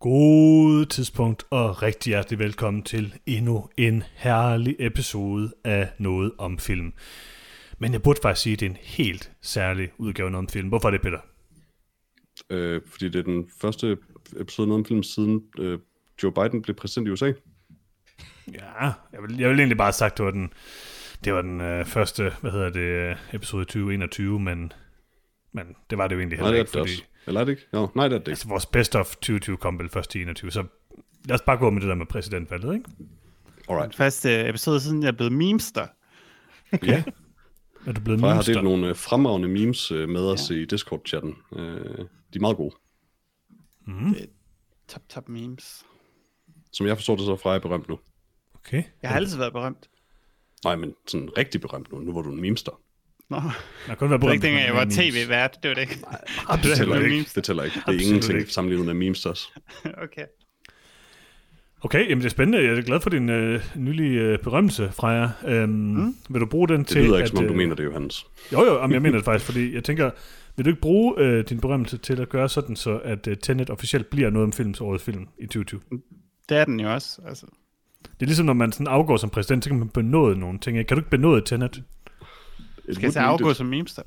God tidspunkt og rigtig hjertelig velkommen til endnu en herlig episode af Noget om Film. Men jeg burde faktisk sige, at det er en helt særlig udgave af Noget om Film. Hvorfor er det, Peter? Øh, fordi det er den første episode af noget om film siden øh, Joe Biden blev præsident i USA. Ja, jeg vil, jeg vil egentlig bare have sagt, at det var den, det var den øh, første, hvad hedder det, øh, episode 2021, men, men det var det jo egentlig Nej, heller det er ikke, det fordi også. Eller er det ikke? Jo, nej, det er det ikke. altså, vores best of 2020 kom vel først i 21, så lad os bare gå med det der med præsidentvalget, ikke? Alright. faste øh, episode, siden jeg er blevet memester. Ja, Er du blevet for jeg har memester? delt nogle øh, fremragende memes øh, med os i Discord-chatten. Øh, de er meget gode. Mm. Top, top memes. Som jeg forstår det, så er Freja berømt nu. Okay. Jeg har altid været berømt. Nej, men sådan rigtig berømt nu. Nu var du en memester. Nå, Der har kun været det var berømt ikke dengang, for jeg var memes. tv-vært. Det var det ikke. Det tæller var ikke. memes. Det tæller ikke. Det er Absolut ingenting ikke. sammenlignet med memesters. Okay. Okay, jamen det er spændende. Jeg er glad for din øh, nylige øh, berømmelse, Freja. Øhm, mm. Vil du bruge den Det til... lyder ikke, som om øh, du mener det, Johannes. Jo, jo, jamen, jeg mener det faktisk, fordi jeg tænker, vil du ikke bruge øh, din berømmelse til at gøre sådan, så at øh, Tenet officielt bliver noget om films årets film i 2020? Det er den jo også. Altså. Det er ligesom, når man sådan afgår som præsident, så kan man benåde nogle ting. ikke? Kan du ikke benåde Tenet? It Skal jeg så would need afgå it. som memester?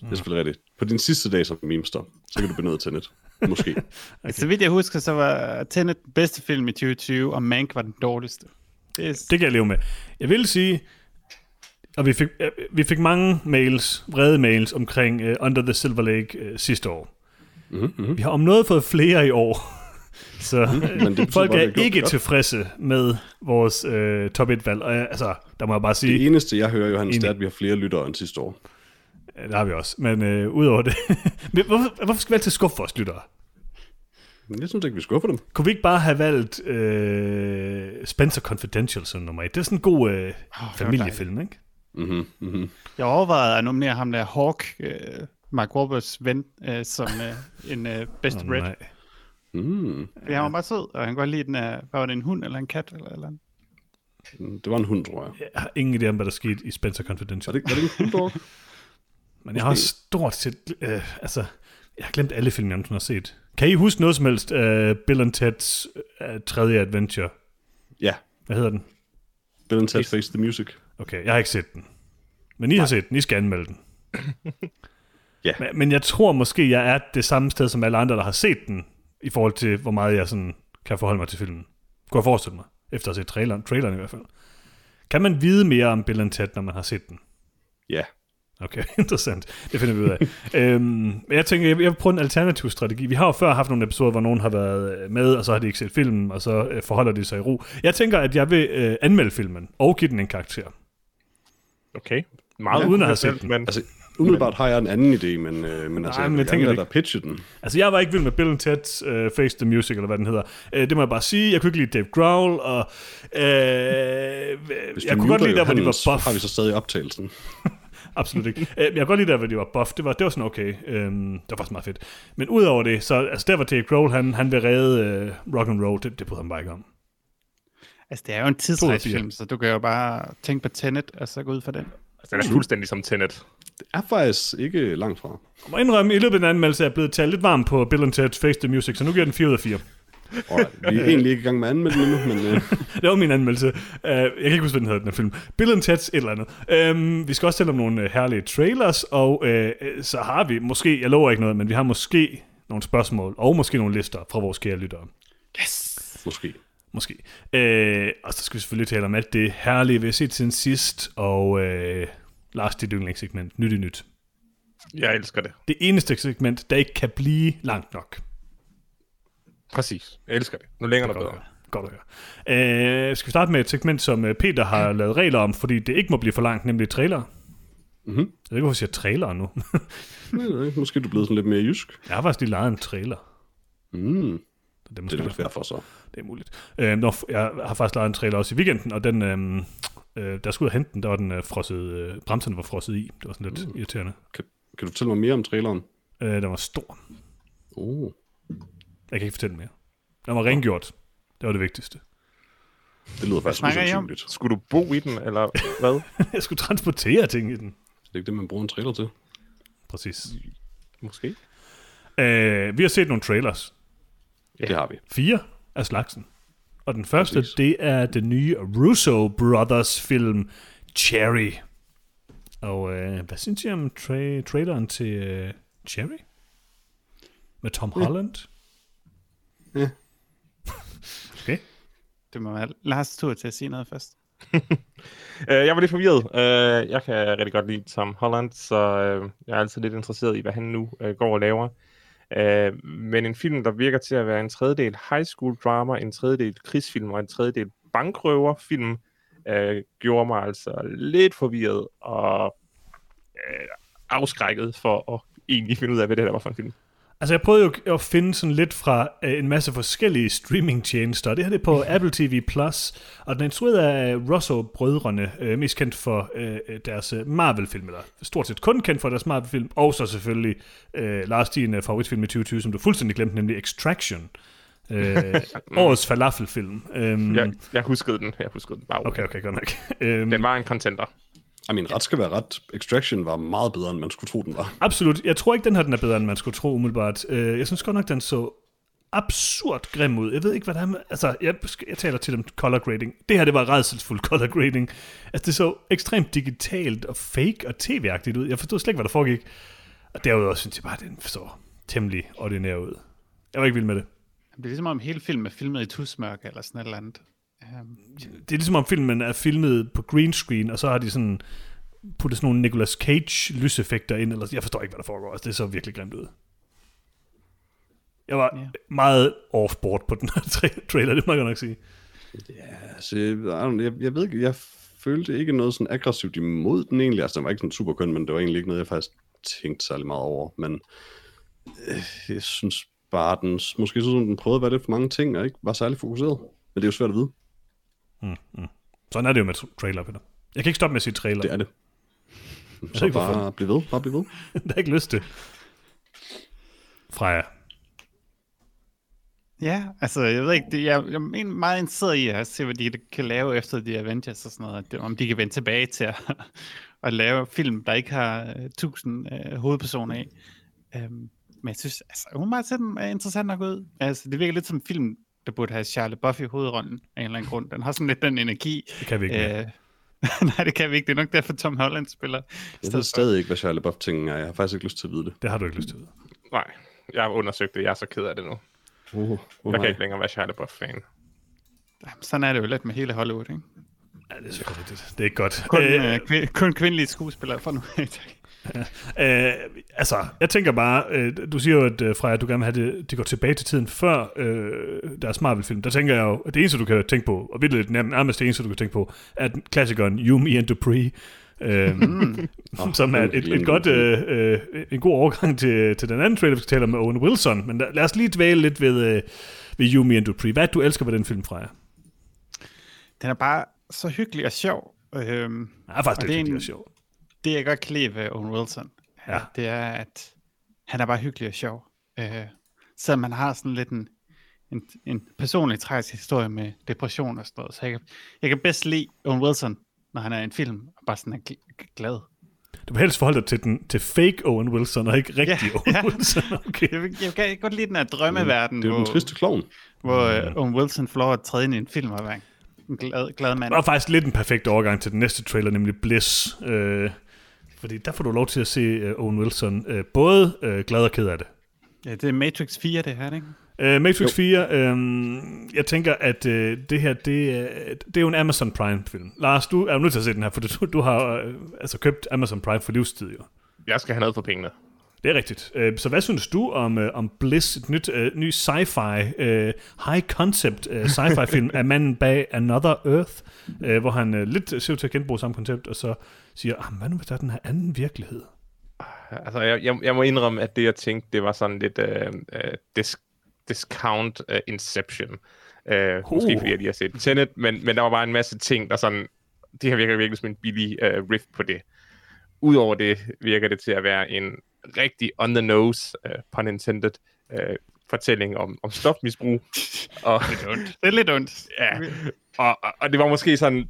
Det er selvfølgelig rigtigt. På din sidste dag som memester, så kan du benøde til net. Måske. Okay. Altså, Så vidt jeg husker, så var Tenet den bedste film i 2020, og Mank var den dårligste. Det er, Det kan jeg leve med. Jeg vil sige, og vi fik, øh, vi fik mange mails, vrede mails omkring øh, Under the Silver Lake øh, sidste år. Mm-hmm. Vi har om noget fået flere i år. Så Men det øh, betyder folk bare, er at vi har gjort ikke det godt. tilfredse med vores øh, top 1-valg. Og jeg, altså, der må jeg bare sige, Det eneste, jeg hører, Johannes, det er, Enig. at vi har flere lyttere end sidste år. øh, der har vi også. Men øh, udover det, Men hvorfor, hvorfor skal vi altid skuffe vores lyttere? Men jeg synes ikke, vi skuffer dem. Kunne vi ikke bare have valgt øh, Spencer Confidential som nummer et? Det er sådan en god øh, familiefilm, ikke? Mm-hmm. Mm-hmm. jeg overvejede at nominere ham der Hawk, øh, Mark Wahlbergs ven, øh, som øh, en øh, best Åh, oh, red. nej. Mm. Fordi han var meget sød, og han kunne godt lide den af, hvad var det, en hund eller en kat? Eller, eller en... Det var en hund, tror jeg. Jeg har ingen idé om, hvad der skete i Spencer Confidential. Var det, ikke- var det ikke en bulldog? Men jeg har også stort set... Øh, altså, jeg har glemt alle film, jeg nogensinde har set. Kan I huske noget som helst af Bill and Ted's øh, tredje adventure? ja. Hvad hedder den? Bill and Ted Face the Music. Okay, jeg har ikke set den. Men I har set den, I skal anmelde den. Ja. Men, men jeg tror måske, jeg er det samme sted som alle andre, der har set den, i forhold til, hvor meget jeg sådan kan forholde mig til filmen. Kunne jeg forestille mig, efter at have set traileren, traileren i hvert fald. Kan man vide mere om Bill and Ted, når man har set den? Ja. Okay, interessant. Det finder vi ud af. øhm, men jeg tænker, jeg, jeg vil prøve en alternativ strategi. Vi har jo før haft nogle episoder, hvor nogen har været øh, med, og så har de ikke set filmen, og så øh, forholder de sig i ro. Jeg tænker, at jeg vil øh, anmelde filmen og give den en karakter. Okay. Meget Ja, ja, uden uden at have set den. Men altså, Altså, umiddelbart har jeg en anden idé, men, øh, men Nej, altså, Nej, men men jeg jeg vil tænker gerne det lade dig pitche den. Altså, jeg var ikke vild med Bill Ted's uh, Face the Music, eller hvad den hedder. Uh, det må jeg bare sige. Jeg kunne ikke lide Dave Growl, og uh, Hvis jeg du kunne godt muter lide der, hvor de var Johannes, buff. har vi så stadig optagelsen. Absolut ikke. Uh, jeg kunne godt lide der, hvor de var buff. Det var, det var sådan okay. Uh, det var faktisk meget fedt. Men udover det, så altså, der var Dave Growl, han, han vil redde uh, rock and roll. Det, det bryder han bare ikke om. Altså, det er jo en tidsrejsefilm, så du kan jo bare tænke på Tenet, og så gå ud for den. den er fuldstændig som Tenet. Det er faktisk ikke langt fra. Jeg må indrømme, i løbet af den anmeldelse er jeg blevet talt lidt varm på Bill Ted's Face the Music, så nu giver jeg den 4 ud af 4. Alright. Vi er egentlig ikke i gang med anden med den endnu, men øh, Det var min anmeldelse. Uh, jeg kan ikke huske, hvad den hedder, den her film. Bill and Ted's et eller andet. Um, vi skal også tale om nogle uh, herlige trailers, og uh, så har vi måske, jeg lover ikke noget, men vi har måske nogle spørgsmål, og måske nogle lister fra vores kære lyttere. måske. Måske. Uh, og så skal vi selvfølgelig tale om alt det herlige, vi har set siden sidst, og uh, Lars, dit yndlingssegment, nyt i nyt. Jeg elsker det. Det eneste segment, der ikke kan blive langt nok. Præcis. Jeg elsker det. Nu længere der Godt at bedre. høre. Godt at høre. Uh, skal vi starte med et segment, som øh, Peter har lavet regler om, fordi det ikke må blive for langt, nemlig trailer. Mm-hmm. Mhm. Jeg ved ikke, hvorfor jeg siger trailer nu. Jeg ved ikke, Måske er du blevet sådan lidt mere jysk. jeg har faktisk lige lejet en trailer. Mm. Så Det er, Det måske er lidt derfor så. det er muligt. Øh, når, jeg har faktisk lejet en trailer også i weekenden, og den, øh, Mm. øh, der skulle ud og hente den, der var den øh, frosset, øh, bremserne var frosset i. Det var sådan lidt irriterende. Kan, Kan du fortælle mig mere om traileren? Øh, den var stor. Oh. Jeg kan ikke fortælle mere. Den var rengjort. Det var det vigtigste. Det lyder faktisk snakker I om? usandsynligt. Skulle du bo i den, eller hvad? Jeg skulle transportere ting i den. Det er ikke det, man bruger en trailer til. Præcis. Måske. Mm. Øh, vi har set nogle trailers. Ja. Det har vi. Fire af slagsen. Og den første, Præcis. det er den nye Russo Brothers film Cherry. Og øh, hvad synes I om tra- traileren til øh, Cherry? Med Tom Holland? Ja. okay. Det må være Lars tur til at sige noget først. Øh, jeg var lidt forvirret. Øh, jeg kan rigtig godt lide Tom Holland, så øh, jeg er altid lidt interesseret i, hvad han nu øh, går og laver. Øh, men en film, der virker til at være en tredjedel high school drama, en tredjedel krigsfilm og en tredjedel bankrøverfilm, øh, gjorde mig altså lidt forvirret og øh, afskrækket for at egentlig finde ud af, hvad det her var for en film. Altså, jeg prøvede jo at finde sådan lidt fra øh, en masse forskellige streamingtjenester. Det her det er på Apple TV+, Plus, og den er instrueret af Russo-brødrene, øh, mest kendt for øh, deres øh, Marvel-film, eller stort set kun kendt for deres Marvel-film, og så selvfølgelig øh, Lars din øh, favoritfilm i 2020, som du fuldstændig glemte, nemlig Extraction. Øh, årets falafelfilm. Mm. Øhm, Jeg, jeg huskede den. Jeg huskede den bare. Okay, okay, godt nok. Øhm, Den var en contender. I mean, ret skal være ret. Extraction var meget bedre, end man skulle tro, den var. Absolut. Jeg tror ikke, den her den er bedre, end man skulle tro umiddelbart. Øh, jeg synes godt nok, den så absurd grim ud. Jeg ved ikke, hvad det er med... Altså, jeg, jeg taler til dem color grading. Det her, det var redselsfuld color grading. Altså, det så ekstremt digitalt og fake og tv-agtigt ud. Jeg forstod slet ikke, hvad der foregik. Og derudover synes jeg bare, at den så temmelig ordinær ud. Jeg var ikke vild med det. Det er ligesom om hele filmen er filmet i tusmørke eller sådan et eller andet. Um, Det er ligesom om filmen er filmet på green screen, og så har de sådan puttet sådan nogle Nicolas Cage lyseffekter ind, eller jeg forstår ikke, hvad der foregår. Altså, det så virkelig grimt ud. Jeg var Ja. yeah. meget off-board på den her tra- trailer, det må jeg godt nok sige. Altså, jeg, I don't- jeg, jeg ved ikke, jeg følte ikke noget sådan aggressivt imod den egentlig. Altså, den var ikke sådan super køn, men det var egentlig ikke noget, jeg faktisk tænkte særlig meget over. Men øh, jeg synes bare, den, måske synes jeg, den prøvede at være lidt for mange ting, og ikke var særlig fokuseret. Men det er jo svært at vide. Sådan er det jo med tra- trailer, Peter. Jeg kan ikke stoppe med at sige trailer. Det er det. ved Så ikke, hvorfor. bare bliv ved, bare bliv ved. der er ikke lyst til. Freja. ja, altså jeg ved ikke, det, jeg, jeg er egentlig meget interesseret i at se, hvad de kan lave efter de Avengers og sådan noget. Det, om de kan vende tilbage til at, at lave film, der ikke har øh, tusind øh, hovedpersoner i. Um, men jeg synes, altså umiddelbart ser den er interessant nok ud. Altså det virker lidt som en film, der burde have Charlie Buffy i hovedrollen af en eller anden grund. Den har sådan lidt den energi. Det kan vi ikke mere. Øh, nej, det kan vi ikke. Det er nok derfor, Tom Holland spiller. Jeg ved stadig ikke, hvad Charlie Buff tænker. Jeg har faktisk ikke lyst til at vide det. Det har du ikke lyst til. Nej, jeg har undersøgt det. Jeg er så ked af det nu. Oh, oh Jeg kan ikke længere være Shia LaBeouf-fan. Jamen, sådan er det jo lidt med hele Hollywood, ikke? Ja, det er selvfølgelig rigtigt. Det er ikke godt. Kun, Øh, øh, kvi- kun kvindelige skuespillere fra nu af. tak. Øh, altså, jeg tænker bare, øh, du siger jo, at øh, Freja, du gerne vil have det, det går tilbage til tiden før øh, deres Marvel-film. Der tænker jeg jo, at det eneste, du kan tænke på, og virkelig nærm- nærmest det eneste, du kan tænke på, er den klassikeren Yumi and Dupree, øh, Mm. som er et, et, et godt, øh, øh, en god overgang til, til den anden trailer, vi skal tale om med Owen Wilson. Men der, lad os lige dvæle lidt ved, øh, ved Yumi and Dupree. Hvad er det, du elsker ved den film, Freja? Den er bare så hyggelig og sjov. Øhm, Ja, faktisk, det, det er det, det er en- sjovt. det, jeg godt kan lide ved Owen Wilson, Ja. ja. det er, at han er bare hyggelig og sjov. Øh, selvom man har sådan lidt en, en, en personlig tragisk historie med depression og sådan noget. Så jeg kan, jeg kan bedst lide Owen Wilson, når han er i en film, og bare sådan er gl- glad. Du vil helst forholde dig til, den, til fake Owen Wilson, og ikke rigtig Ja, Owen ja. Wilson. Okay. Jeg, vil, jeg kan godt lide den her drømmeverden, Det er jo den hvor, triste klovn. Mm. hvor uh, Owen Wilson får lov at træde ind i en film og være en glad, glad mand. Der var faktisk lidt en perfekt overgang til den næste trailer, nemlig Bliss. Øh, fordi der får du lov til at se øh, Owen Wilson øh, både øh, glad og ked af det. Ja, det er Matrix 4, det her, ikke? Øh, Matrix jo. 4, øh, jeg tænker, at øh, det her, det, er- det er jo en Amazon Prime-film. Lars, du er jo nødt til at se den her, for du, du har øh, altså købt Amazon Prime for livstid jo. Jeg skal have noget for pengene. Det er rigtigt. Øh, så hvad synes du om, øh, om Bliss, et nyt, øh, ny sci-fi, øh, high-concept øh, sci-fi-film af manden bag Another Earth, øh, hvor han øh, lidt ser ud til at genbruge samme koncept, og så siger, "Ah, hvad nu hvis der er den her anden virkelighed? Altså, jeg, jeg, jeg må indrømme, at det, jeg tænkte, det var sådan lidt øh, øh, dis- discount øh, Inception. Øh, uh. Måske Uh. fordi jeg lige har set Tenet, men, men der var bare en masse ting, der sådan... Det her virker virkelig som en billig øh, riff på det. Udover det virker det til at være en rigtig on the nose, øh, pun intended, øh, fortælling om, om stofmisbrug. og, lidt ondt. Det er lidt ondt. ja, og, og, og det var måske sådan,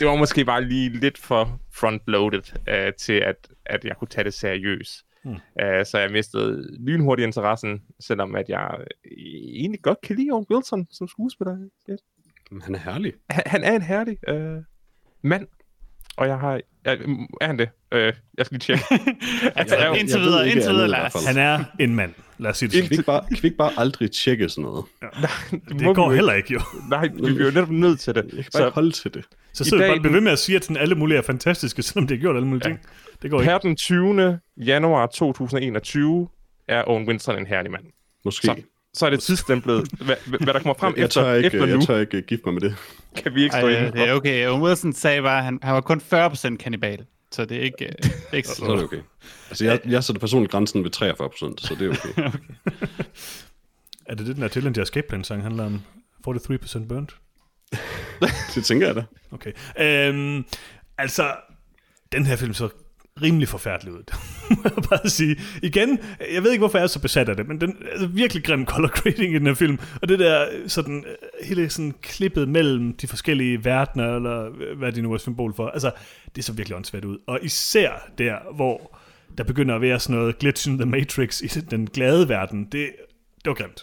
det var måske bare lige lidt for front-loaded øh, til, at, at jeg kunne tage det seriøst. Hmm. Hmm. Øh, så jeg mistede lynhurtigt interessen, selvom at jeg øh, egentlig godt kan lide Owen Wilson som skuespiller. Jeg Men han er herlig. han, han er en herlig øh, mand, og jeg har... Jeg, er han det? Øh, jeg skal lige tjekke. altså, jeg- jeg indtil ved videre, ikke indtil videre, andet i hvert Lars. fald. Han er en mand. Lad os sige det Kan sådan. vi ikke bare, kan vi ikke bare aldrig tjekke sådan noget? det, Det går heller ikke, jo. Nej, vi bliver jo netop nødt til det. Jeg kan bare Så ikke holde til det. Så I sidder vi dag bare og bliver den- ved med at sige, at sådan alle mulige er fantastiske, selvom de har gjort alle mulige Ja. ting. Det går ikke. per den 20. januar 2021 er Owen Winston en herlig mand. Måske. Så, så er det tidsstemplet. Hvad, hvad- hvad der kommer frem jeg, jeg, efter, tør ikke, efter nu, jeg tør ikke øh, gifte mig med det. kan vi ikke Ej, øh, stå inde det er for. okay. Owen Wilson sagde bare, at han, han var kun 40% kannibal. Så det er ikke, øh, det er ikke Så er det okay. Altså, jeg, jeg sætter personligt grænsen ved 43 procent, så det er okay. Er det det, den her Tilland Escape Plan sang handler om? 43% burnt? Det tænker jeg da. Okay. Øhm, altså, den her film så rimelig forfærdelig ud. Må jeg bare sige. Igen, jeg ved ikke, hvorfor jeg er så besat af det, men den altså, virkelig grim color grading i den her film, og det der øh, sådan, øh, hele sådan klippet mellem de forskellige verdener, eller øh, hvad de nu er symbol for, altså, det så virkelig åndssvagt ud. Og især der, hvor der begynder at være sådan noget glitch in the matrix i den glade verden, det, det var grimt.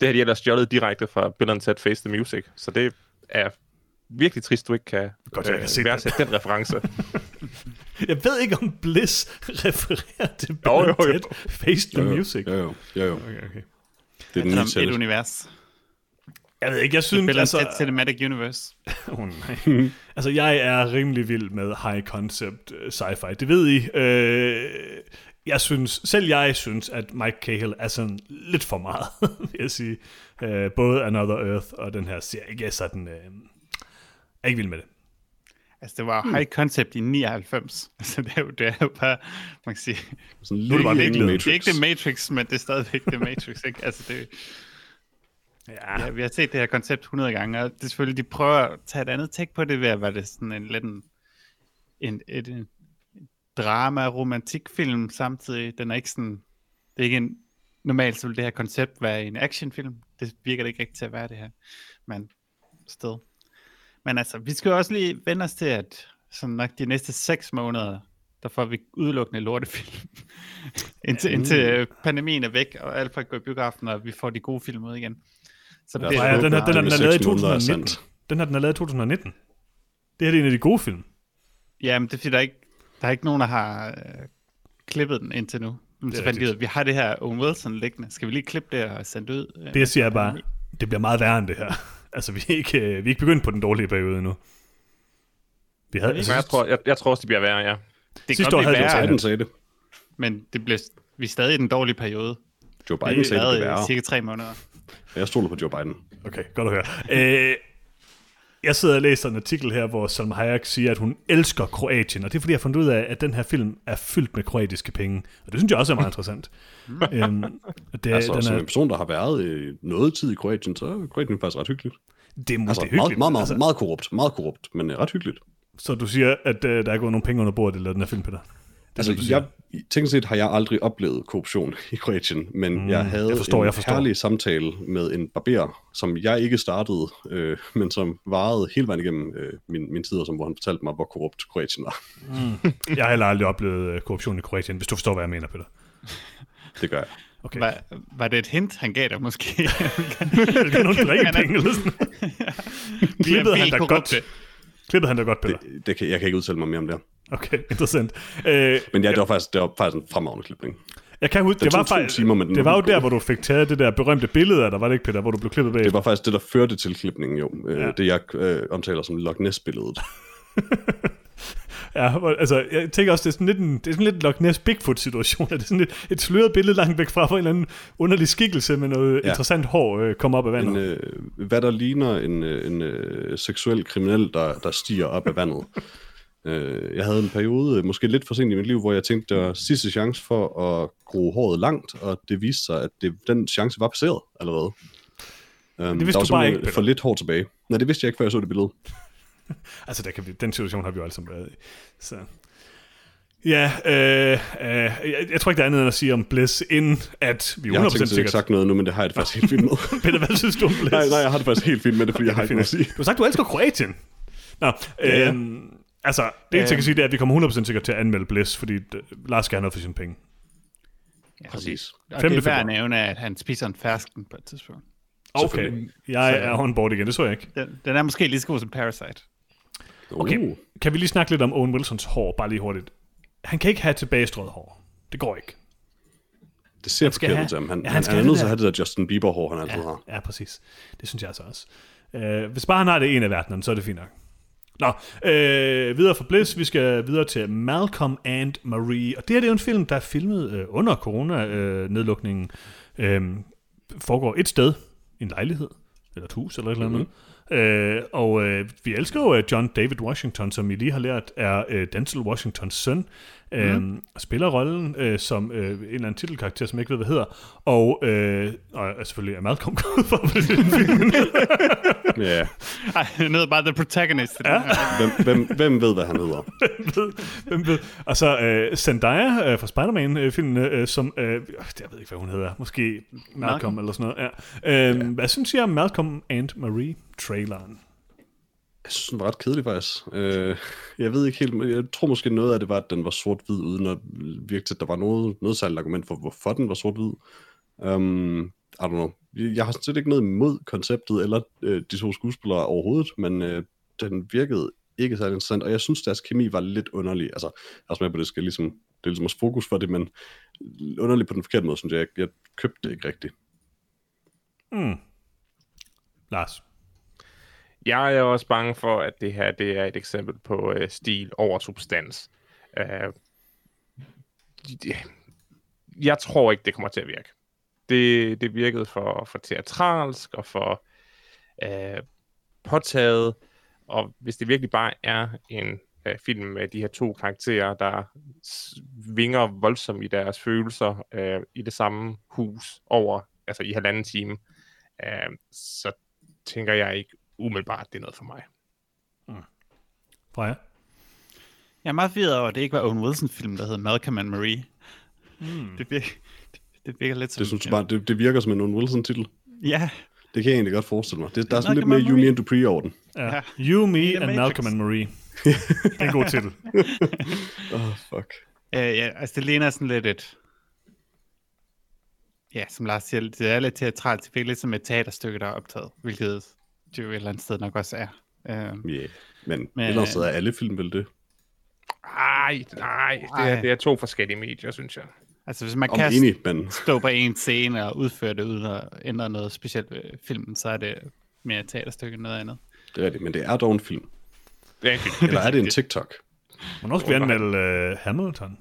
Det har de ellers stjålet direkte fra Bill and Ted Face the Music, så det er virkelig trist, du ikke kan øh, Godt, jeg kan se den. værdsætte den reference. Jeg ved ikke, om Bliss refererer til Bill Jo, jo, and jo. Ted Face the Jo, jo. Music. Jo, jo. jo, jo. Okay, okay. Det er den nye som et tælle. univers. Jeg ved ikke, jeg synes... Billeder altså... altså, tæt Cinematic Universe. oh, nej. altså, jeg er rimelig vild med high concept øh, sci-fi. Det ved I. Øh, jeg synes, selv jeg synes, at Mike Cahill er sådan lidt for meget, vil jeg sige. Øh, både Another Earth og den her serie. Ikke sådan... Øh, jeg er ikke vild med det. Altså, det Hmm. var high concept i 99. Altså, det er jo, det er jo bare, man kan sige... Sådan Nu er det bare lidt virkelig- inden Det er ikke Matrix. The Matrix, men det er stadigvæk The Matrix, ikke? Altså, det, Ja, ja, vi har set det her koncept 100 gange, og det er selvfølgelig, de prøver at tage et andet tæk på det ved at være det sådan en lidt en, en, et, en drama-romantikfilm samtidig. Den er ikke sådan, det er ikke en, normalt så ville det her koncept være en actionfilm. Det virker det ikke rigtigt til at være det her, men sted. Men altså, vi skal jo også lige vende os til, at som nok de næste 6 måneder, der får vi udelukkende lortefilm. indtil, indtil øh, pandemien er væk, og alt folk går i biografen, og vi får de gode film ud igen. Så Ja, ja, er ja, den her, den her, den er seks lavet i måneder er 2019. sandt. Den her, den er lavet i 2019. Det her det er en af de gode film. Ja, men det er fordi, der er ikke, der er ikke nogen, der har øh, klippet den indtil nu. Men er så fandt de rigtigt. ud af, at vi har det her Owen Wilson liggende. Skal vi lige klippe det og sende det ud? Øh, Det jeg siger er bare, det bliver meget værre end det her. Altså, vi er ikke, øh, vi er ikke begyndt på den dårlige periode endnu. Vi havde, Men jeg tror, jeg, jeg tror også, det bliver værre, ja. det sidste kan år godt blive havde vi jo værre, taget Biden sagde det. men det bliver, vi er stadig i den dårlige periode. Joe Vi Biden er sagde det, det været i værre. cirka tre måneder. Jeg stoler på Joe Biden. Okay, godt at høre. Øh, jeg sidder og læser en artikel her, hvor Salma Hayek siger, at hun elsker Kroatien, og det er fordi, jeg har fundet ud af, at den her film er fyldt med kroatiske penge, og det synes jeg også er meget interessant. øhm, og det, altså, Altså, som den er, en person, der har været øh, noget tid i Kroatien, så er Kroatien faktisk ret hyggeligt. det, er, Altså, altså, det er meget, hyggeligt. meget, meget, altså, meget korrupt, meget korrupt, men øh, ret hyggeligt. så du siger, at øh, der er gået nogle penge under bordet, eller den her film, Peter? Det er Altså, det, du siger. jeg, teknisk set har jeg aldrig oplevet korruption i Kroatien, men mm, jeg havde jeg forstår, en jeg forstår. herlig samtale med en barber, som jeg ikke startede, øh, men som varede hele vejen igennem øh, min, min tid, som, hvor han fortalte mig, hvor korrupt Kroatien var. jeg har heller aldrig oplevet øh, korruption i Kroatien, hvis du forstår, hvad jeg mener, Peter. Det gør jeg. Okay. Var, var det et hint, han gav dig måske? Det er nogle drikkepenge, Han er- eller sådan Vi er Klippede han vildt da godt? korrupte. Klippede han da godt, Peter? Det, det kan, jeg kan ikke udtale mig mere om det her. Okay, interessant. Øh, Men ja, det var faktisk, det var faktisk en fremragende klipning. jeg kan huske, det tog var, to faktisk, timer, men den det var var jo vildt der, god. hvor du fik taget det der berømte billede af dig, var det ikke, Peter, hvor du blev klippet bag? Det var faktisk det, der førte til klipningen jo. Ja. Ja. Det, jeg øh, omtaler som Loch Ness-billedet. Ja, hvor- altså, jeg tænker også, det er sådan lidt en, det er sådan lidt Loch Ness Bigfoot-situation, at det er sådan et, et sløret billede langt væk fra, hvor en eller anden underlig skikkelse med noget ja. Ja. interessant hår øh, kommer op af vandet. En, øh, hvad der ligner en, øh, en øh, seksuel kriminel, der, der stiger op af vandet. øh, jeg havde en periode, øh, måske lidt for sent i mit liv, hvor jeg tænkte, der var sidste chance for at gro håret langt, og det viste sig, at det, den chance var passeret allerede. Det Um, vidste der var du bare simpelthen ikke, Peter. for lidt hår tilbage. Nej, det vidste jeg ikke, før jeg så det billede. Altså, der kan vi, den situation har vi jo alle sammen været i. Så. Ja, øh, øh, jeg, jeg tror ikke, der er andet end at sige om Bliss, inden at vi Jeg har 100% tænkt sig ikke sikkert... sagt noget nu, men det har jeg det faktisk helt fint med. Peter, hvad synes du om Bliss? nej, nej, jeg har det faktisk helt fint med det, fordi jeg har ikke noget at sige. Du har sagt, du elsker Kroatien. Nå, Ja, Øhm. ja. øhm, altså, det eneste, jeg kan sige, det er, at vi kommer 100% sikkert til at anmelde Bliss, fordi øh, Lars skal have noget for sine penge. Ja, Præcis. Og det Femte er værd februar. at nævne, at han spiser en fersken på et tidspunkt. Okay, jeg er on board igen, det så jeg ikke. Den, den er måske lige så god som Parasite. Okay, Uh, kan vi lige snakke lidt om Owen Wilsons hår, bare lige hurtigt. Han kan ikke have tilbagestrøget hår. Det går ikke. det ser skal forkert have- ud til ham. Han, Ja, ja, han han, skal han er have nødt det til at have det der Justin Bieber-hår, han altid har. Ja, præcis. Det synes jeg altså også. Øh, hvis bare han har det ene af verdenen, så er det fint nok. Nå, øh, videre fra Bliss, vi skal videre til Malcolm and Marie. Og det her det er jo en film, der er filmet øh, under corona-nedlukningen. Øh, foregår et sted, en lejlighed, eller et hus, eller et eller andet. Øh, og øh, vi elsker jo øh, John David Washington, som I lige har lært, er øh, Denzel Washingtons søn. Øh, Mhm. Spiller rollen øh, som øh, en eller anden titelkarakter, som jeg ikke ved, hvad hedder. Og, øh, og øh, selvfølgelig er Malcolm gået for på den film. Ja. Ej, han hedder bare The Protagonist. Ja. Hvem, hvem, hvem ved, hvad han hedder? Hvem ved? Og så øh, Zendaya øh, fra Spider-Man-filmen, øh, som... Øh, jeg ved ikke, hvad hun hedder. Måske Malcolm, Malcolm. Malcolm. eller sådan noget. Ja. Øh, ja. Hvad synes I om Malcolm and Marie-traileren? Jeg synes, den var ret kedelig faktisk. Øh, jeg ved ikke helt, men jeg tror måske noget af det var, at den var sort-hvid, uden at virke til, at der var noget, noget særligt argument for, hvorfor den var sort-hvid. Um, I don't know. Jeg har sådan set ikke noget imod konceptet, eller øh, de to skuespillere overhovedet, men øh, den virkede ikke særlig interessant, og jeg synes, deres kemi var lidt underlig. Altså, jeg er også med på, at det skal ligesom, det er ligesom også fokus for det, men underlig på den forkerte måde, synes jeg. Jeg, jeg købte det ikke rigtigt. Lars? Jeg er også bange for, at det her det er et eksempel på øh, stil over substans. Øh, det- jeg tror ikke, det kommer til at virke. Det, det virkede for, for teatralsk og for øh, påtaget. Og hvis det virkelig bare er en øh, film med de her to karakterer, der svinger voldsomt i deres følelser øh, i det samme hus over, altså i halvanden time, øh, så tænker jeg ikke umiddelbart, det er noget for mig. Freja? Jeg er meget forvirret over, at det ikke var Owen Wilson-film, der hed Malcolm and Marie. Mm. Hmm. Det, virker, det, det virker lidt som... Det, synes jeg bare, det, det virker som en Owen Wilson-titel. Ja, Det kan jeg egentlig godt forestille mig. Det, der er sådan Nå, lidt det må mere man Yumi ikke. and Dupree over den. Ja. Ja. You, me The and Matrix. Malcolm and Marie. det er en god titel. Åh, oh, fuck. øh, ja, altså det ligner sådan lidt et... Ja, som Lars siger, det er lidt teatralt. Det virker lidt som et teaterstykke, der er optaget, hvilket det jo et eller andet sted nok også er. Øh, Ja, yeah. men, men Men- ellers øh, er alle film vel det. Ej, nej, det er, Ej. det er to forskellige medier, synes jeg. altså hvis man Om kan enig, men stå på en scene og udføre det uden at ændre noget specielt ved filmen, så er det mere et teaterstykke end noget andet. det er rigtigt. Men det er dog en film. Det er en film. Eller er det en TikTok? Hvornår skal vi anmelde uh, Hamilton?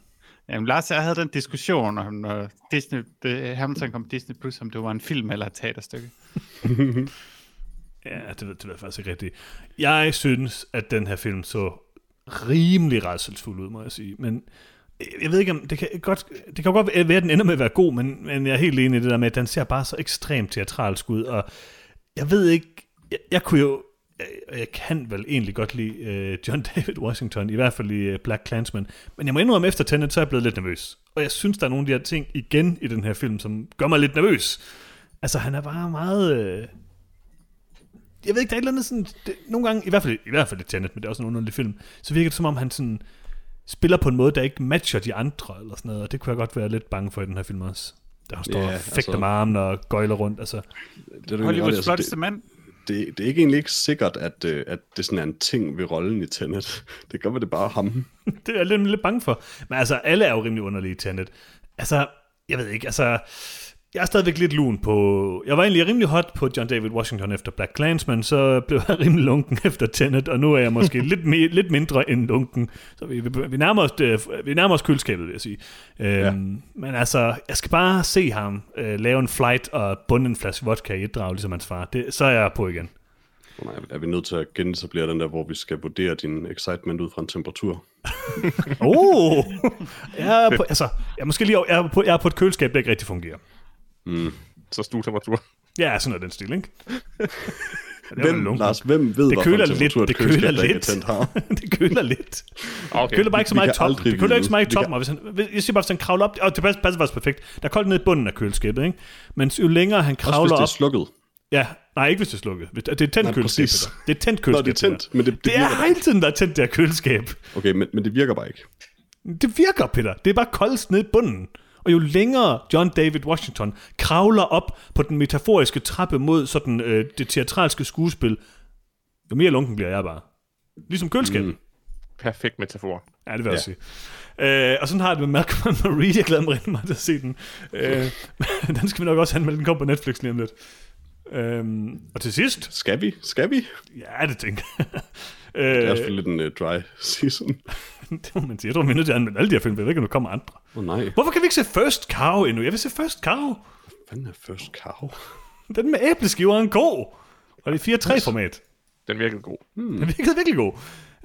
Jamen, Lars og jeg havde den diskussion om, når Disney, det, Hamilton kom på Disney+, Plus, om det var en film eller et teaterstykke. Ja, det ved, det ved jeg faktisk ikke rigtigt. Jeg synes, at den her film så rimelig redselsfuld ud, må jeg sige. Men øh, jeg ved ikke, om det kan godt, det kan godt være, at den ender med at være god, men, men jeg er helt enig i det der med, at den ser bare så ekstremt teatralsk ud, og jeg ved ikke, jeg, jeg kunne jo, jeg, jeg kan vel egentlig godt lide øh, John David Washington, i hvert fald i øh, Black Clansman, men jeg må indrømme, efter Tenet, så er jeg blevet lidt nervøs. Og jeg synes, der er nogle af de her ting igen i den her film, som gør mig lidt nervøs. Altså, han er bare meget... Øh, jeg ved ikke, der er et eller andet sådan, det, nogle gange, i hvert fald i hvert fald i Tenet, men det er også en underlig film, så virker det som om, han sådan spiller på en måde, der ikke matcher de andre, eller sådan noget, og det kunne jeg godt være lidt bange for i den her film også. Der han står Ja, yeah, og fægter altså- med armen og gøjler rundt, altså. Det er, du egentlig ret i. Hollywoods altså, det, flotteste mand. det, det er ikke egentlig ikke sikkert, at, øh, at det sådan er en ting ved rollen i Tenet. Det kan godt være, det er bare ham. Det er jeg lidt, lidt bange for. Men altså, alle er jo rimelig underlige i Tenet. Altså, jeg ved ikke, altså... Jeg er stadigvæk lidt lun på... Jeg var egentlig rimelig hot på John David Washington efter Black Clansman, så blev jeg rimelig lunken efter Tenet, og nu er jeg måske lidt, me, lidt mindre end lunken. Så vi, vi, vi, nærmer os, øh, vi nærmer os køleskabet, vil jeg sige. Øhm, ja. Men altså, jeg skal bare se ham øh, lave en flight og bunde en flaske vodka i et drag, ligesom hans far. Det, så er jeg på igen. Oh, nej, er vi nødt til at genetablere den der, hvor vi skal vurdere din excitement ud fra en temperatur? Oh! jeg, er på, altså, jeg, er måske lige, over- jeg, er på, jeg er på et køleskab, der ikke rigtig fungerer. Så stuetemperatur. Ja, sådan noget i den stil, ikke? det er vel Hvem, lunken. Lars, hvem ved, Det hvorfor køler en temperatur lidt, et det køleskab, køler der ikke er lidt. tændt har? det køler lidt. Okay. Det køler bare ikke så Vi meget i kan toppen. aldrig Det køler vide. ikke så meget i Vi kan- toppen. Og hvis han, hvis- jeg siger bare, hvis han kravler op... Og det passer, passer faktisk perfekt. Der er koldt ned i bunden af køleskabet, ikke? Men jo længere han Også hvis kravler det op... er slukket. Ja, nej, ikke hvis det er slukket. Hvis- Det er tændt Nej, køleskab. præcis. det der. Det er tændt Nå, køleskab. det er tændt, der. men det, det, Det virker er hele tiden, der er tændt det her køleskab. bare- Okay, men, men det virker bare ikke. Det virker, Peter. Det er bare koldest ned i bunden. Og jo længere John David Washington kravler op på den metaforiske trappe mod sådan, øh, det teatralske skuespil, jo mere lunken bliver jeg bare. Ligesom køleskabet. Mm. Perfekt metafor. Ja, det vil jeg også sige. Øh, og sådan har jeg det med Malcolm and Marie. Jeg glæder mig rigtig meget til at se den. Øh, den skal vi nok også anmelde. Den kommer på Netflix lige om lidt. Øhm, og til sidst, Skal vi? Skal vi? ja, det tænker jeg. Det er øh, selvfølgelig lidt en uh, dry season. det må man sige. Jeg tror, vi er nødt til at anmelde alle de her film. Jeg ved ikke, om der kommer andre. Åh oh, nej, Hvorfor kan vi ikke se First Cow endnu? Jeg vil se First Cow. hvad fanden er First Cow? Den med æbleskiver er en god. Og det er 4-3-format. Den virkede god. Den virkede virkelig god.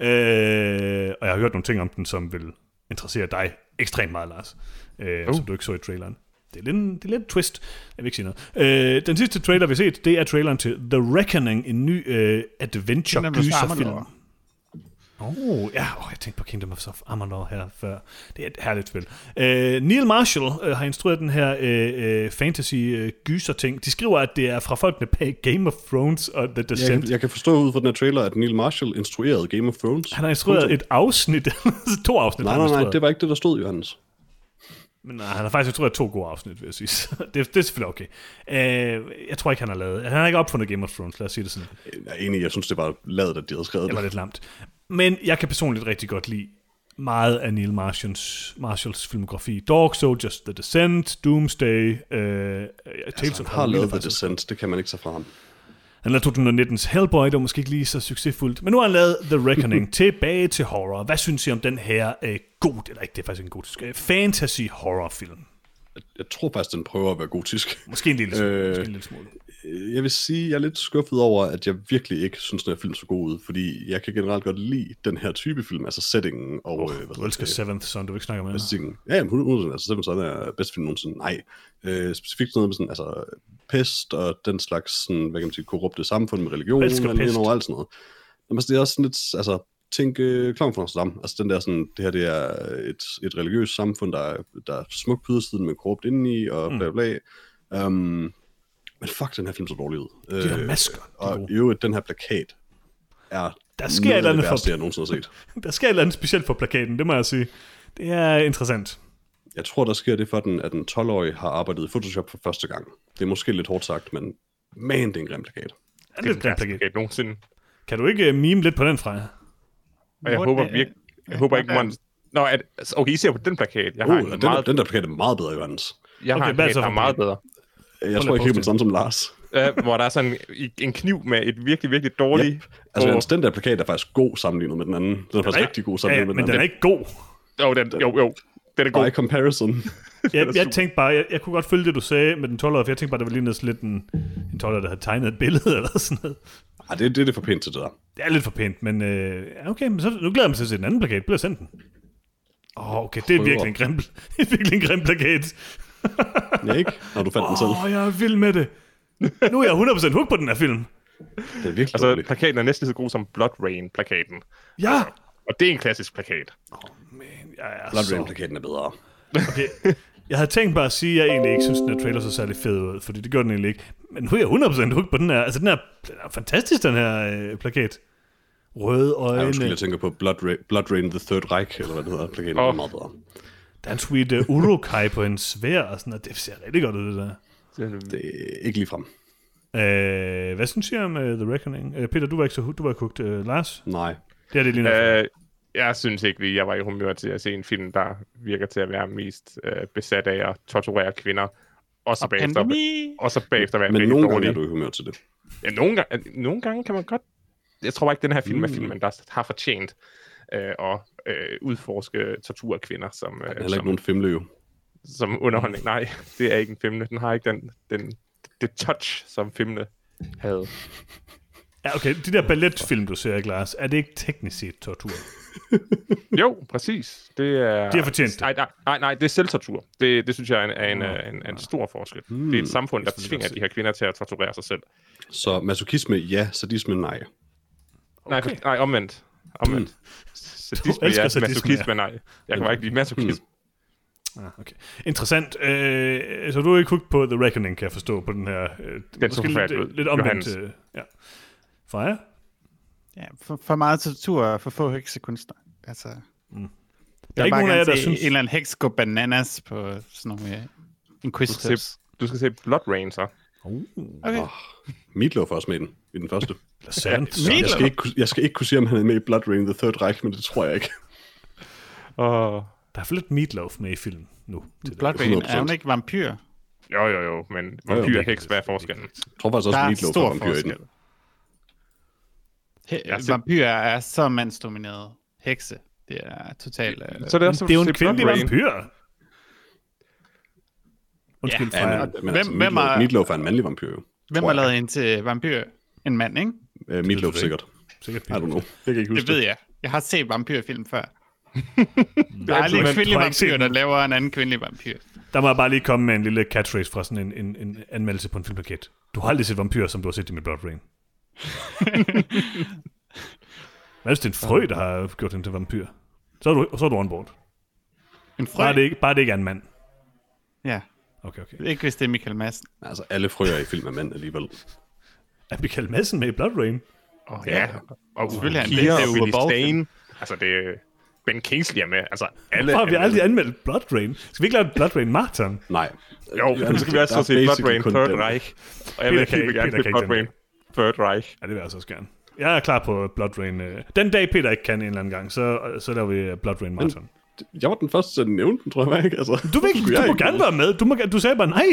Øh, og jeg har hørt nogle ting om den, som vil interessere dig ekstremt meget, Lars. Øh, uh. Som du ikke så i traileren. Det er lidt, en- det er lidt en twist. Jeg vil ikke sige noget. Øh, den sidste trailer, vi har set, det er traileren til The Reckoning, en ny øh, Den er med adventure-gyserfilm. Amador. Oh, ja, oh, jeg tænkte på Kingdom of Amalur her før. Det er et herligt spil. Uh, Neil Marshall uh, har instrueret den her uh, uh, fantasy-gyser-ting. De skriver, at det er fra folkene bag Game of Thrones og The Jeg, Descent. kan- jeg kan forstå ud fra den her trailer, at Neil Marshall instruerede Game of Thrones. Han har instrueret et afsnit, to afsnit. Nej, har han nej, nej, instrueret. det var ikke det, der stod, Johannes. Men nej, han har faktisk instrueret to gode afsnit, vil jeg sige. Så det, det er selvfølgelig okay. Uh, jeg tror ikke, han har lavet... Han har ikke opfundet Game of Thrones, lad os sige det sådan. Jeg er enig, jeg synes, det var lavet, at de havde skrevet Det var det. lidt lamt. Men jeg kan personligt rigtig godt lide meget af Neil Marshalls, Marshalls filmografi. Dog Soldiers, The Descent, Doomsday, øh, Tales Altså, of han har lavet The faktisk. Descent, det kan man ikke tage fra ham. Han lavede 2019's Hellboy, det var måske ikke lige så succesfuldt. Men nu har han lavet The Reckoning. Tilbage til horror. Hvad synes I om den her øh, god, eller ikke, det er faktisk en god, øh, fantasy horrorfilm? Jeg tror faktisk, den prøver at være gotisk. Måske en lille smule. Øh. Øh, måske en lille smule. Øh, Jeg vil sige, jeg er lidt skuffet over, at jeg virkelig ikke synes, den her film så god ud, fordi jeg kan generelt godt lide den her type film, altså settingen og... Oh, øh, hvad Du elsker det, Seventh Son, du vil ikke snakke om det. plastikken. Ja, jamen, 100%, altså selvom sådan er bedst film nogensinde. Nej, øh, specifikt noget med sådan, altså pest og den slags, sådan, hvad kan man sige, korrupte samfund med religion, Jeg elsker og pest. alt overalt sådan noget. Jamen, altså, det er også sådan lidt, altså, tænk øh, Kloven fra Amsterdam. Altså den der sådan, det her det er et, et religiøst samfund, der, er- der er smukt på ydersiden, men korrupt indeni, Mm. og bla bla. bla. Um, men fuck, den her film så dårlig ud. Øh, De der masker, de er og gode. i øvrigt, den her plakat er Der sker et noget eller af andet det for- værste, jeg nogensinde har set. Der sker et eller andet specielt for plakaten, det må jeg sige. Det er interessant. Jeg tror, der sker det for den, at den 12-årige har arbejdet i Photoshop for første gang. Det er måske lidt hårdt sagt, men man, det er en grim plakat. Er det, det er en plakat. Okay, nogensinde. Kan du ikke øh, mime lidt på den, Freja? Og jeg Hvor- håber øh, virkelig... Jeg øh, håber ikke, hvad er- man... Nå, at, altså, okay, I ser på den plakat. Jeg har Uh, en den, meget, meget... den der plakat er meget bedre, Johannes. jeg har Okay, en hvad er plakat, så der for er meget bedre. Jeg at tror ikke helt poste på den samme som Lars. Øh, hvor der er sådan en, en kniv med et virkelig, virkelig dårligt... Yep. Altså, Johannes, den der plakat er faktisk god sammenlignet med den anden. Den er faktisk ikke- rigtig god Ja, ja, sammenlignet men med den den er anden. ikke god. Jo, den, jo, jo. Den er god. By comparison. Jeg, jeg tænkte bare, jeg, jeg kunne godt følge det, du sagde med den 12-årige, for jeg tænkte bare, der var lige noget lidt en, en 12 der havde tegnet et billede eller sådan noget. Ej, det, det er det for pænt til det der. Det er lidt for pænt, men øh, ja, okay, men så, nu glæder jeg mig til at se den anden plakat. Bliver sendt den? Åh, oh, okay, det er Prøver. virkelig en grim, det er virkelig en grim plakat. Ja, ikke? Når du fandt den selv. Åh, oh, jeg er vild med det. Nu er jeg 100% hooked på den her film. Det er virkelig Altså, dårligt. plakaten er næsten lige så god som Blood Rain-plakaten. Ja! Og det er en klassisk plakat. Man, jeg er Blood Rain så... plakaten er bedre. Okay. Jeg havde tænkt bare at sige, at jeg egentlig ikke synes, den her trailer så særlig fed ud, fordi det gjorde den egentlig ikke. Men nu er jeg 100% hooked på den her. Altså, den er, den er fantastisk, den her øh, plakat. Røde Jeg øjne. undskyld, jeg tænker på Blood, Ra- Blood Rain The Third Reich, eller hvad det hedder. Plakaten Åh. er meget bedre. Der er en sweet uh, urukai på en svær og sådan noget. Det ser rigtig godt ud, det der. Det er ikke ligefrem. Øh, hvad synes I om uh, The Reckoning? Uh, Peter, du var ikke så hu- du var kogt. Uh, Lars? Nej. Det er det lige noget. Øh, jeg synes ikke lige, jeg var i humør til at se en film, der virker til at være mest øh, besat af at torturere kvinder. Og så Og bagefter, pandemi. og så bagefter være Men rigtig nogle gange dårlig. er du i humør til det. Ja, nogle, gange, nogle gange kan man godt... Jeg tror bare ikke, den her film Mm. er filmen, der har fortjent øh, at øh, udforske tortur af kvinder som, Der er øh, heller som, ikke nogen femle, jo. som underholdning. Nej, det er ikke en femte. Den har ikke den, den, det touch, som femte havde. Ja, okay, de der balletfilm, du ser, ikke, Lars, er det ikke teknisk set tortur? Jo, præcis. Det er... De har fortjent det. Nej, nej, nej, nej, det er selvtortur. Det, det synes jeg er en, er en, er en, er en stor forskel. Hmm. Det er et samfund, der synes, det er tvinger også- de her kvinder til at torturere sig selv. Så masochisme ja, sadisme nej. Nej, for, nej omvendt. Omvendt. Sadisme, Hmm. elsker ja. sadisme, Masochisme, nej. Jeg kan bare ikke lide masochisme. Hmm. Ah, okay. Interessant. Øh, så du er ikke hooked på The Reckoning, kan jeg forstå, på den her... Øh, måske lidt, forfærdelig ud. øh, lidt omvendt... Johannes. Øh, ja. Freja? Ja, for, for meget tortur og for få heksekunster. Altså, der Mm. Der er ikke nogen af jer, der synes... synes... en eller anden heks gå bananas på sådan nogle ja, Du, skal inquisitors. se, du skal se Blood Rain, så. Okay. Ah, Meatloaf er også med i den, i den første. Sandt. Ja. Jeg skal, ikke, kunne- jeg skal ikke kunne sige, om han er med i Blood Rain The Third Reich, men det tror jeg ikke. Og... Der er for lidt meatloaf med i filmen nu. Til det. Blood Rain, er hun 100%. ikke vampyr? Jo, jo, jo, men det vampyr er og heks, hvad er forskellen? Jeg tror faktisk også, at Der er Meatloaf er stor vampyr i den. forskel. He- Jeg ser- vampyrer er så mandsdomineret. Hekse, det er totalt... Øh, Så det er, Men så det er jo en se Blood kvindelig Rain. vampyr. Undskyld, Ja, ja, Freja. men, Men, men hvem, altså, Hvem- hvem Meatloaf, er- Meatloaf er en mandlig vampyr jo. hvem tror har jeg. lavet en til vampyr? En mand, ikke? Øh, Meatloaf sikkert. Sikkert I don't know. Jeg kan ikke huske Det ved jeg. Jeg har set vampyrfilm før. Der Jeg er har aldrig en ikke- kvindelig jeg har ikke set vampyr, der den. laver en anden kvindelig vampyr. Der må jeg bare lige komme med en lille catchphrase fra sådan en, en, en anmeldelse på en filmplaket. Du har aldrig set vampyrer, som du har set dem i Blood Rain. Hvad hvis det er en frø, der har gjort hende til vampyr? Så er du, så er du on board. En frø? Bare det, ikke, bare det ikke er en mand. Ja, Okay, okay. ikke hvis det er Michael Madsen. Altså, alle frøer i film er mand alligevel. Er Michael Madsen med i Blood Rain? Oh, Ja, og Selvfølgelig er han Kira det. Det er og Uwe Billy Boll. Stein. Altså, det er... Ben Kingsley er med. Altså, alle Hvorfor har vi er med. aldrig anmeldt Blood Rain? Skal vi ikke lave et Blood Rain Marathon? Nej. Jo, nu skal vi Øh, Der også er se Blood basically Rain kun Third den. Reich. Og Peter jeg vil kan kæmpe ikke- gerne Peter se kan Blood ikke Rain Third Reich. Ja, det vil jeg så også gerne. Jeg er klar på Blood Rain. øh. Den dag Peter ikke kan en eller anden gang, så, så laver vi øh, Blood Rain Marathon. Jeg var den første til at nævne den, tror jeg ikke. Altså, Du, vil ikke, skulle jeg du må gerne være med. Du, må, gerne- du sagde bare nej.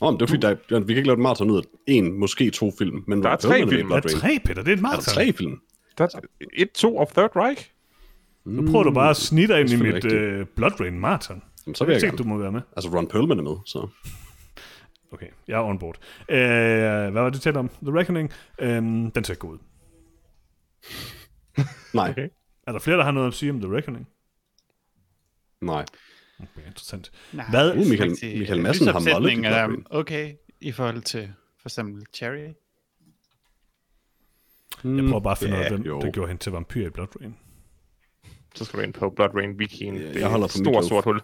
Nå, men det var fordi, der, vi kan ikke lave et maraton ud af en, måske to film. Men Der er Ron Perlman tre med i film. Der Blood er Rain. tre, Peter. Det er et Er der marathon. tre film? Der- Et, to og Third Reich? Nu prøver du bare at snige dig ind i Det er mit selvfølgelig øh, Blood Rain Marathon. Jamen, så vil jeg Jeg tænkte, gerne. du må være med. Altså, Ron Perlman er med, så... Okay, jeg er on board. Øh, hvad var det, du talte om? The Reckoning. Øhm, den ser ikke god ud. Nej, Okay. Er der flere, der har noget at sige om The Reckoning? nej. Okay, interessant. Nej, Hvad? det er Michael- rigtig- Michael Madsen har mollet i lysopsætningen er Blood Okay, i forhold til for eksempel Cherry. Jeg prøver bare at finde ud af, Ja, hvem jo. der gjorde hende til vampyr i Blood Rain. Så skal du ind på Blood Rain Bikini. Ja, det jeg er holder et på stort Meatloaf. sort hul.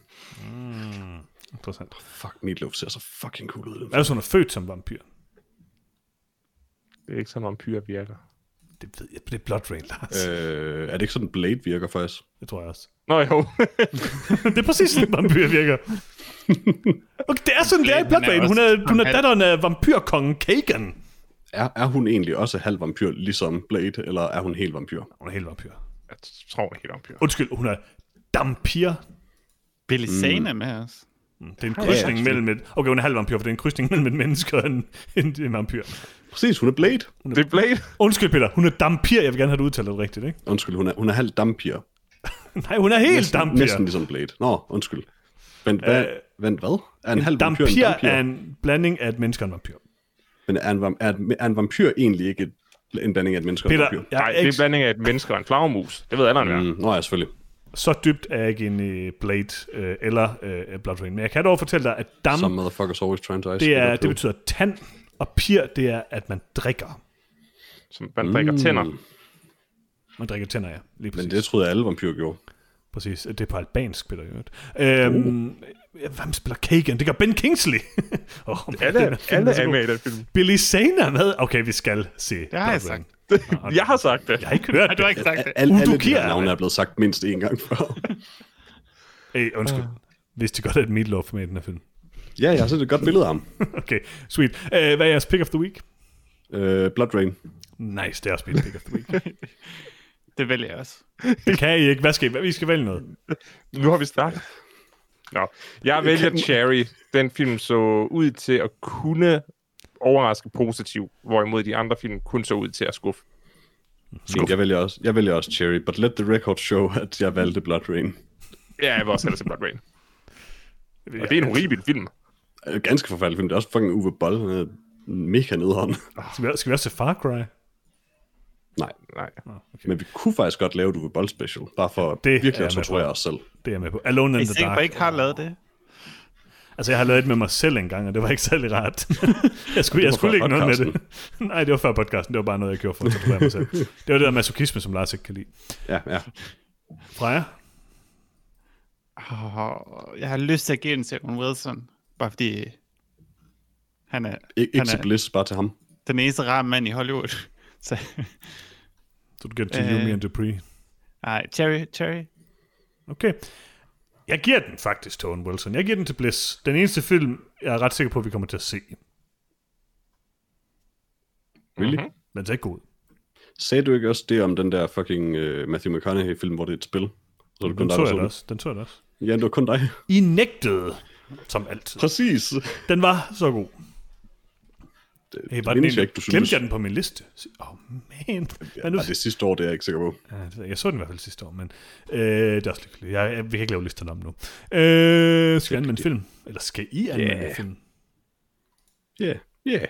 Interessant. Mm. Fuck, Meatloaf ser så fucking cool ud. i den Hvad hvis Altså, hun er født som vampyr? Det er ikke sådan, vampyrer virker. Det ved jeg, det er Blood Rain, Lars. Øh. Øh, er det ikke sådan, Blade virker faktisk? Det tror jeg også. Nå jo. det er præcis sådan, vampyr virker. Okay, det er sådan, det er i Blood Han er Rain. Hun også- er, hun er han- datteren af vampyrkongen Kagan. Er, er hun egentlig også halv vampyr, ligesom Blade, eller er hun helt vampyr? Hun er helt vampyr. Jeg tror ikke, helt vampyr. Undskyld, hun er dampir. Billy Zane er med os. Det er en krydsning mellem et... Okay, hun er halv vampyr, for det er en krydsning mellem et menneske og en, en, en vampyr. Præcis, hun er Blade. Det er Blade. Undskyld, Peter. Hun er dampir. Jeg vil gerne have det udtalt rigtigt, ikke? Undskyld, hun er, hun er halv dampyr. Nej, hun er helt dampir. Næsten ligesom Blade. Nå, undskyld. Vent, hvad? Øh, vent, hvad? Er en, halv vampyr en Dampir dampyr? er en blanding af et menneske og en vampyr. Men er en, vam- er, en- er en vampyr egentlig ikke et, en blanding af et menneske Peter, og en vampyr? jeg Nej, er det er ikke en blanding af et menneske og en flagermus. Det ved alle, mm. Mm, nå ja, selvfølgelig. så dybt er jeg ikke inde i Blade øh, eller øh, Blood Rain. Men jeg kan dog fortælle dig, at dam, Some motherfuckers always trying to ice. Mm. det, er, skate det uphill. betyder tand, og pir, det er, at man drikker. Som man drikker tænder. Mm. Man drikker tænder, ja. Lige præcis. Men det troede jeg, alle vampyrer gjorde. Præcis, det er på albansk, Peter i øvrigt. Øhm, uh. Hvem spiller Kagan? Det gør Ben Kingsley. oh, Alle, alle er med i den film. Billy Zane er med. Okay, vi skal se. Det har jeg sagt. Jeg har sagt det. Jeg har ikke hørt Har du det. har ikke sagt det? Alle, alle de Udokia her er navne med. er blevet sagt mindst én gang før. Hey, undskyld. Vidste de godt, at Meatloaf er med i den her film. ja, jeg har set et godt billede af ham. Okay, sweet. Uh, hvad er jeres pick of the week? Øh, Blood Rain. Nice, det er også mit pick of the week. Det vælger jeg også. det kan I ikke. Hvad skal I? Hvad, I skal vælge noget. Nu har vi startet. Nå, jeg vælger Cherry. Den film så ud til at kunne overraske positivt, hvorimod de andre film kun så ud til at skuffe. Fint, jeg vælger, også, jeg vælger også Cherry, but let the record show, at jeg valgte Blood Rain. Ja, jeg var også hellere se Blood Rain. Og det er en horribel film. Øh, Ganske forfærdelig film. Det er også fucking Uwe Boll. Han er mega nederen. Skal vi, skal vi også se Far Cry? Nej, Nej. Nå, okay. men vi kunne faktisk godt lave Du Bold Special, bare for Det det virkelig er at jeg med torturere på. os selv. Det er jeg med på. Alone Jeg in er the sikker på, Dark. at I ikke har lavet det. Altså, jeg har lavet et med mig selv engang, og det var ikke særlig rart. jeg skulle, jeg før skulle ikke noget med det. Nej, det var før podcasten. Det var bare noget, jeg gjorde for at torturere mig selv. Det var det der masochisme, som Lars ikke kan lide. Ja, ja. Freja? Åh, jeg har lyst til at give den til Owen Wilson, bare fordi han er Ik- ikke Han til er- Bliss, bare til ham. den eneste rare mand i Hollywood. Så, Så du gør det til Øh. Yumi and Dupree. nej, Cherry, Cherry. Okay. Jeg giver den faktisk til Owen Wilson. Jeg giver den til Bliss. Den eneste film, jeg er ret sikker på, at vi kommer til at se. Really? Mhm. Men det er ikke god. Sagde du ikke også det om den der fucking uh, Matthew McConaughey-film, hvor det er et spil? Så er det Den kun dig, så der jeg så da den. også. Den så jeg da også. Ja, det var kun dig. I nægtede, som altid. Præcis. Den var så god. Det, Hey, det var den egentlig, mindes jeg ikke, du glemte synes. jeg den på min liste? Åh, oh, man. Ja, Men nu, nej, det sidste år, det er jeg ikke sikker på. Ja, det ved jeg. jeg så den i hvert fald sidste år, men øh, det er også lykkeligt. Jeg, jeg, vi kan ikke lave listerne om nu. Øh, skal jeg anmelde en film? Eller skal I anmelde yeah. Ja. en film? Ja, yeah. ja. Yeah.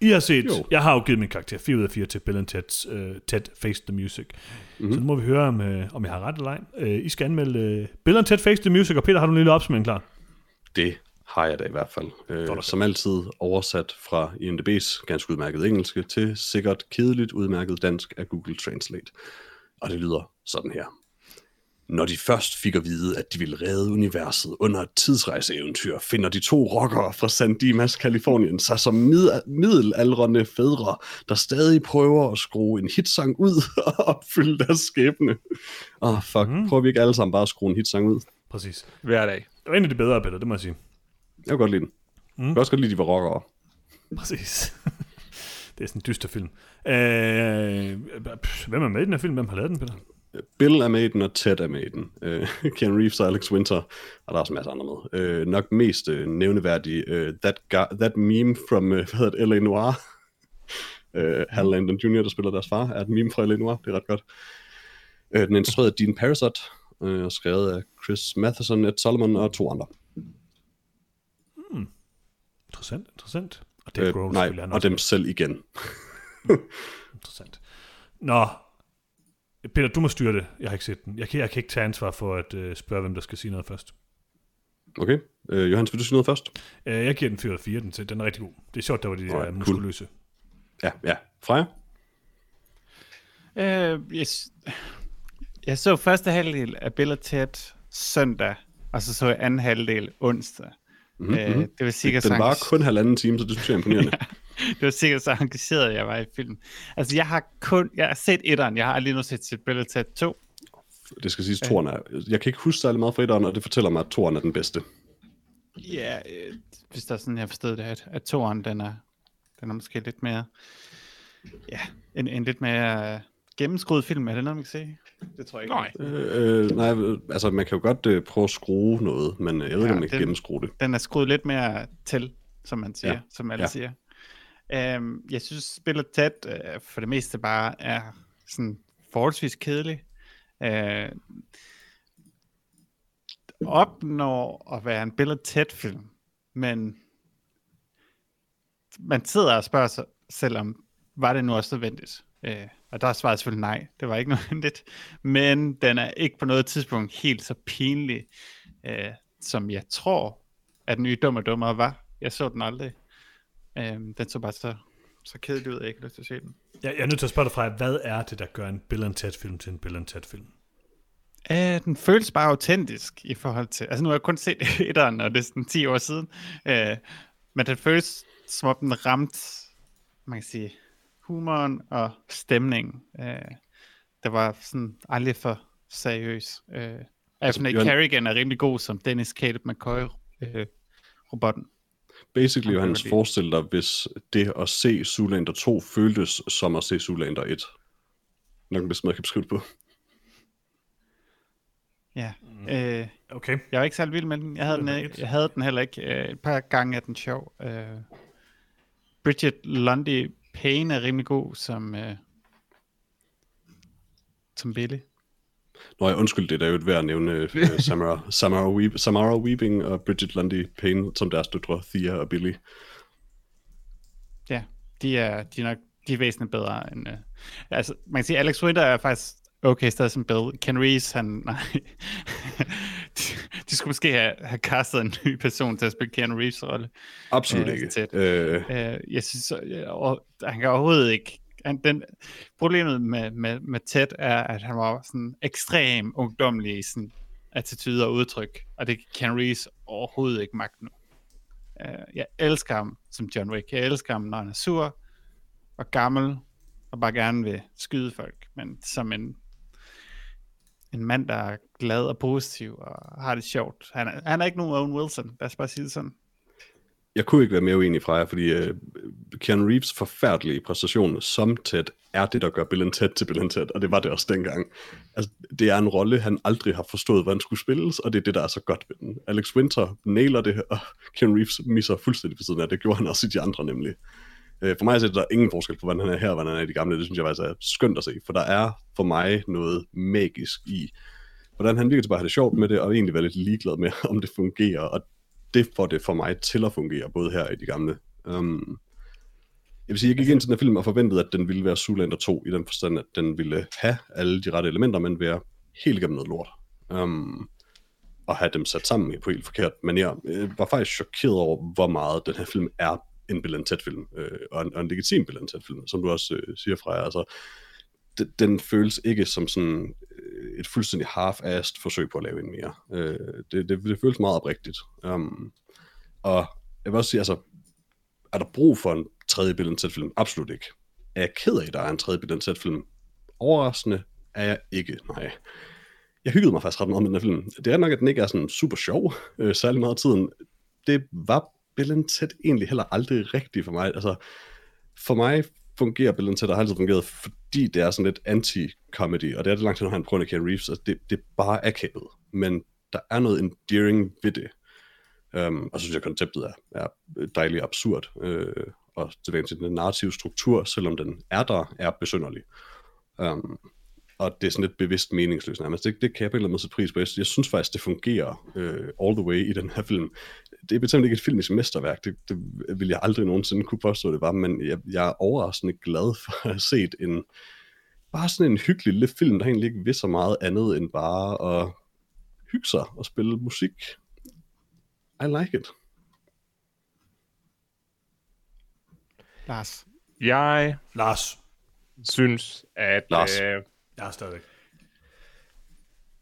I har set, jo. Jo. jeg har jo givet min karakter 4 ud af 4 til Bill and Ted's uh, Ted Face the Music. Mm-hmm. Mhm. Så nu må vi høre, om, øh, om jeg har ret eller ej. Øh, I skal anmelde uh, Bill and Ted Face the Music, og Peter, har du en lille opsummering klar? Det har jeg da i hvert fald. Øh, som altid oversat fra IMDb's ganske udmærket engelske til sikkert kedeligt udmærket dansk af Google Translate. Og det lyder sådan her. Når de først fik at vide, at de ville redde universet under et tidsrejseeventyr, finder de to rockere fra San Dimas, Kalifornien, sig som mid- middelalderende fædre, der stadig prøver at skrue en hitsang ud og opfylde deres skæbne. Åh, oh, fuck. Mm. Prøver vi ikke alle sammen bare at skrue en hitsang ud? Præcis. Hver dag. Det var en af de bedre, Peter, det må jeg sige. Jeg kan godt lide den. Mm. Jeg kan også godt lide, at de var rockere. Præcis. det er sådan en dyster film. Øh, pff, hvem er med i den her film? Hvem har lavet den, Peter? Bill er med i den, og Ted er med i den. Øh, Ken Reeves og Alex Winter, og der er også masser andre med. Øh, nok mest øh, nævneværdig, øh, that, guy, that meme from, øh, hvad hedder det, L.A. Noir. Øh, Hal Landon Jr., der spiller deres far, er et meme fra L.A. Noir, det er ret godt. Øh, den er instrueret af Dean Parasot, øh, og skrevet af Chris Matheson, Ed Solomon og to andre. Interessant, interessant. Og Dave Øh, Grohl selvfølgelig, nej, han er og også dem selv igen. interessant. Nå, Peter, du må styre det. Jeg har ikke set den. Jeg kan, jeg kan ikke tage ansvar for at øh, spørge, hvem der skal sige noget først. Okay, øh, Johannes, vil du sige noget først? Øh, jeg giver den 4 ud af 4, den, til. den er rigtig god. Det er sjovt, der var de der Alright, øh, cool. muskuløse. Ja, ja. Freja? Øh, jeg, s- jeg så første halvdel af Bill Ted søndag, og så så jeg anden halvdel onsdag. Mm-hmm. Øh, det var sikkert Mhm. Den var kun halvanden time, så det synes jeg er imponerende. det var sikkert så engageret, jeg var i filmen. Altså, jeg har kun... Jeg har set etteren. Jeg har aldrig nu set set Bill Ted 2. Det skal siges, Toren er... Jeg kan ikke huske særlig meget fra etteren, og det fortæller mig, at Toren er den bedste. Ja, øh, hvis der er sådan, jeg forstod det, at, at toeren, den er, den er måske lidt mere... Ja, en, en lidt mere øh, gennemskruet film. Er det noget, man kan se? Det tror jeg ikke. Nej. Øh, øh, nej, øh, altså man kan jo godt øh, prøve at skrue noget, men øh, jeg ved ikke, Ja, om man kan det- gennemskrue det. den er skruet lidt mere til, som man siger, Ja, ja. som alle ja. ja. siger. Øhm, jeg synes, spillet tæt øh, for det meste bare er sådan forholdsvis kedelig. Øh, opnår at være en billede tæt film, men man sidder og spørger sig selv om, var det nu også nødvendigt? Øh, og der er svaret selvfølgelig nej, det var ikke nødvendigt. Men den er ikke på noget tidspunkt helt så pinlig, øh, som jeg tror, at den nye Dum og Dummere var. Jeg så den aldrig. Øh, den så bare så, så kedelig ud, at jeg ikke har lyst til at se den. Jeg, jeg er nødt til at spørge dig fra, hvad er det, der gør en Bill and Ted-film til en Bill and Ted-film? Øh, den føles bare autentisk i forhold til... Altså nu har jeg kun set etteren, og det er sådan 10 år siden. Øh, men den føles som om den ramte, man kan sige, humoren og stemningen. Øh, der var sådan aldrig for seriøs. Øh, altså, Jørgen- Carrigan er rimelig god som Dennis Caleb McCoy, øh, robotten. Basically, Okay, Johannes, fordi- forestil dig, hvis det at se Zoolander 2 føltes som at se Zoolander 1. Nok den bedste måde, jeg kan beskrive det på. Ja. Øh, Okay. Jeg var ikke særlig vild med den. Jeg havde, den, øh, jeg havde den heller ikke. Øh, Et par gange er den sjov. Øh, Bridget Lundy Payne er rimelig god som, øh, som Billy. Nå, jeg undskyld, det er da jo et værd at nævne øh, Samara, Samara, Weep, Samara Weeping og Bridget Lundy Payne som deres døtre, Thea og Billy. Ja, de er, de er nok de er væsentligt bedre end... Øh. Altså, man kan sige, Alex Winter er faktisk okay stadig som Bill. Ken Reeves, han... Nej. de, de skulle måske have, have castet en ny person til at spille Ken Reeves' rolle. Absolut Øh, ikke. tæt. Øh, Øh, jeg synes, øh, og han kan overhovedet ikke... Han, den, problemet med, med, med Ted er, at han var sådan ekstrem ungdomlig i sådan attitude og udtryk, og det kan Reeves overhovedet ikke magte nu. Øh, jeg elsker ham som John Wick. Jeg elsker ham, når han er sur og gammel, og bare gerne vil skyde folk, men som en en mand, der er glad og positiv og har det sjovt. Han er, han er ikke nogen Owen Wilson, lad os bare sige det sådan. jeg kunne ikke være mere uenig fra jer, fordi øh, Keanu Reeves forfærdelige præstation som Ted er det, der gør Bill Ted til Bill Ted, og det var det også dengang. Altså, det er en rolle, han aldrig har forstået, hvordan skulle spilles, og det er det, der er så godt ved den. Alex Winter nailer det, og Keanu Reeves misser fuldstændig ved siden af det. gjorde han også i de andre nemlig. Øh, for mig er der ingen forskel på, hvordan han er her og hvordan han er i de gamle. Det synes jeg faktisk er skønt at se, for der er for mig noget magisk i, hvordan han virker til bare at have det sjovt med det, og egentlig være lidt ligeglad med, om det fungerer, og det får det for mig til at fungere, både her og i de gamle. Um, jeg vil sige, jeg gik ind til den her film og forventede, at den ville være Zoolander 2, i den forstand, at den ville have alle de rette elementer, men være helt igennem noget lort. Um, og have dem sat sammen på helt forkert manier. Jeg øh, var faktisk chokeret over, hvor meget den her film er en Bill film øh, og, en, og en legitim Bill film som du også øh, siger fra Altså, d- den føles ikke som sådan øh, et fuldstændig half-assed forsøg på at lave en mere. Øh, det, det, det føles meget oprigtigt. Um, og jeg vil også sige, altså, er der brug for en tredje Bill film Absolut ikke. Er jeg ked af, at der er en tredje Bill film Overraskende er jeg ikke, nej. Jeg hyggede mig faktisk ret meget med den her film. Det er nok, at den ikke er sådan super sjov, øh, særlig meget af tiden. Det var Bill Ted egentlig heller aldrig rigtigt for mig. Altså, for mig fungerer Bill Ted, og har altid fungeret, fordi det er sådan lidt anti-comedy, og det er det langt til, når han prøver at Keanu Reeves, at det, det bare er kævet. Men der er noget endearing ved det. Um, og så synes jeg, at konceptet er, er dejligt absurd. Øh, og tilbage til den narrative struktur, selvom den er der, er besynderlig. Um, og det er sådan lidt bevidst meningsløst nærmest. Det, det kan jeg på en eller anden måde sætte pris på. Jeg, jeg synes faktisk, det fungerer øh, all the way i den her film. Det er bestemt ikke et filmisk mesterværk. Det, det vil jeg aldrig nogensinde kunne påstå, det var. Men jeg, jeg er overraskende glad for at have set en bare sådan en hyggelig lille film, der egentlig ikke vil så meget andet end bare at hygge sig og spille musik. I like it. Lars. Jeg Lars. synes, at Lars. øh, Jeg er stadigvæk.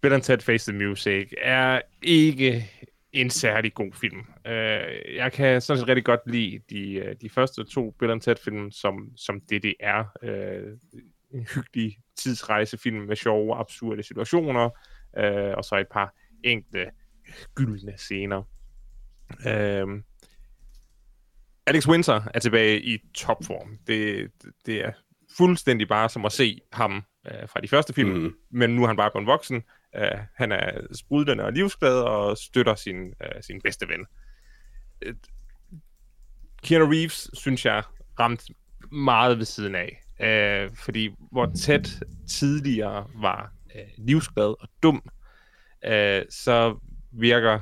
Bill Ted Face the Music er ikke en særlig god film. Øh, jeg kan sådan set rigtig godt lide de, øh, de første to Bill Ted film, som, som det det er. Øh, en hyggelig tidsrejsefilm med sjove, absurde situationer, øh, og så et par enkelte gyldne scener. Øh, Alex Winter er tilbage i topform. Det, det er fuldstændig bare som at se ham øh, fra de første film, Mhm. mm. men nu er han bare blevet voksen. Øh, han er sprudlende og livsglad og støtter sin, øh, sin bedste ven. Øh, Keanu Reeves, synes jeg, ramt meget ved siden af. Øh, fordi hvor tæt tidligere var øh, livsglad og dum, øh, så virker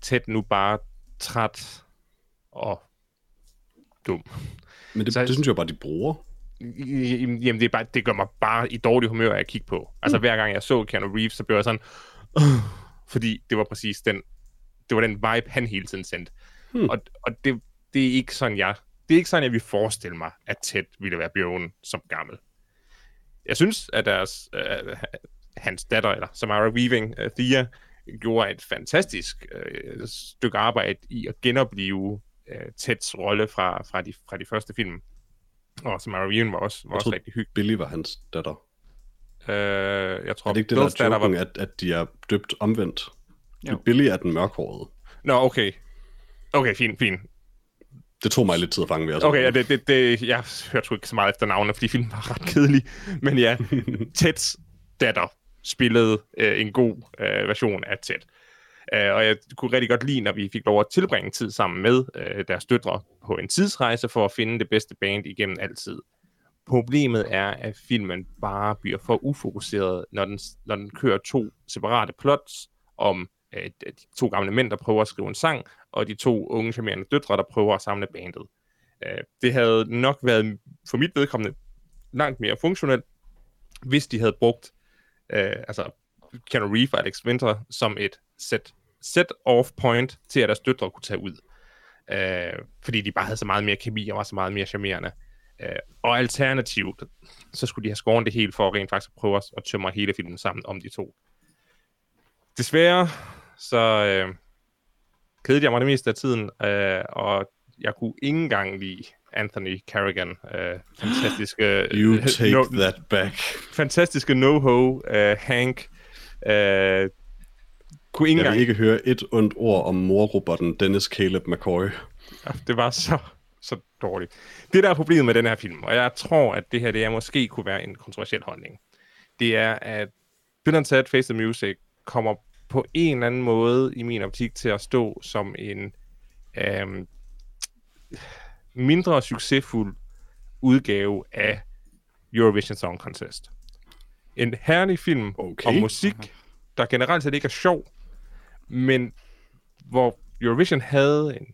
tæt nu bare træt og dum. Men det, Så- det synes jeg bare, de bruger. Jamen, jamen, det, er bare, det gør mig bare i dårlig humør at kigge på. Altså, hver gang jeg så Keanu Reeves, så blev jeg sådan... "Åh", fordi det var præcis den... Det var den vibe, han hele tiden sendte. Hmm. Og, og det, det er ikke sådan, jeg... Det er ikke sådan, jeg ville forestille mig, at Ted ville være Bjørn som gammel. Jeg synes, at deres, øh, hans datter, eller Samara Weaving, øh, Thea, gjorde et fantastisk øh, stykke arbejde i at genopleve øh, Teds rolle fra, fra, de, fra de første film. Og Samara Weaving var også, var Jeg også troede, rigtig hyggelig. Billy var hans datter. Øh, jeg tror, Er det ikke det, Bills der er datter joken, at, at de er døbt omvendt? Jo. Jo. Billy er den mørkhårede. Nå, okay. Okay, fint, fint. Det tog mig lidt tid at fange ved. Altså. Okay, ja, det, det, det, jeg hørte sgu ikke så meget efter navnet, fordi filmen var ret kedelig. Men ja, Teds datter spillede øh, en god øh, version af Ted. Øh, og jeg kunne rigtig godt lide, når vi fik lov at tilbringe tid sammen med øh, deres døtre på en tidsrejse for at finde det bedste band igennem altid. Problemet er, at filmen bare bliver for ufokuseret, når den, når den kører to separate plots om øh, de to gamle mænd, der prøver at skrive en sang, og de to unge charmerende døtre, der prøver at samle bandet. Øh, det havde nok været for mit vedkommende langt mere funktionelt, hvis de havde brugt øh, altså Keanu Reeves og Alex Winter som et set, set off point til, at deres døtre kunne tage ud. Øh, fordi de bare havde så meget mere kemi og var så meget mere charmerende. Øh, og alternativt, så skulle de have skåret det helt for rent faktisk at prøve at tømre hele filmen sammen om de to. Desværre, så øh, kedede jeg mig det meste af tiden, øh, og jeg kunne ikke engang lide Anthony Carrigan. Øh, fantastiske... You øh, take no- that back. fantastiske no-ho, øh, Hank, øh, kunne ikke Jeg engang... vil ikke høre et ondt ord om morrobotten Dennis Caleb McCoy. Det var så, så dårligt. Det, der er problemet med den her film, og jeg tror, at det her det er, måske kunne være en kontroversiel holdning, det er, at Bill and Ted Face the Music kommer på en eller anden måde, i min optik, til at stå som en øhm, mindre succesfuld udgave af Eurovision Song Contest. En herlig film Okay. om musik, der generelt set ikke er sjov, men hvor Eurovision havde en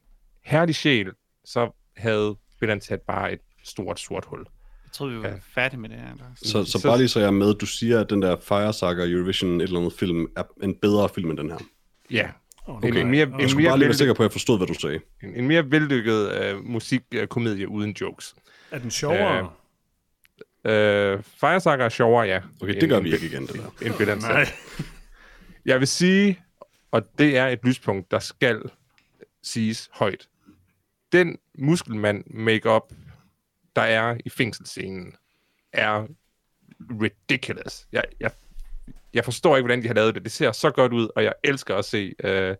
herlig sjæl, så havde Bill Ted bare et stort sort hul. Jeg troede, vi var Ja. færdige med det her. Lars. Så, så Så- bare lige så jeg er med, du siger, at den der Fire Saga Eurovision et eller andet film er en bedre film end den her. Ja. Åh, Okay. En, nej. en, mere, Jeg skulle bare en, mere lige være vellykket, sikker på, at jeg forstod, hvad du sagde. en, en mere vellykket øh, musikkomedie uden jokes. Er den sjovere? Øh, Øh, Fire Saga er sjovere, ja. Okay, end- det gør vi ikke igen, det der. End Bill Ted. nej. Jeg vil sige, og det er et lyspunkt, der skal siges højt. Den muskelmand makeup der er i fængselsscenen, er ridiculous. Jeg, jeg, jeg forstår ikke, hvordan de har lavet det. Det ser så godt ud, og jeg elsker at se øh,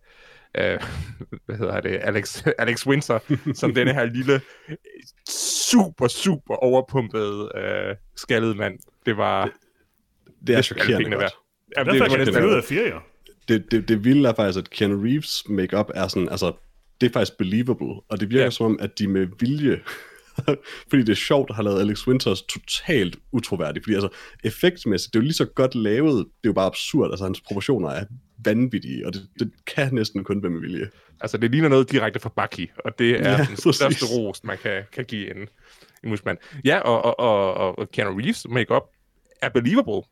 øh, hvad hedder det, Alex, Alex Winter, som denne her lille, super, super overpumpede øh, skaldede mand. Det var... Det er det skulle alle chokerende pengene godt. Jamen, Der er var faktisk næsten- en ud af fire, jo. det, det, det vilde er faktisk, at Keanu Reeves makeup er sådan, altså, det er faktisk believable, og det virker Ja. ja. som om, at de med vilje, fordi det er sjovt, har lavet Alex Winters totalt utroværdig, fordi altså, effektmæssigt, det er jo lige så godt lavet, det er jo bare absurd, altså hans proportioner er vanvittige, og det, det kan næsten kun være med vilje. Altså, det ligner noget direkte fra Baki, og det er ja, Ja, den største præcis. ros, man kan, kan give en, en musmand. Ja, og, og, og, og, og Keanu Reeves makeup er believable.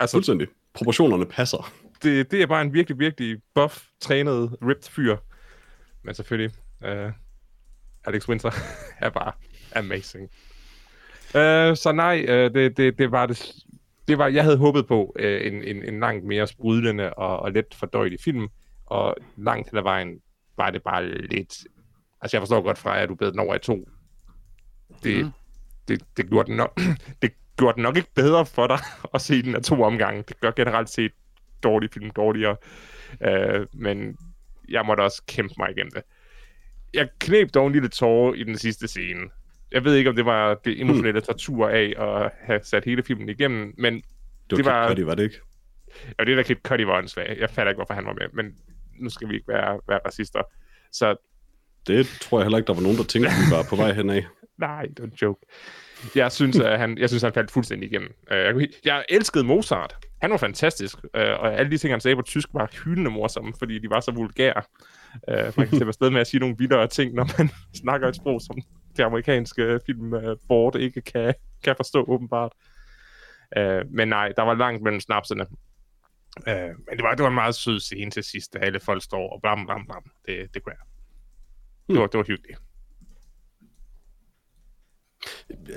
Altså, Fuldstændig. Proportionerne passer. det, det er bare en virkelig, virkelig buff, trænet, ripped fyr. Men selvfølgelig, øh, Alex Winter er bare amazing. Øh, så nej, øh, det, det, det var det... s- Det var, jeg havde håbet på øh, en, en, en langt mere sprudlende og, og let fordøjelig film, og langt hen ad vejen var det bare lidt... Altså, jeg forstår godt fra, at du bed den over i to. Det, mm. det, det, gjorde den nok, det gjorde den nok ikke bedre for dig at se den af to omgange. Det gør generelt set dårlig film dårligere. Øh, men jeg måtte også kæmpe mig igennem det. Jeg knep dog en lille tårer i den sidste scene. Jeg ved ikke, om det var det emotionelle tortur af at have sat hele filmen igennem, men Det var, Det det var- var... Cuddy, var det ikke? og det der klip Cuddy var åndssvag. Jeg fatter ikke, hvorfor han var med, men nu skal vi ikke være, være racister. Så Det tror jeg heller ikke, der var nogen, der tænkte, vi var på vej henad. nej, det var en joke. Jeg synes, at han, jeg synes, han faldt fuldstændig igennem. Øh, Jeg, kunne he- jeg elskede Mozart. Han var fantastisk, øh, og alle de ting, han sagde på tysk, var hyldende morsomme, fordi de var så vulgære. Øh, Man kan slippe afsted med at sige nogle vildere ting, når man snakker et sprog, som det amerikanske film øh, board ikke kan, kan forstå åbenbart. Øh, Men nej, der var langt mellem snapsene. Øh, Men det var, det var en meget sød scene til sidst, da alle folk står og blam, blam, blam. Det, det kunne jeg. Det var, det var hyggeligt.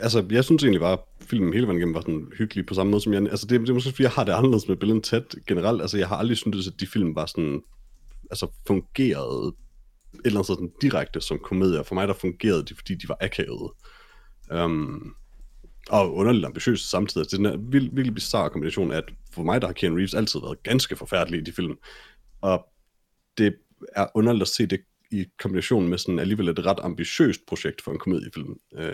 altså, jeg synes egentlig bare, at filmen hele vejen igennem var sådan hyggelig på samme måde som jeg... Altså, det, det er måske fordi, jeg har det anderledes med Bill tæt generelt. Altså, jeg har aldrig syntes, at de film var sådan... Altså, fungerede et eller andet sted sådan direkte som komedier. For mig, der fungerede de, fordi de var akavede. Um, og underligt ambitiøse samtidig. Altså, det er den her vild, virkelig bizarre kombination af, at for mig, der har Keanu Reeves altid været ganske forfærdelig i de film. Og det er underligt at se det i kombination med sådan alligevel et ret ambitiøst projekt for en komediefilm. Øh, der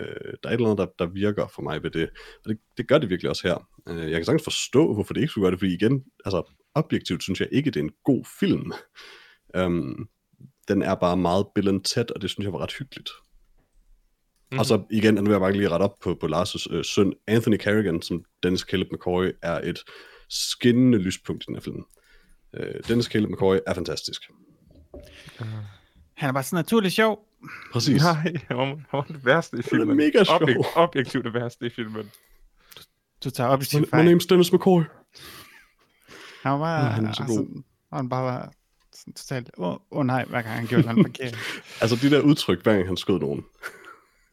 er et eller andet, der, der virker for mig ved det, og det, det gør det virkelig også her. Øh, jeg kan sagtens forstå, hvorfor det ikke skulle gøre det, fordi igen, altså objektivt synes jeg ikke, det er en god film. øhm, den er bare meget Bill tæt, og det synes jeg var ret hyggeligt. Mm-hmm. Og så igen, nu vil jeg bare lige rette op på, på Lars' øh, søn, Anthony Carrigan, som Dennis Caleb McCoy, er et skinnende lyspunkt i den her film. Øh, Dennis Caleb McCoy er fantastisk. Han er bare sådan naturlig sjov. Præcis. Ja. Nej, han var, han var det værste i er filmen. mega sjov. Objek- objektivt det værste i filmen. Du tager op i sin My fejl. name's Dennis McCoy. Han var bare, Ah, han er så god. altså, han bare var sådan totalt, åh oh, nej, hver gang han gjorde noget forkert. Altså, de der udtryk, hver gang han skød nogen.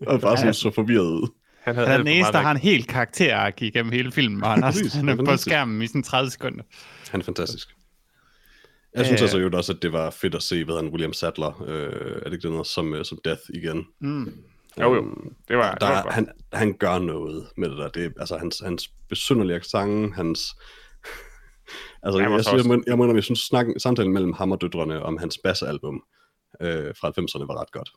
Og bare sådan så forvirret ud. Han havde Han er alt den for eneste, der meget har en helt karakterark igennem hele filmen, og han, Præcis, er, han det er er på fantastisk. skærmen i sådan 30 sekunder. Han er fantastisk. Jeg synes Øh. altså jo også, at det var fedt at se, hvad han William Sadler, øh, er det ikke det noget, som, øh, som Death igen. Mm. væk. Jo, jo. Øhm, Det var, det Der, var er- godt. han, han gør noget med det der. Det, er- altså, hans, hans besynderlige accent, hans... altså, Han jeg, var jeg, så siger, jeg, også- må, jeg, må, indrømme, jeg synes, snakken, samtalen mellem ham og døtrene om hans bassalbum øh, fra 90'erne var ret godt.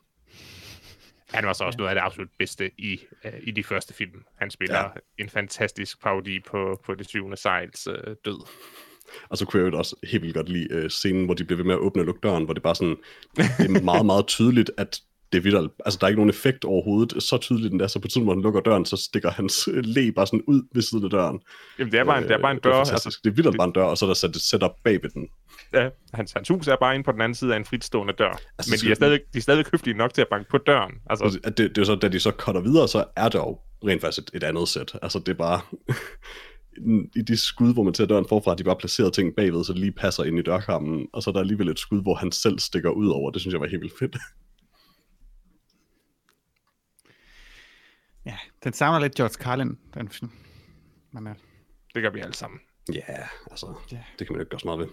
Han var så også noget af det absolut bedste i, øh, i de første film. Han spiller Ja. ja. en fantastisk parodi på, på det syvende sejls øh, død. Og så kunne jeg jo også helt vildt godt lide øh, scenen, hvor de bliver ved med at åbne og lukke døren, hvor det bare sådan, det er meget, meget tydeligt, at det er vidderligt. Altså, der er ikke nogen effekt overhovedet. Så tydeligt den er, så på tiden, hvor han lukker døren, så stikker hans øh, læ bare sådan ud ved siden af døren. Jamen, det er bare, en, det er bare en Øh, Det dør. er, altså, fantastisk. det er vildt bare en dør, og så er der sat et setup bag ved den. ja, hans, hans hus er bare inde på den anden side af en fritstående dør. Altså, Men så- de er, stadig, de er stadig høflige nok til at banke på døren. Altså, Og det, det er jo så, da de så cutter videre, så er der jo rent faktisk et, et andet sæt. Altså, det er bare... i de skud, hvor man tager døren forfra, de bare placerer ting bagved, så det lige passer ind i dørkarmen, og så er der alligevel et skud, hvor han selv stikker ud over. Det synes jeg var helt vildt fedt. Ja, den savner lidt George Carlin, den film. Men, øh, det gør vi alle sammen. Ja, yeah, altså, Ja. yeah. det kan man jo ikke gøre så meget ved.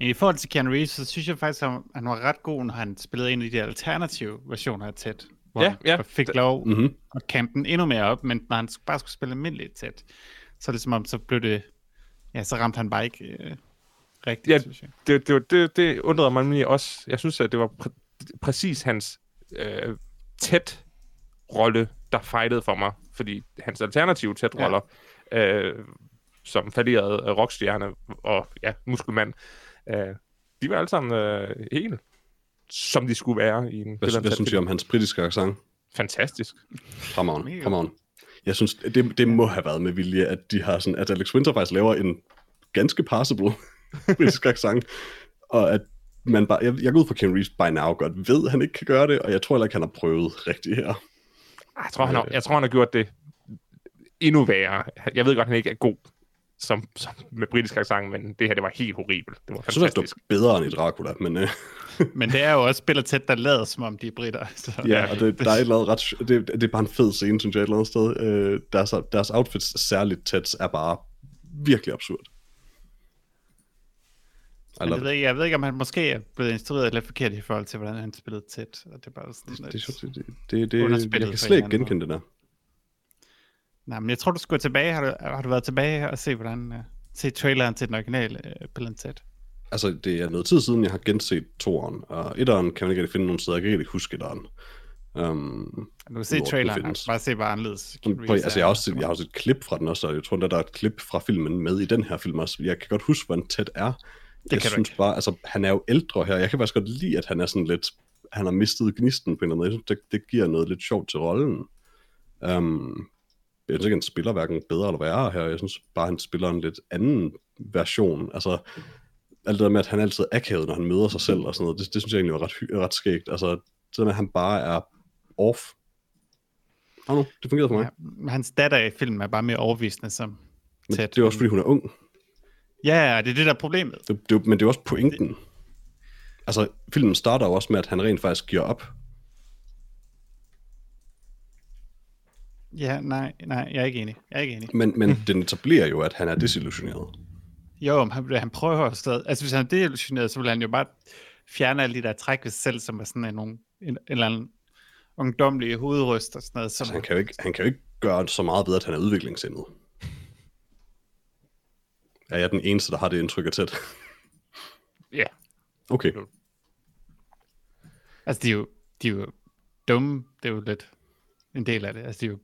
I forhold til Keanu Reeves, så synes jeg faktisk, at han var ret god, når han spillede en af de alternative versioner af tæt. Hvor Ja, han ja. fik lov Mhm. at campe den endnu mere op, men når han bare skulle spille almindeligt tæt, så er det som om, så blev det... Ja, så ramte han bare ikke øh, rigtigt, Ja, ja. synes jeg. det, det, var- det, det undrede mig nemlig også. Jeg synes, at det var præ- præcis hans øh, tæt rolle, der fejlede for mig. Fordi hans alternative tæt roller, ja. øh, som falderede øh, rockstjerne og ja, muskelmand, øh, de var alle sammen øh, helt, som de skulle være i en Hvad, Dylan hvad Ted synes I film. om hans britiske accent? Fantastisk. Fremragende, Mega. fremragende. Jeg synes, det, det må have været med vilje, at de har sådan, at Alex Winter faktisk laver en ganske passable britisk accent, og at man bare, jeg, jeg går ud fra Ken Reeves by now godt ved, at han ikke kan gøre det, og jeg tror heller ikke, han har prøvet rigtigt her. Ej, Ah, Jeg tror, han har, jeg tror, han har gjort det endnu værre. Jeg ved godt, han ikke er god som, som med britisk accent, men det her, det var helt horribelt. Det var Jeg synes, at det fantastisk. er bedre end i Dracula, men øh, Men det er jo også spiller tæt, der lader som om, de er britter. Så. ja, og det, der er et eller andet ret, det, det er bare en fed scene, synes jeg, et eller andet sted. Øh, deres, deres outfits, særligt tæt, er bare virkelig absurd. I Men love jeg, ved ikke, jeg ved ikke, om han måske er blevet instrueret lidt forkert i forhold til, hvordan han spillede tæt. Og det er bare sådan, Det, lidt- det, er sjovt, det, det, det, jeg underspillet på kan en slet ikke eller anden genkende det der. Nej, men jeg tror, du skulle tilbage. Har du, har du været tilbage og se, hvordan... Uh, se traileren til den originale uh, Bill Ted? Altså, det er noget tid siden, jeg har genset toeren, og etteren kan man ikke rigtig finde nogen steder. Jeg kan ikke rigtig huske etteren. Um, Du kan se Lort, det traileren, og findes. bare se, hvor anderledes Keanu på, Reeves altså, jeg har, også set, jeg har også set et klip fra den også, og jeg tror, der der er et klip fra filmen med i den her film også. Jeg kan godt huske, hvordan tæt er. Det jeg kan du synes bare, altså, han er jo ældre her. Jeg kan faktisk godt lide, at han er sådan lidt... Han har mistet gnisten på en eller anden måde. Jeg synes, det, det giver noget lidt sjovt til rollen. Um, jeg synes ikke, han spiller hverken bedre eller værre her. Jeg synes bare, han spiller en lidt anden version. Altså, alt det der med, at han altid er akavet, når han møder sig selv og sådan noget, det, det synes jeg egentlig var ret, hy- ret skægt. Altså, det der med, at han bare er off. Oh no, det fungerede for mig. Ja, men hans datter i filmen er bare mere overvisende som Men tæt. det er også, fordi hun er ung. Ja, ja, det er det, der er problemet. Det, det, er jo- men det er jo også pointen. Altså, filmen starter jo også med, at han rent faktisk giver op. Ja, nej, nej, jeg er ikke enig. Jeg er ikke enig. Men, men den etablerer jo, at han er desillusioneret. Jo, men han, han prøver jo stadig. Altså, hvis han er delusioneret, så vil han jo bare fjerne alle de der træk ved sig selv, som er sådan en, en, en eller anden ungdomlige hovedryst og sådan noget. Som, Altså, han kan, jo ikke, han kan jo ikke gøre så meget ved, at han er udviklingshemmet. Er jeg den eneste, der har det indtryk af tæt? Ja, Okay. Altså, de er, jo, de er jo dumme. Det er jo lidt en del af det. Altså, de er jo,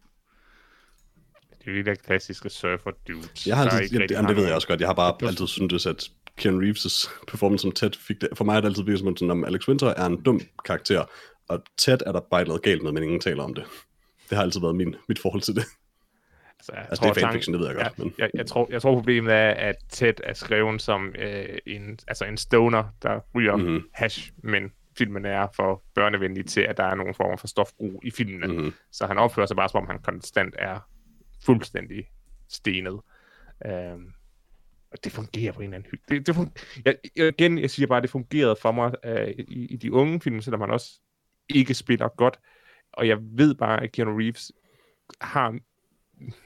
Det er jo de der klassiske surfer dudes. Jeg har der altid, ikke jamen, det, rigtig jamen, har det ved nogen- jeg også godt. Jeg har bare altid syntes, at Ken Reeves' performance som Ted fik det. For mig er det altid virket som om, sådan, om Alex Winter er en dum karakter, og Ted er der bare noget galt med, men ingen taler om det. Det har altid været min, mit forhold til det. Altså, jeg Altså, det er tanken- fanfiction, det ved jeg godt, Ja, men- jeg, jeg, tror, jeg tror, problemet er, at Ted er skrevet som øh, en, altså en stoner, der ryger Mhm. mm-hmm. hash, men filmen er for børnevenlig til, at der er nogen form for stofbrug i filmen. Mhm. Mm-hmm. Så han opfører sig bare, som om han konstant er fuldstændig stenet. Øhm, og det fungerer på en eller anden hylde. Det, det fun- jeg, jeg- igen, jeg siger bare, at det fungerede for mig øh, i, i de unge film, selvom han også ikke spiller godt. Og jeg ved bare, at Keanu Reeves har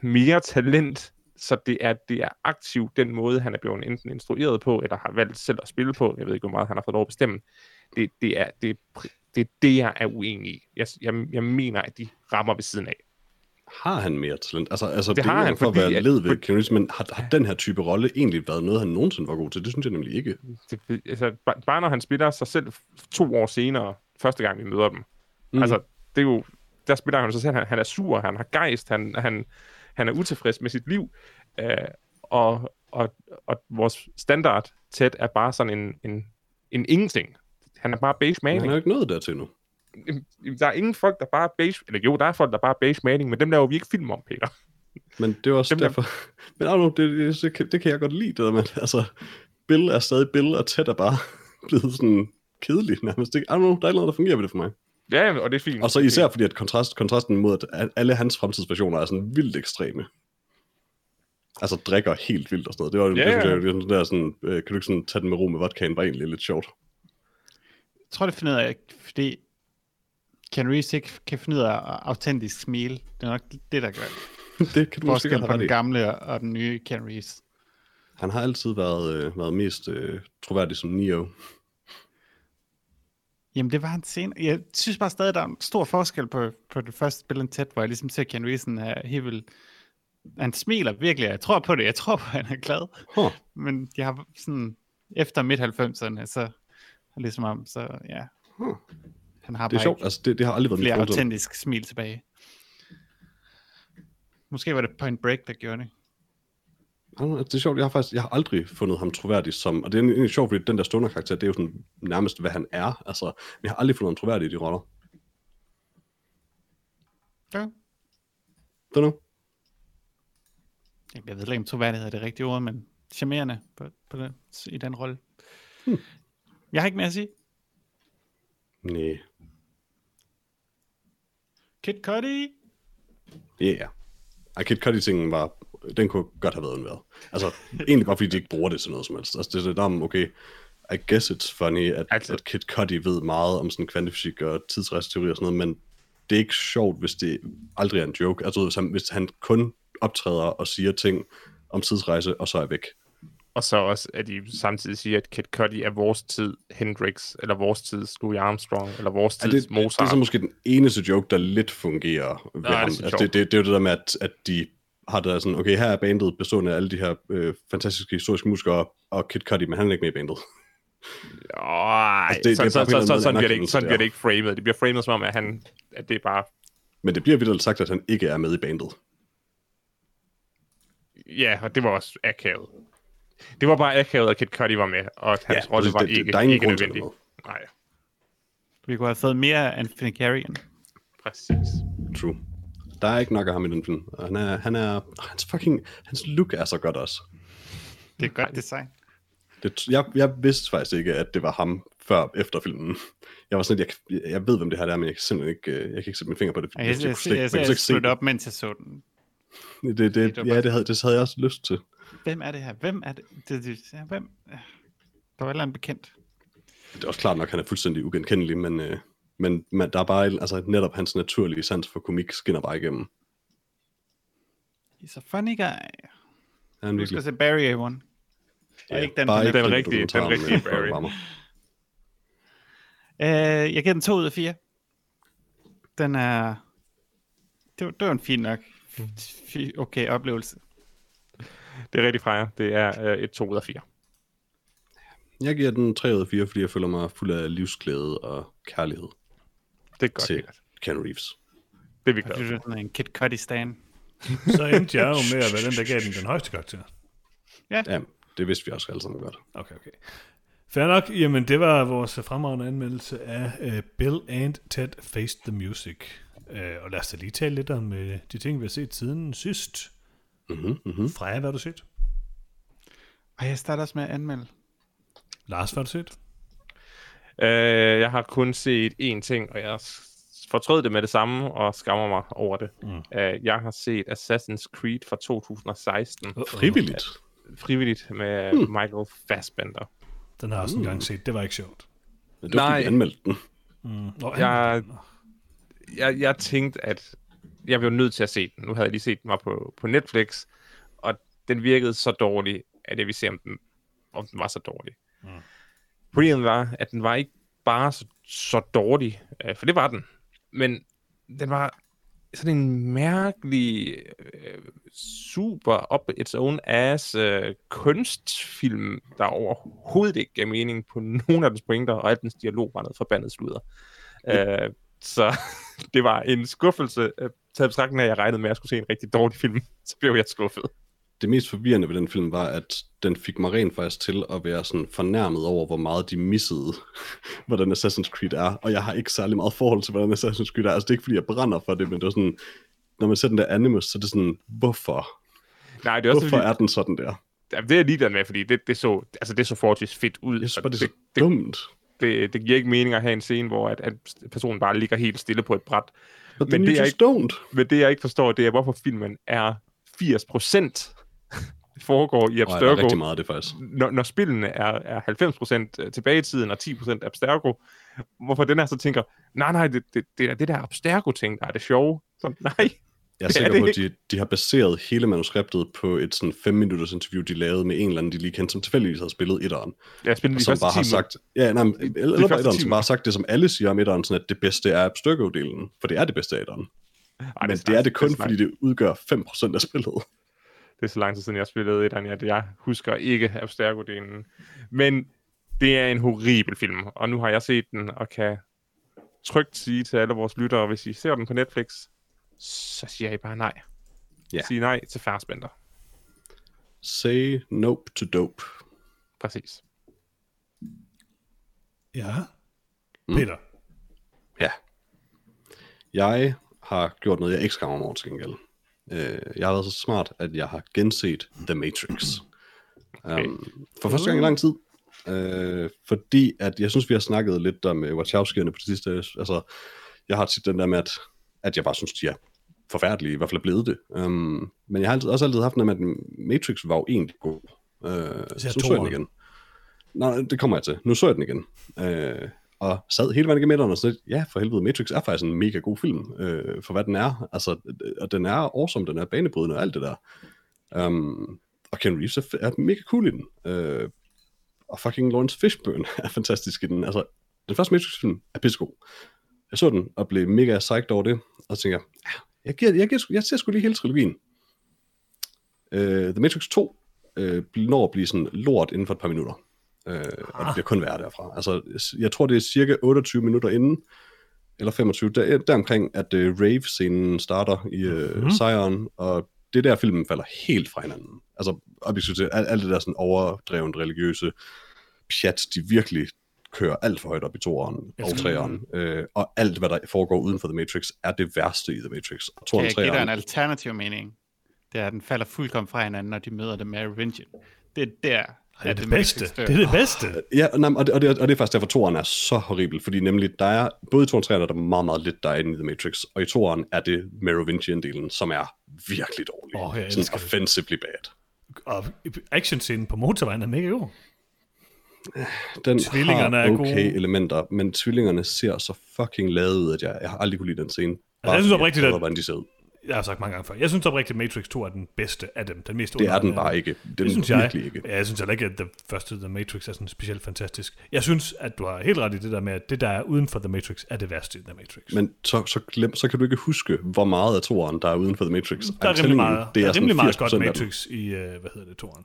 mere talent, så det er, det er aktivt den måde, han er blevet enten instrueret på, eller har valgt selv at spille på. Jeg ved ikke, hvor meget han har fået lov at bestemme. Det, det, er, det, er pri- det er det, jeg er uenig i. Jeg, jeg, jeg mener, at de rammer ved siden af. Har han mere talent? Altså, altså det, Det det har har han, for at fordi være at- led ved fordi- Keanu Reeves, men har, har den her type rolle egentlig været noget, han nogensinde var god til? Det synes jeg nemlig ikke. det, altså, ba- bare når han spiller sig selv f- to år senere, første gang vi møder dem. Mm. Altså, det er jo, der spiller han sig selv, han, han er sur, han har gejst, han, han, han er utilfreds med sit liv, øh, og, og, og vores standard tæt er bare sådan en, en, en ingenting. Han er bare beige Men maling. han har jo ikke nået dertil nu. Jamen, Der er ingen folk, der bare er beige, eller jo, der er folk, der bare er beige maling, men dem laver vi ikke film om, Peter. Men det er også Dem, der- derfor... Men Arno, det, det, det, kan- det kan jeg godt lide, det der, men altså... Bill er stadig Bill, og Ted er bare blevet sådan kedelig nærmest. Det, I don't know, der er noget, der fungerer ved det for mig. Ja, ja, og det er fint. Og så især fordi, at kontrast, kontrasten mod, at al- alle hans fremtidsversioner er sådan vildt ekstreme. Altså drikker helt vildt og sådan noget. Det var jo Ja, yeah. det, ja. synes jeg, det der sådan, øh, kan du ikke sådan tage den med ro med vodkaen, var egentlig lidt sjovt. Jeg tror, det finder jeg, fordi Ken Reeves ikke kan finde ud af at autentisk smile. Det er nok det, der gør det kan du måske godt forskellen på have ret den i. gamle og- og den nye Ken Reeves. Han har altid været, øh, været mest øh, troværdig som Neo. Jamen, det var han senere. Jeg synes bare stadig, der er en stor forskel på, på det første Bill tæt, hvor jeg ligesom ser Ken Reeves, sådan her, helt vildt. Han smiler virkelig, og jeg tror på det. Jeg tror på, at han er glad. Huh. Men jeg har sådan, efter midt-90'erne, så er det som om, så ja. Hmm. Han har Det er bare sjovt, ikke altså det, det har aldrig været flere mit forhold. autentisk smil tilbage. Måske var det Point Break, der gjorde det. Ah, Det er sjovt, jeg har faktisk jeg har aldrig fundet ham troværdig som, og det er egentlig sjovt, fordi den der stående karakter, det er jo sådan nærmest, hvad han er. Altså, men jeg har aldrig fundet ham troværdig i de roller. Ja. Det nu? Jamen, Jeg ved ikke, om troværdighed er det rigtige ord, men charmerende på, på den, i den rolle. Hmm. Jeg har ikke mere at sige. Nej. Kid Cudi! Ja. Yeah. Og Kid Cudi-tingen var, den kunne godt have været undværet. Altså, egentlig bare fordi de ikke bruger det til noget som helst. Altså, det er sådan, "Nå, men okay, I guess it's funny, at, Altså- altså. at Kid Cudi ved meget om sådan kvantefysik og tidsrejseteori og sådan noget, men det er ikke sjovt, hvis det aldrig er en joke. Altså, hvis han, hvis han kun optræder og siger ting om tidsrejse, og så er væk. Og så også, at de samtidig siger, at Kid Cudi er vores tid Hendrix, eller vores tids Louis Armstrong, eller vores Ja, tids det, det Mozart. er så måske den eneste joke, der lidt fungerer ved det er ham. så Det, altså, sjovt. det, det, det er jo det der med, at, at de har det der sådan, okay, her er bandet bestående af alle de her øh, fantastiske historiske musikere, og Kid Cudi, men han er ikke med i bandet. Ej, Altså, det- sådan, det er bare på en så, eller så, anden måde en så, sådan, bliver det ikke, anerkendelse sådan bliver der. det ikke framed. Det bliver framed som om, at, han, at det er bare... Men det bliver vildt sagt, at han ikke er med i bandet. Ja, og det var også akavet. Det var bare akavet, at Kid Cudi var med, og at hans ja, Ja, rolle præcis. var Det- det- ikke, der er ingen ikke grund til, at nødvendig. han Nej, Vi kunne have fået mere Anthony Carrion. præcis. True. Der er ikke nok af ham i den film. Og Han er, han er, og hans fucking, hans look er så godt også. Det er et godt design. Det, jeg, jeg vidste faktisk ikke, at det var ham før efter filmen. Jeg var sådan, lidt, jeg, kan- jeg ved, hvem det her er, men jeg kan simpelthen ikke, øh, jeg kan ikke sætte min finger på det. Jeg, jeg, jeg, kunne jeg, slet jeg, ikke- man jeg, kunne slet jeg ikke se slog op, mens jeg så den. det. det, Det var det, bare- ja, det havde, det havde jeg også lyst til. Hvem er det her? Hvem er det? det, det ja, hvem? Der var et eller andet bekendt. Det er også klart nok, han er fuldstændig ugenkendelig, men, øh, men man, der er bare, et- altså netop hans naturlige sans for komik skinner bare igennem. He's a funny guy. Er Han Du skal virkelig, se Barry A1. Ja, ikke den, bare han er- ikke Den rigtige- den dokumentar med rigtige Barbara Barry. Palmer. Øh, jeg giver den 2 ud af 4. Den er... Det var, det var en fin nok. fi- Okay, oplevelse. Det er rigtig Freja. Det er øh, et 2 ud af 4. Jeg giver den 3 ud af 4, fordi jeg føler mig fuld af livsglæde og kærlighed Det er godt, til Peter. Ken Reeves. Det er vi Jeg glade synes, for. det er sådan en Kid Cudi-stan. Så endte jeg jo med at være den, der gav den den højeste karakter. Ja, det vidste vi også alle sammen godt. Okay, okay. Fair nok. Jamen, det var vores fremragende anmeldelse af uh, Bill and Ted Faced the Music. Uh, og lad os da lige tale lidt om uh, de ting, vi har set siden sidst. Mm-hmm, mm-hmm. Freja, hvad har du set? Og jeg starter også med at anmelde. Lars, hvad har du set? Øh, jeg har kun set én ting, og jeg s- fortrød det med det samme, og skammer mig over det. Mm. Mm. Øh, jeg har set Assassin's Creed fra 2016, Frivilligt. frivilligt med mm. Michael Fassbender. Den har jeg Mm. også engang set. Det var ikke sjovt. Men det var fordi, Nej. vi anmeldte den. Mm. Nå, Jeg, jeg, jeg tænkte, at jeg blev nødt til at se den. Nu havde jeg lige set den var på, på Netflix, og den virkede så dårlig, at jeg ville se, om den, om den var så dårlig. Mm. Problemet var, at den var ikke bare så, så dårlig, øh, for det var den, men den var sådan en mærkelig, øh, super up its own ass øh, kunstfilm, der overhovedet ikke gav mening på nogen af dens pointer, og alt dens dialog var noget forbandet sludder. Øh, så det var en skuffelse. Øh, Taget i betragtning af, at jeg regnede med, at jeg skulle se en rigtig dårlig film, så blev jeg skuffet. det mest forvirrende ved den film var, at den fik mig rent faktisk til at være sådan fornærmet over, hvor meget de missede, hvordan Assassin's Creed er. Og jeg har ikke særlig meget forhold til, hvordan Assassin's Creed er. Altså, det er ikke, fordi jeg brænder for det, men det var sådan, når man ser den der animus, så er det sådan, hvorfor? Nej, det er også Hvorfor fordi, er den sådan der? Jamen, det er jeg ligeglad med, fordi det, det, så, altså, det så forholdsvis fedt ud. Jeg synes og bare, det er det, så dumt. det, det, giver ikke mening at have en scene, hvor at, at personen bare ligger helt stille på et bræt. But men then det you er just ikke- don't. Men det, jeg ikke forstår, det er, hvorfor filmen er 80% foregår i Nej, der er Abstergo, rigtig meget af det faktisk. når, når spillene er, er 90% tilbage i tiden og 10% Abstergo, hvorfor den her så tænker, nej, nej, det, det, det er det der Abstergo-ting, der er det sjove. Så, nej, Jeg er Det er sikker det på, at de, de har baseret hele manuskriptet på et sådan 5 minutters interview, de lavede med en eller anden, de lige kendte, som tilfældigvis havde spillet etteren. jeg spiller de som første bare 10 har minutter. sagt, ja, nej, men, eller, de eller bare første etteren, 10 som bare har sagt det, som alle siger om etteren, sådan at det bedste er stykkeudelen, for det er det bedste af etteren. Ej, Men det, så er lang- det kun, så lang- fordi det udgør 5% af spillet. Det er så lang tid siden, jeg spillede et andet, at jeg husker ikke Abstergo-delen. Men det er en horribel film, og nu har jeg set den, og kan trygt sige til alle vores lyttere, hvis I ser den på Netflix, så siger I bare nej. Ja. Sige nej til færdsbænder. Say nope to dope. Præcis. Ja. Mm. Peter. Ja. Jeg har gjort noget, jeg ikke skammer mig over til gengæld. Øh, jeg har været så smart, at jeg har genset The Matrix. Okay. Um, for første gang i lang tid. Øh, fordi at jeg synes, vi har snakket lidt om øh, Wachowski'erne på det sidste. Altså, jeg har tit den der med, at, at jeg bare synes, de er forfærdelige, i hvert fald er blevet det. Um, men jeg har altid, også altid haft den med, at Matrix var jo egentlig god. Øh, så nu så jeg den toeren. igen. Nej, det kommer jeg til. Nu så jeg den igen. Øh, og sad hele vejen igennem midteren og sådan lidt, ja, for helvede, Matrix er faktisk en mega god film, øh, for hvad den er. Altså, øh, og den er awesome, den er banebrydende og alt det der. Um, og Ken Reeves er, er mega cool i den. Øh, og fucking Lawrence Fishburne er fantastisk i den. Altså, den første Matrix-film er pissegod. Jeg så den og blev mega psyched over det, og tænker, ja, jeg, giver, jeg, giver, sgu- jeg ser sgu lige hele trilogien. Øh, The Matrix 2 øh, bl- når at blive sådan lort inden for et par minutter. Øh, og Ah. det bliver kun værre derfra. Altså, s- jeg tror, det er cirka 28 minutter inden, eller 25, der, deromkring, at øh, rave-scenen starter i øh, Mhm. mm-hmm. sejren, og det er der, filmen falder helt fra hinanden. Altså, objektivt set, alt, alt det der sådan overdrevent religiøse pjat, de virkelig kører alt for højt op i toeren og treeren, øh, og alt, hvad der foregår uden for The Matrix, er det værste i The Matrix. Og Kan toeren, jeg give dig en treeren, alternativ mening? Det er, at den falder fuldkommen fra hinanden, når de møder dem med Revenge. Det er der, Det er at det Matrix bedste. dør. Det er det bedste. Ja, og, nej, og, det, og, det, og det er faktisk derfor, toeren er så horribel, fordi nemlig, der er, både i toeren og treeren er der meget, meget lidt, der er inde i The Matrix, og i toeren er det Merovingian-delen, som er virkelig dårlig. Åh, jeg elsker sådan det. offensively bad. Og actionscenen på motorvejen er mega god. Den Tvillingerne har er okay gode. elementer, men tvillingerne ser så fucking lavet ud, at jeg, jeg har aldrig kunne lide den scene. Bare jeg synes fordi oprigtigt, hader, at- hvordan de ser ud. Jeg har sagt mange gange før. Jeg synes oprigtigt, at Matrix 2 er den bedste af dem. Den mest Det er underholdende den af dem. bare ikke. Det er Det den synes jeg. virkelig ikke. Ja, jeg synes heller ikke, at The første The Matrix er sådan specielt fantastisk. Jeg synes, at du har helt ret i det der med, at det, der er uden for The Matrix, er det værste i The Matrix. Men så, så, glem, så kan du ikke huske, hvor meget af toeren, der er uden for The Matrix. der er I'm telling rimelig you, meget, det er der er sådan rimelig meget 80% godt af den. Matrix i, øh, hvad hedder det, toren.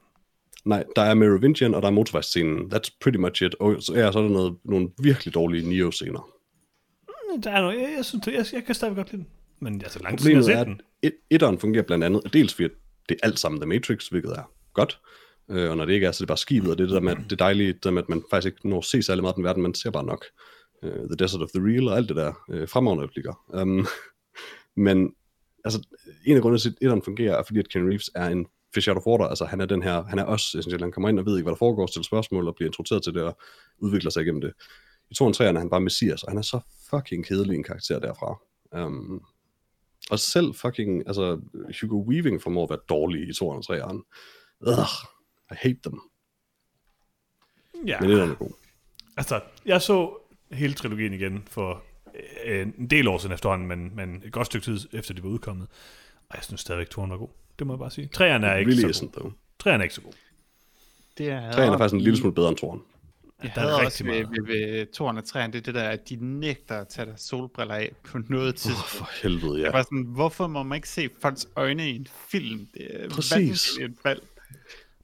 Nej, der er Merovingian, og der er motorvejsscenen. That's pretty much it. Og så, ja, så er der noget, nogle virkelig dårlige Neo-scener. Der er noget, jeg, jeg, synes, jeg, jeg kan stadig godt lide den. Men jeg så lang tid, siden jeg Problemet har er, set at den. et, etteren fungerer blandt andet, dels fordi at det er alt sammen The Matrix, hvilket er godt, øh, og når det ikke er, så er det bare skibet, og det er det der med, at det dejlige, det der med, at man faktisk ikke når at se særlig meget af den verden, man ser bare nok. Øh, the Desert of the Real og alt det der øh, fremragende øjeblikker. Um, men altså, en af grundene til, at etteren fungerer, er fordi, at Ken Reeves er en fish out of water, altså han er den her, han er os, essentielt, han kommer ind og ved ikke, hvad der foregår, stiller spørgsmål og bliver introduceret til det og udvikler sig igennem det. I to og træerne er han bare messias, og han er så fucking kedelig en karakter derfra. Um, og selv fucking, altså Hugo Weaving formår at være dårlig i to og træerne. Ugh, I hate them. Ja. Men det er god. Altså, jeg så hele trilogien igen for øh, en del år siden efterhånden, men, men et godt stykke tid efter de var udkommet. Og jeg synes stadigvæk, at toren var god. Det må jeg bare sige. Træerne er ikke really så isn't, god. though. Træerne er ikke så god. Det er, Træerne er faktisk en lille smule bedre end toren. Jeg Der er hader rigtig også ved, meget. ved, ved toren og træerne, det er det der, at de nægter at tage deres solbriller af på noget Åh, tidspunkt. for helvede, ja. Jeg var sådan, hvorfor må man ikke se folks øjne i en film? Det er Præcis. vanvittigt et valg.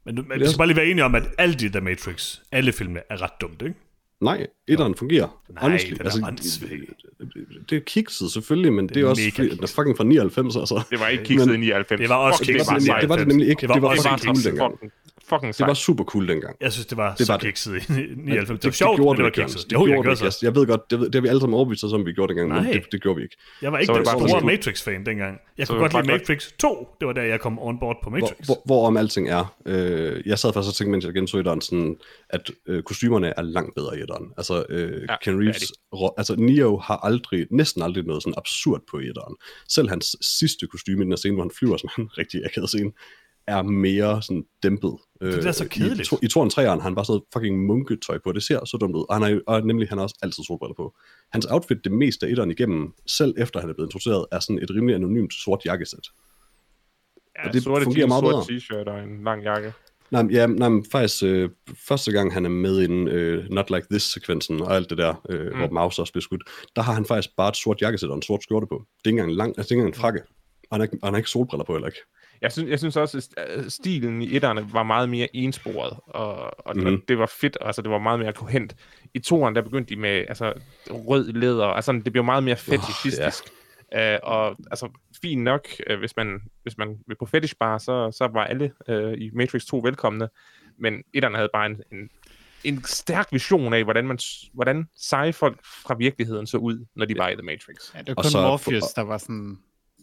Men, men vi Ja. skal bare lige være enige om, at alle de der Matrix, alle filmene er ret dumt, ikke? Nej, etteren fungerer. altså, Nej, den er åndssvag. det, det er kikset selvfølgelig, men det, det er er også mega fordi, den er fucking fra 99, altså. Det var ikke kikset Men- i 99. Øh, Det var også Fuck, kikset det var, i sejt. 99. det var det nemlig ikke. Det var Det var, også Det var fucking cool så dengang. fucking, fucking Det var sejt. super cool dengang. Jeg synes, det var, Det det var var det. så kikset i 99. Det, Men var sjovt, men det var ikke, Jørgen. kikset. Jo, jeg gjorde gjorde det ikke. Altså, så. Jeg ved godt, det, ved- det har vi alle sammen overbevist os om, vi gjorde dengang, men Nej. det, det gjorde vi ikke. Jeg var ikke var den det bare store sådan- Matrix-fan dengang. Jeg Så kunne var godt det lide bare Matrix 2. Det var der, jeg kom on board på Matrix. Hvor, hvor, hvorom alting er. Øh, jeg sad faktisk og tænkte, mens jeg genså etteren, sådan, at øh, kostymerne er langt bedre i etteren. Altså, øh, ja, Ja, Ken det er Reeves, ro- altså Neo har aldrig, næsten aldrig noget sådan absurd på i etteren. Selv hans sidste kostume i den her scene, hvor han flyver, som han rigtig akavet scene, er mere sådan dæmpet. Øh, det er så I, kedeligt. to, i toren træeren, han bare sådan noget fucking munketøj på, det ser så dumt ud. Og, han er, jo- og nemlig, han har også altid solbriller på. Hans outfit, det meste af etteren igennem, selv efter han er blevet introduceret, er sådan et rimelig anonymt sort jakkesæt. Ja, og det sorte fungerer jeans, meget sorte t-shirt og en lang jakke. Nej, men- ja, nej, men faktisk øh, første gang han er med i den, øh, Not Like This-sekvensen og alt det der, øh, mm. hvor Mouse også bliver skudt, der har han faktisk bare et sort jakkesæt og en sort skjorte på. Det er ikke engang en lang, altså, det er ikke engang en frakke. Og han, har, ikke- og han har ikke solbriller på heller ikke. Jeg synes, jeg synes også, at st- øh, stilen i etterne var meget mere ensporet, og, og, mm. og Mhm. det var fedt, altså det var meget mere kohent. I toeren, der begyndte de med altså, rød læder, altså det blev meget mere fetishistisk. Oh, ja. øh, og altså, fint nok, øh, hvis, man, hvis man vil på fetish bar, så, så var alle øh, i Matrix 2 velkomne, men etterne havde bare en, en, en stærk vision af, hvordan, man, s- hvordan seje folk fra virkeligheden så ud, når de var i The Matrix. Ja, det var Og kun så- så, Morpheus, der var sådan,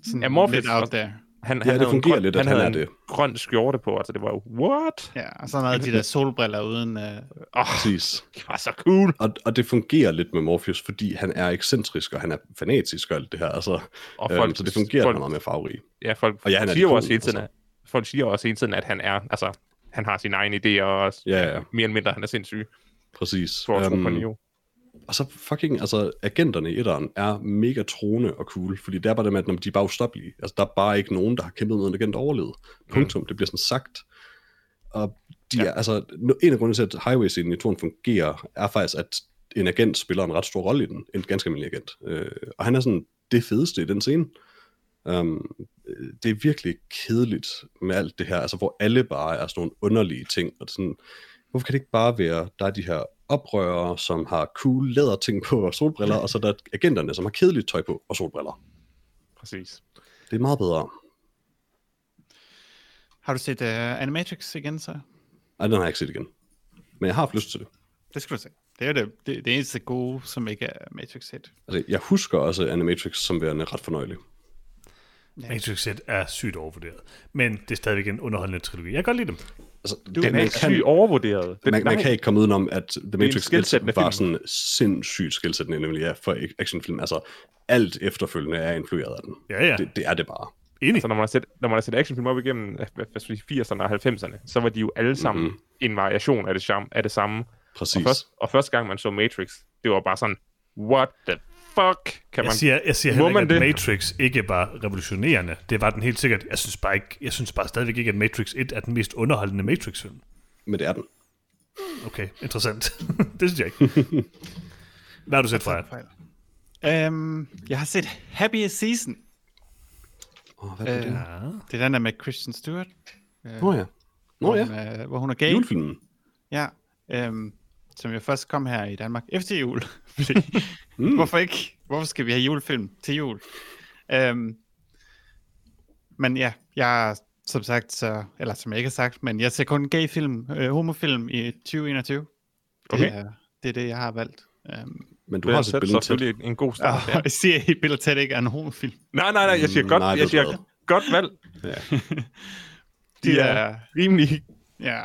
sådan Ja, Morpheus lidt out var- there. Han, Ja, det havde en fungerer grøn- lidt, at han han havde er en grøn skjorte på, altså det var jo, what? Ja, og så havde de der solbriller uden... Uh, Åh, oh, Præcis. det var så cool. Og, og det fungerer lidt med Morpheus, fordi han er ekscentrisk, og han er fanatisk og alt det her. Altså, Og og folk, øhm, folk- så det fungerer, folk, folk- han er meget mere farverig. Ja, folk, Og og ja, ja, han er siger jo ikon, også hele tiden, altså. altså. at, folk siger jo også hele tiden, at han er, altså, han har sine egne idéer, og også, Ja, ja. mere eller mindre, han er sindssyg, Præcis. for at tro Øhm, på Neo. Og så fucking, altså, agenterne i etteren er mega troende og cool, fordi det er bare det med, at når de er bare ustoppelige. Altså, der er bare ikke nogen, der har kæmpet mod en agent og overlevet. Punktum. Det bliver sådan sagt. Og de ja. er, altså, nu- en af grundene til, at highway-scenen i toren fungerer, er faktisk, at en agent spiller en ret stor rolle i den. En ganske almindelig agent. Øh, og han er sådan det fedeste i den scene. Um, det er virkelig kedeligt med alt det her, altså hvor alle bare er sådan nogle underlige ting, og det er sådan, hvorfor kan det ikke bare være, der er de her oprørere, som har cool læderting på og solbriller, og så er der agenterne, som har kedeligt tøj på og solbriller. Præcis. Det er meget bedre. har du set uh, Animatrix igen så? Ej, den har jeg ikke set igen. Men jeg har haft lyst til det. Det skal du se. Det er jo det, det, det eneste gode, som ikke er Matrix 1. Altså, jeg husker også Animatrix som værende ret fornøjelig. Matrix 1 er sygt overvurderet. Men det er stadigvæk en underholdende trilogi. Jeg kan godt lide dem. Altså, Du den, er man, ikke syg kan, overvurderet. Den, man, man nej, kan ikke komme udenom, at The Matrix 1 skelsættende var film. sådan sindssygt skilsættende, nemlig ja, for actionfilm. Altså, alt efterfølgende er influeret af den. Ja, ja. Det, det er det bare. Enig. Altså, når man har set, når man har set actionfilm op igennem øh, hvad, hvad, skal vi sige, 80'erne og 90'erne, så var de jo alle sammen mm-hmm. en variation af det, samme- af det samme. Og, Præcis. først, og første gang, man så Matrix, det var bare sådan, what the fuck kan man... Jeg siger, jeg siger Må heller ikke, man at det? Matrix ikke var revolutionerende. Det var den helt sikkert. Jeg synes bare, ikke, jeg synes bare stadigvæk ikke, at Matrix 1 er den mest underholdende Matrix-film. Men det er den. Okay, interessant. det synes jeg ikke. Hvad har du set fra jer? Øhm, jeg har set Happy Season. Åh, hvad er det? Øh, der? Det er den der med Christian Stewart. Øh, Nå ja. Nå hvor ja. hun er- hvor hun er gay. Julefilmen. Ja, øhm, som jo først kom her i Danmark efter jul. Fordi, mm. Hvorfor ikke? Hvorfor skal vi have julefilm til jul? Øhm, men ja, jeg som sagt, så, eller som jeg ikke har sagt, men jeg ser kun gay-film, øh, homofilm i 2021. Det, Okay. er, det er det, jeg har valgt. Øhm, Men du Det har er set tæt, billedet til. selvfølgelig en god start. og Ja. jeg siger, at Bill Ted ikke er en homofilm. Nej, nej, nej, jeg siger Mm, godt, nej, det er jeg siger bedre. godt valg. De Ja. er, Rimelig. ja,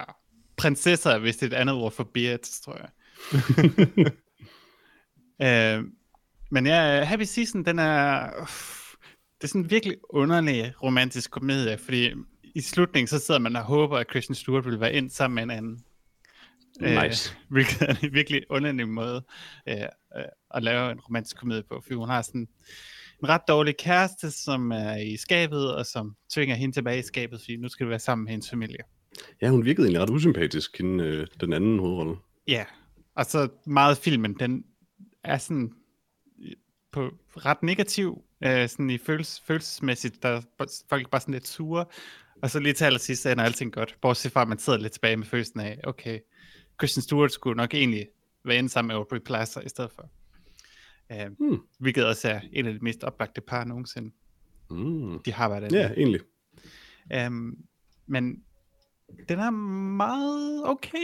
prinsesser er vist et andet ord for beards, tror jeg. Øh, men ja, Happy Season, den er... uff, det er sådan en virkelig underlig romantisk komedie, fordi i slutningen, så sidder man og håber, at Christian Stewart vil være ind sammen med en anden. Nice. Øh, hvilket er en virkelig underlig måde øh, øh, at lave en romantisk komedie på, fordi hun har sådan en ret dårlig kæreste, som er i skabet, og som tvinger hende tilbage i skabet, fordi nu skal du være sammen med hendes familie. Ja, hun virkede egentlig ret usympatisk, hende, øh, den anden hovedrolle. Ja, og så meget af filmen, den er sådan øh, på ret negativ, øh, sådan i følels, følelsesmæssigt, der er bo- folk bare sådan lidt sure, og så lige til allersidst, så ender alting godt, bortset fra, at man sidder lidt tilbage med følelsen af, okay, Christian Stewart skulle nok egentlig være inde sammen med Aubrey Plaza i stedet for. Øh, Hmm. Hvilket også er en af de mest oplagte par nogensinde, Mm. de har været Ja, egentlig. Øhm, men den er meget okay.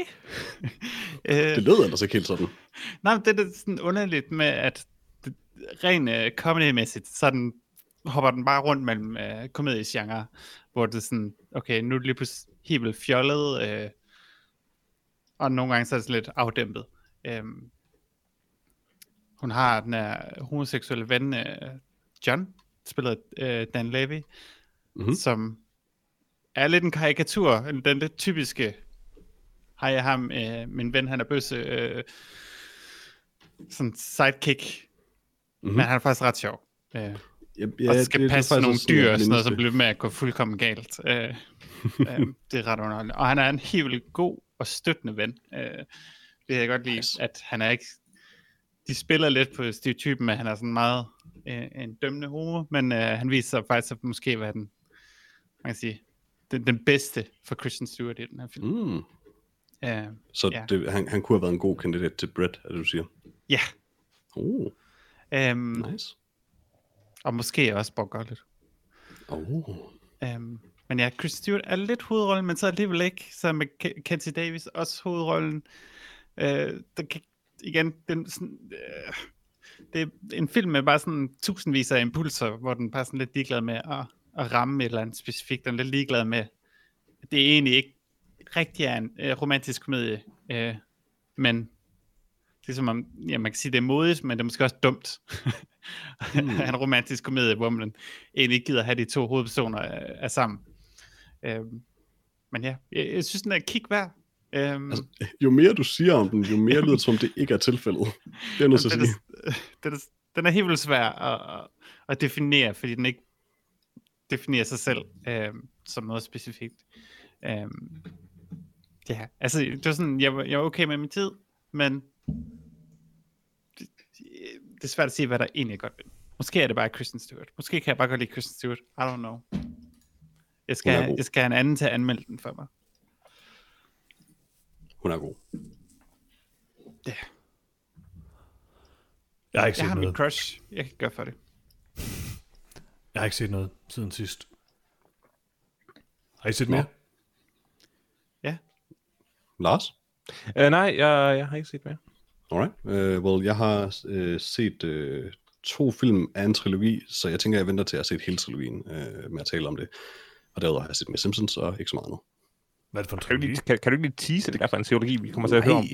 øh, Det lød ellers ikke helt sådan. Nej, men det er lidt sådan underligt med, at det, rent øh, comedy-mæssigt, så er den, hopper den bare rundt mellem øh, komediegenre, hvor det er sådan, okay, nu er det lige pludselig helt vildt fjollet, øh, og nogle gange så er det sådan lidt afdæmpet. Øhm, hun har den her homoseksuelle ven, øh, John, spillet øh, Dan Levy, Mhm. mm-hmm. som er lidt en karikatur, den lidt typiske, har jeg ham, øh, min ven, han er bøsse, øh, sådan sidekick, Mhm. mm-hmm. men han er faktisk ret sjov. Øh, ja, Ja, og så skal det- det er passe faktisk nogle også dyr jeg og sådan noget, mindes som det. bliver ved med at gå fuldkommen galt. Øh, øh, det er ret underholdende. Og han er en helt vildt god og støttende ven. Øh, det kan jeg godt lide, Nice. nice. at han er ikke... De spiller lidt på stereotypen, at han er sådan meget øh, en dømmende homo, men øh, han viser sig faktisk at måske være den, man kan sige, den, den bedste for Christian Stewart i den her film. Mm. Mm. Øh, Så Ja. det, han, han kunne have været en god kandidat til Brett, er det du siger. ja, Oh, øhm, nice. og måske også Bob Gottlieb. Oh. Øhm, men ja, Chris Stewart er lidt hovedrollen, men så alligevel ikke. Så med Ke- Kenzie Davis også hovedrollen. Øh, der kan, igen, den, sådan, øh, det er en film med bare sådan tusindvis af impulser, hvor den bare sådan lidt ligeglad med at, at ramme et eller andet specifikt. Den er lidt ligeglad med, at det egentlig ikke rigtig er en øh, romantisk komedie, øh, men det er som om, ja, man kan sige, det er modigt, men det er måske også dumt. mm. en romantisk komedie, hvor man egentlig ikke gider have de to hovedpersoner øh, er sammen. Øhm, men ja, jeg, jeg synes, den er kig værd. Øhm, altså, Jo mere du siger om den, jo mere lyder det, som om det ikke er tilfældet. Det er jeg nødt til at den, sige. er, den, er, den er helt vildt svær at, at- at definere, fordi den ikke definerer sig selv øhm, som noget specifikt. Øhm, ja, altså, det var sådan, jeg, var- jeg var okay med min tid, men det, det er svært at sige, hvad der egentlig er godt ved. den. Måske er det bare Christian Stewart. Måske kan jeg bare godt lide Christian Stewart. I don't know. Jeg skal, Hun er have- god. jeg skal have en anden til at anmelde den for mig. Hun er god. Ja. Jeg har ikke Jeg set har noget. mit crush. Jeg kan gøre for det. Jeg har ikke set noget siden sidst. Har I set Nå. mere? Ja. Lars? Øh, nej, jeg, jeg har ikke set mere. Alright. Uh, well, jeg har uh, set uh, to film af en trilogi, så jeg tænker, jeg venter til at have set hele trilogien uh, med at tale om det. Og derudover har jeg set med Simpsons og ikke så meget andet. Hvad er det for en Kan du, trilogi? ikke, kan, kan du ikke lige tease, hvad for en teologi vi kommer til at høre om?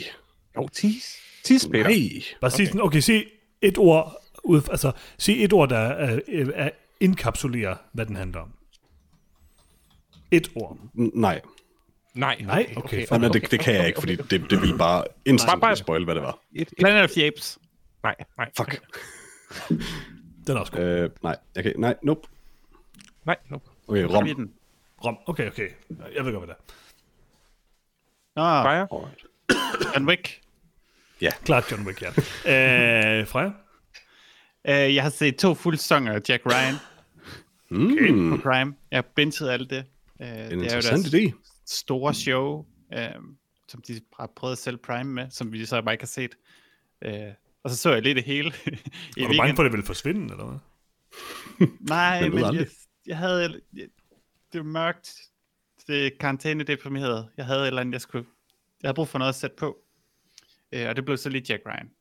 Jo, tease. Tease, Peter. Nej. Bare sig sådan, okay, sig et ord, ud, altså sig et ord, der er, er, er indkapsulerer, hvad den handler om. Et ord. N- Nej, Nej, Nej, okay, fuck. okay, det, det kan jeg ikke, fordi det, det ville bare instant Bare- bare- spoil, hvad det var. Et, et, Planet of the Apes. nej, nej. Fuck. Den er også god. Uh, nej, okay, nej, nope. Nej, nope. Okay, Har Rom. vi den? Rom. Okay, okay. Jeg ved godt, hvad det er. Nå, Freja? Alright. John Wick. Klart John Wick, ja. Øh, Æh, Freja? Uh, jeg har set to fulde sæsoner af Jack Ryan Mm, på Prime. Jeg har binget alt det. Uh, det er en jo interessant deres idé. store show, uh, som de har prøvet at sælge Prime med, som vi så bare ikke har set. Uh, og så så jeg lige det hele i Er du bange weekenden. for, at det vil forsvinde, eller hvad? Nej, Man ved men jeg, aldrig. jeg havde... Jeg, det var mørkt. Det er karantænedeprimeret. Jeg havde et eller andet, jeg skulle... Jeg havde brug for noget at sætte på. Øh, og det blev så lige Jack Ryan.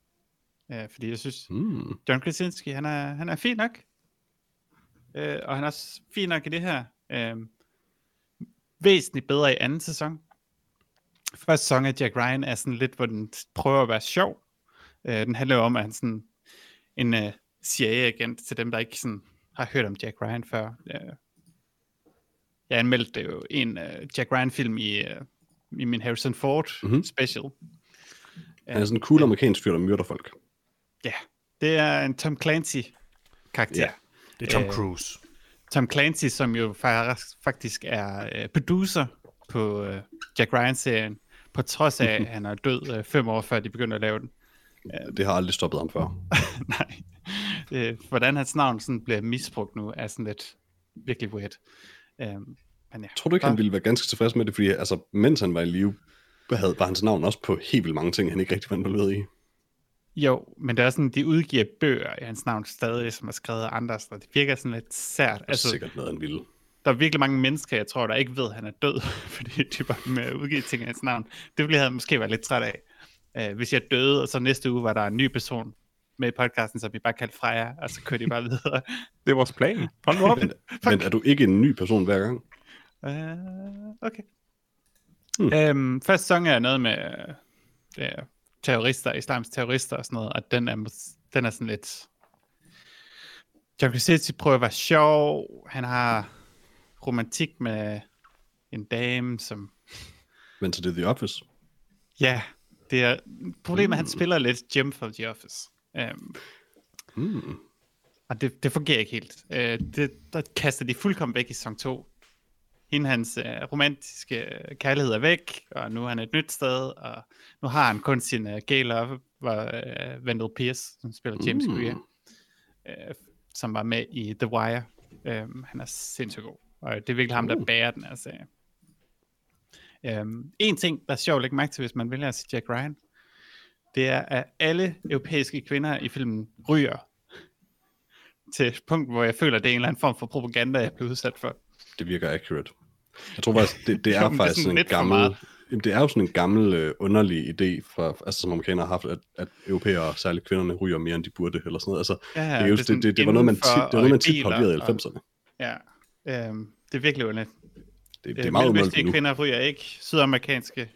Øh, fordi jeg synes, Mm. John Krasinski, han er, han er fin nok. Øh, og han er også fin nok i det her. Øh, væsentligt bedre i anden sæson. Første sæson af Jack Ryan er sådan lidt, hvor den prøver at være sjov. Øh, den handler jo om, at han sådan en øh, CIA-agent til dem, der ikke sådan har hørt om Jack Ryan før. Øh, jeg anmeldte jo en øh, Jack Ryan-film i, øh, i min Harrison Ford Mhm. mm-hmm. special. Han er sådan en cool amerikansk fyr, der myrder folk. Ja, det er en Tom Clancy-karakter. Ja. Det er Tom Øh, Cruise. Tom Clancy, som jo fa- faktisk er øh, producer på øh, Jack Ryan-serien, på trods af, at han er død øh, fem år før de begyndte at lave den. Det har aldrig stoppet ham før. Nej. Øh, hvordan hans navn sådan bliver misbrugt nu, er sådan lidt virkelig weird. Øh, men ja. Tror du ikke, han ville være ganske tilfreds med det? Fordi altså, mens han var i live, havde, var hans navn også på helt vildt mange ting, han ikke rigtig var involveret i. Jo, men det er sådan, de udgiver bøger i hans navn stadig, som er skrevet af andre, så det virker sådan lidt sært. Altså, Altså, sikkert noget, han ville. der er virkelig mange mennesker, jeg tror, der ikke ved, at han er død, fordi de bare med at udgive ting af hans navn. Det ville jeg måske være lidt træt af. Uh, hvis jeg døde, og så næste uge var der en ny person med i podcasten, som vi bare kaldte Freja, og så kørte de bare videre. Det er vores plan. Hold nu op. Men, men er du ikke en ny person hver gang? Uh, okay. Hmm. Hmm. Øhm, første sæson er noget med øh, terrorister, islams terrorister og sådan noget, og den er, mås- den er sådan lidt... John Krasinski prøver at være sjov, han har romantik med en dame, som... Men så det er The Office. Ja, det er... Problemet er, at han spiller lidt Jim fra The Office. Øhm, Hmm. Og det, det fungerer ikke helt. Øh, det, der kaster de fuldkommen væk i sæson 2. Hende hans øh, romantiske øh, kærlighed er væk, og nu er han et nyt sted, og nu har han kun sin øh, gay love, var øh, Wendell Pierce, som spiller James Mm. mm. Greer, øh, som var med i The Wire. Øh, han er sindssygt god, og det er virkelig ham, der Uh. bærer den her serie. Øhm, en ting, der er sjovt at lægge mærke til, hvis man vælger at se Jack Ryan, det er, at alle europæiske kvinder i filmen ryger til et punkt, hvor jeg føler, at det er en eller anden form for propaganda, jeg bliver udsat for. Det virker accurate. Jeg tror faktisk, det, det er Jo, men det er faktisk sådan sådan en lidt for gammel... meget. Jamen, det er jo sådan en gammel øh, underlig idé, fra, altså, som amerikanere har haft, at, at europæere, særligt kvinderne, ryger mere, end de burde, eller sådan noget. Altså, Ja, det, er jo, det, sådan det, det, var noget, man tit, indenfor det var og noget, man i tit biler, parlerede i og- 90'erne. Ja, øhm, det er virkelig underligt. Det, det er Øh, meget Mellemøstlige umiddeligt nu. kvinder ryger ikke, sydamerikanske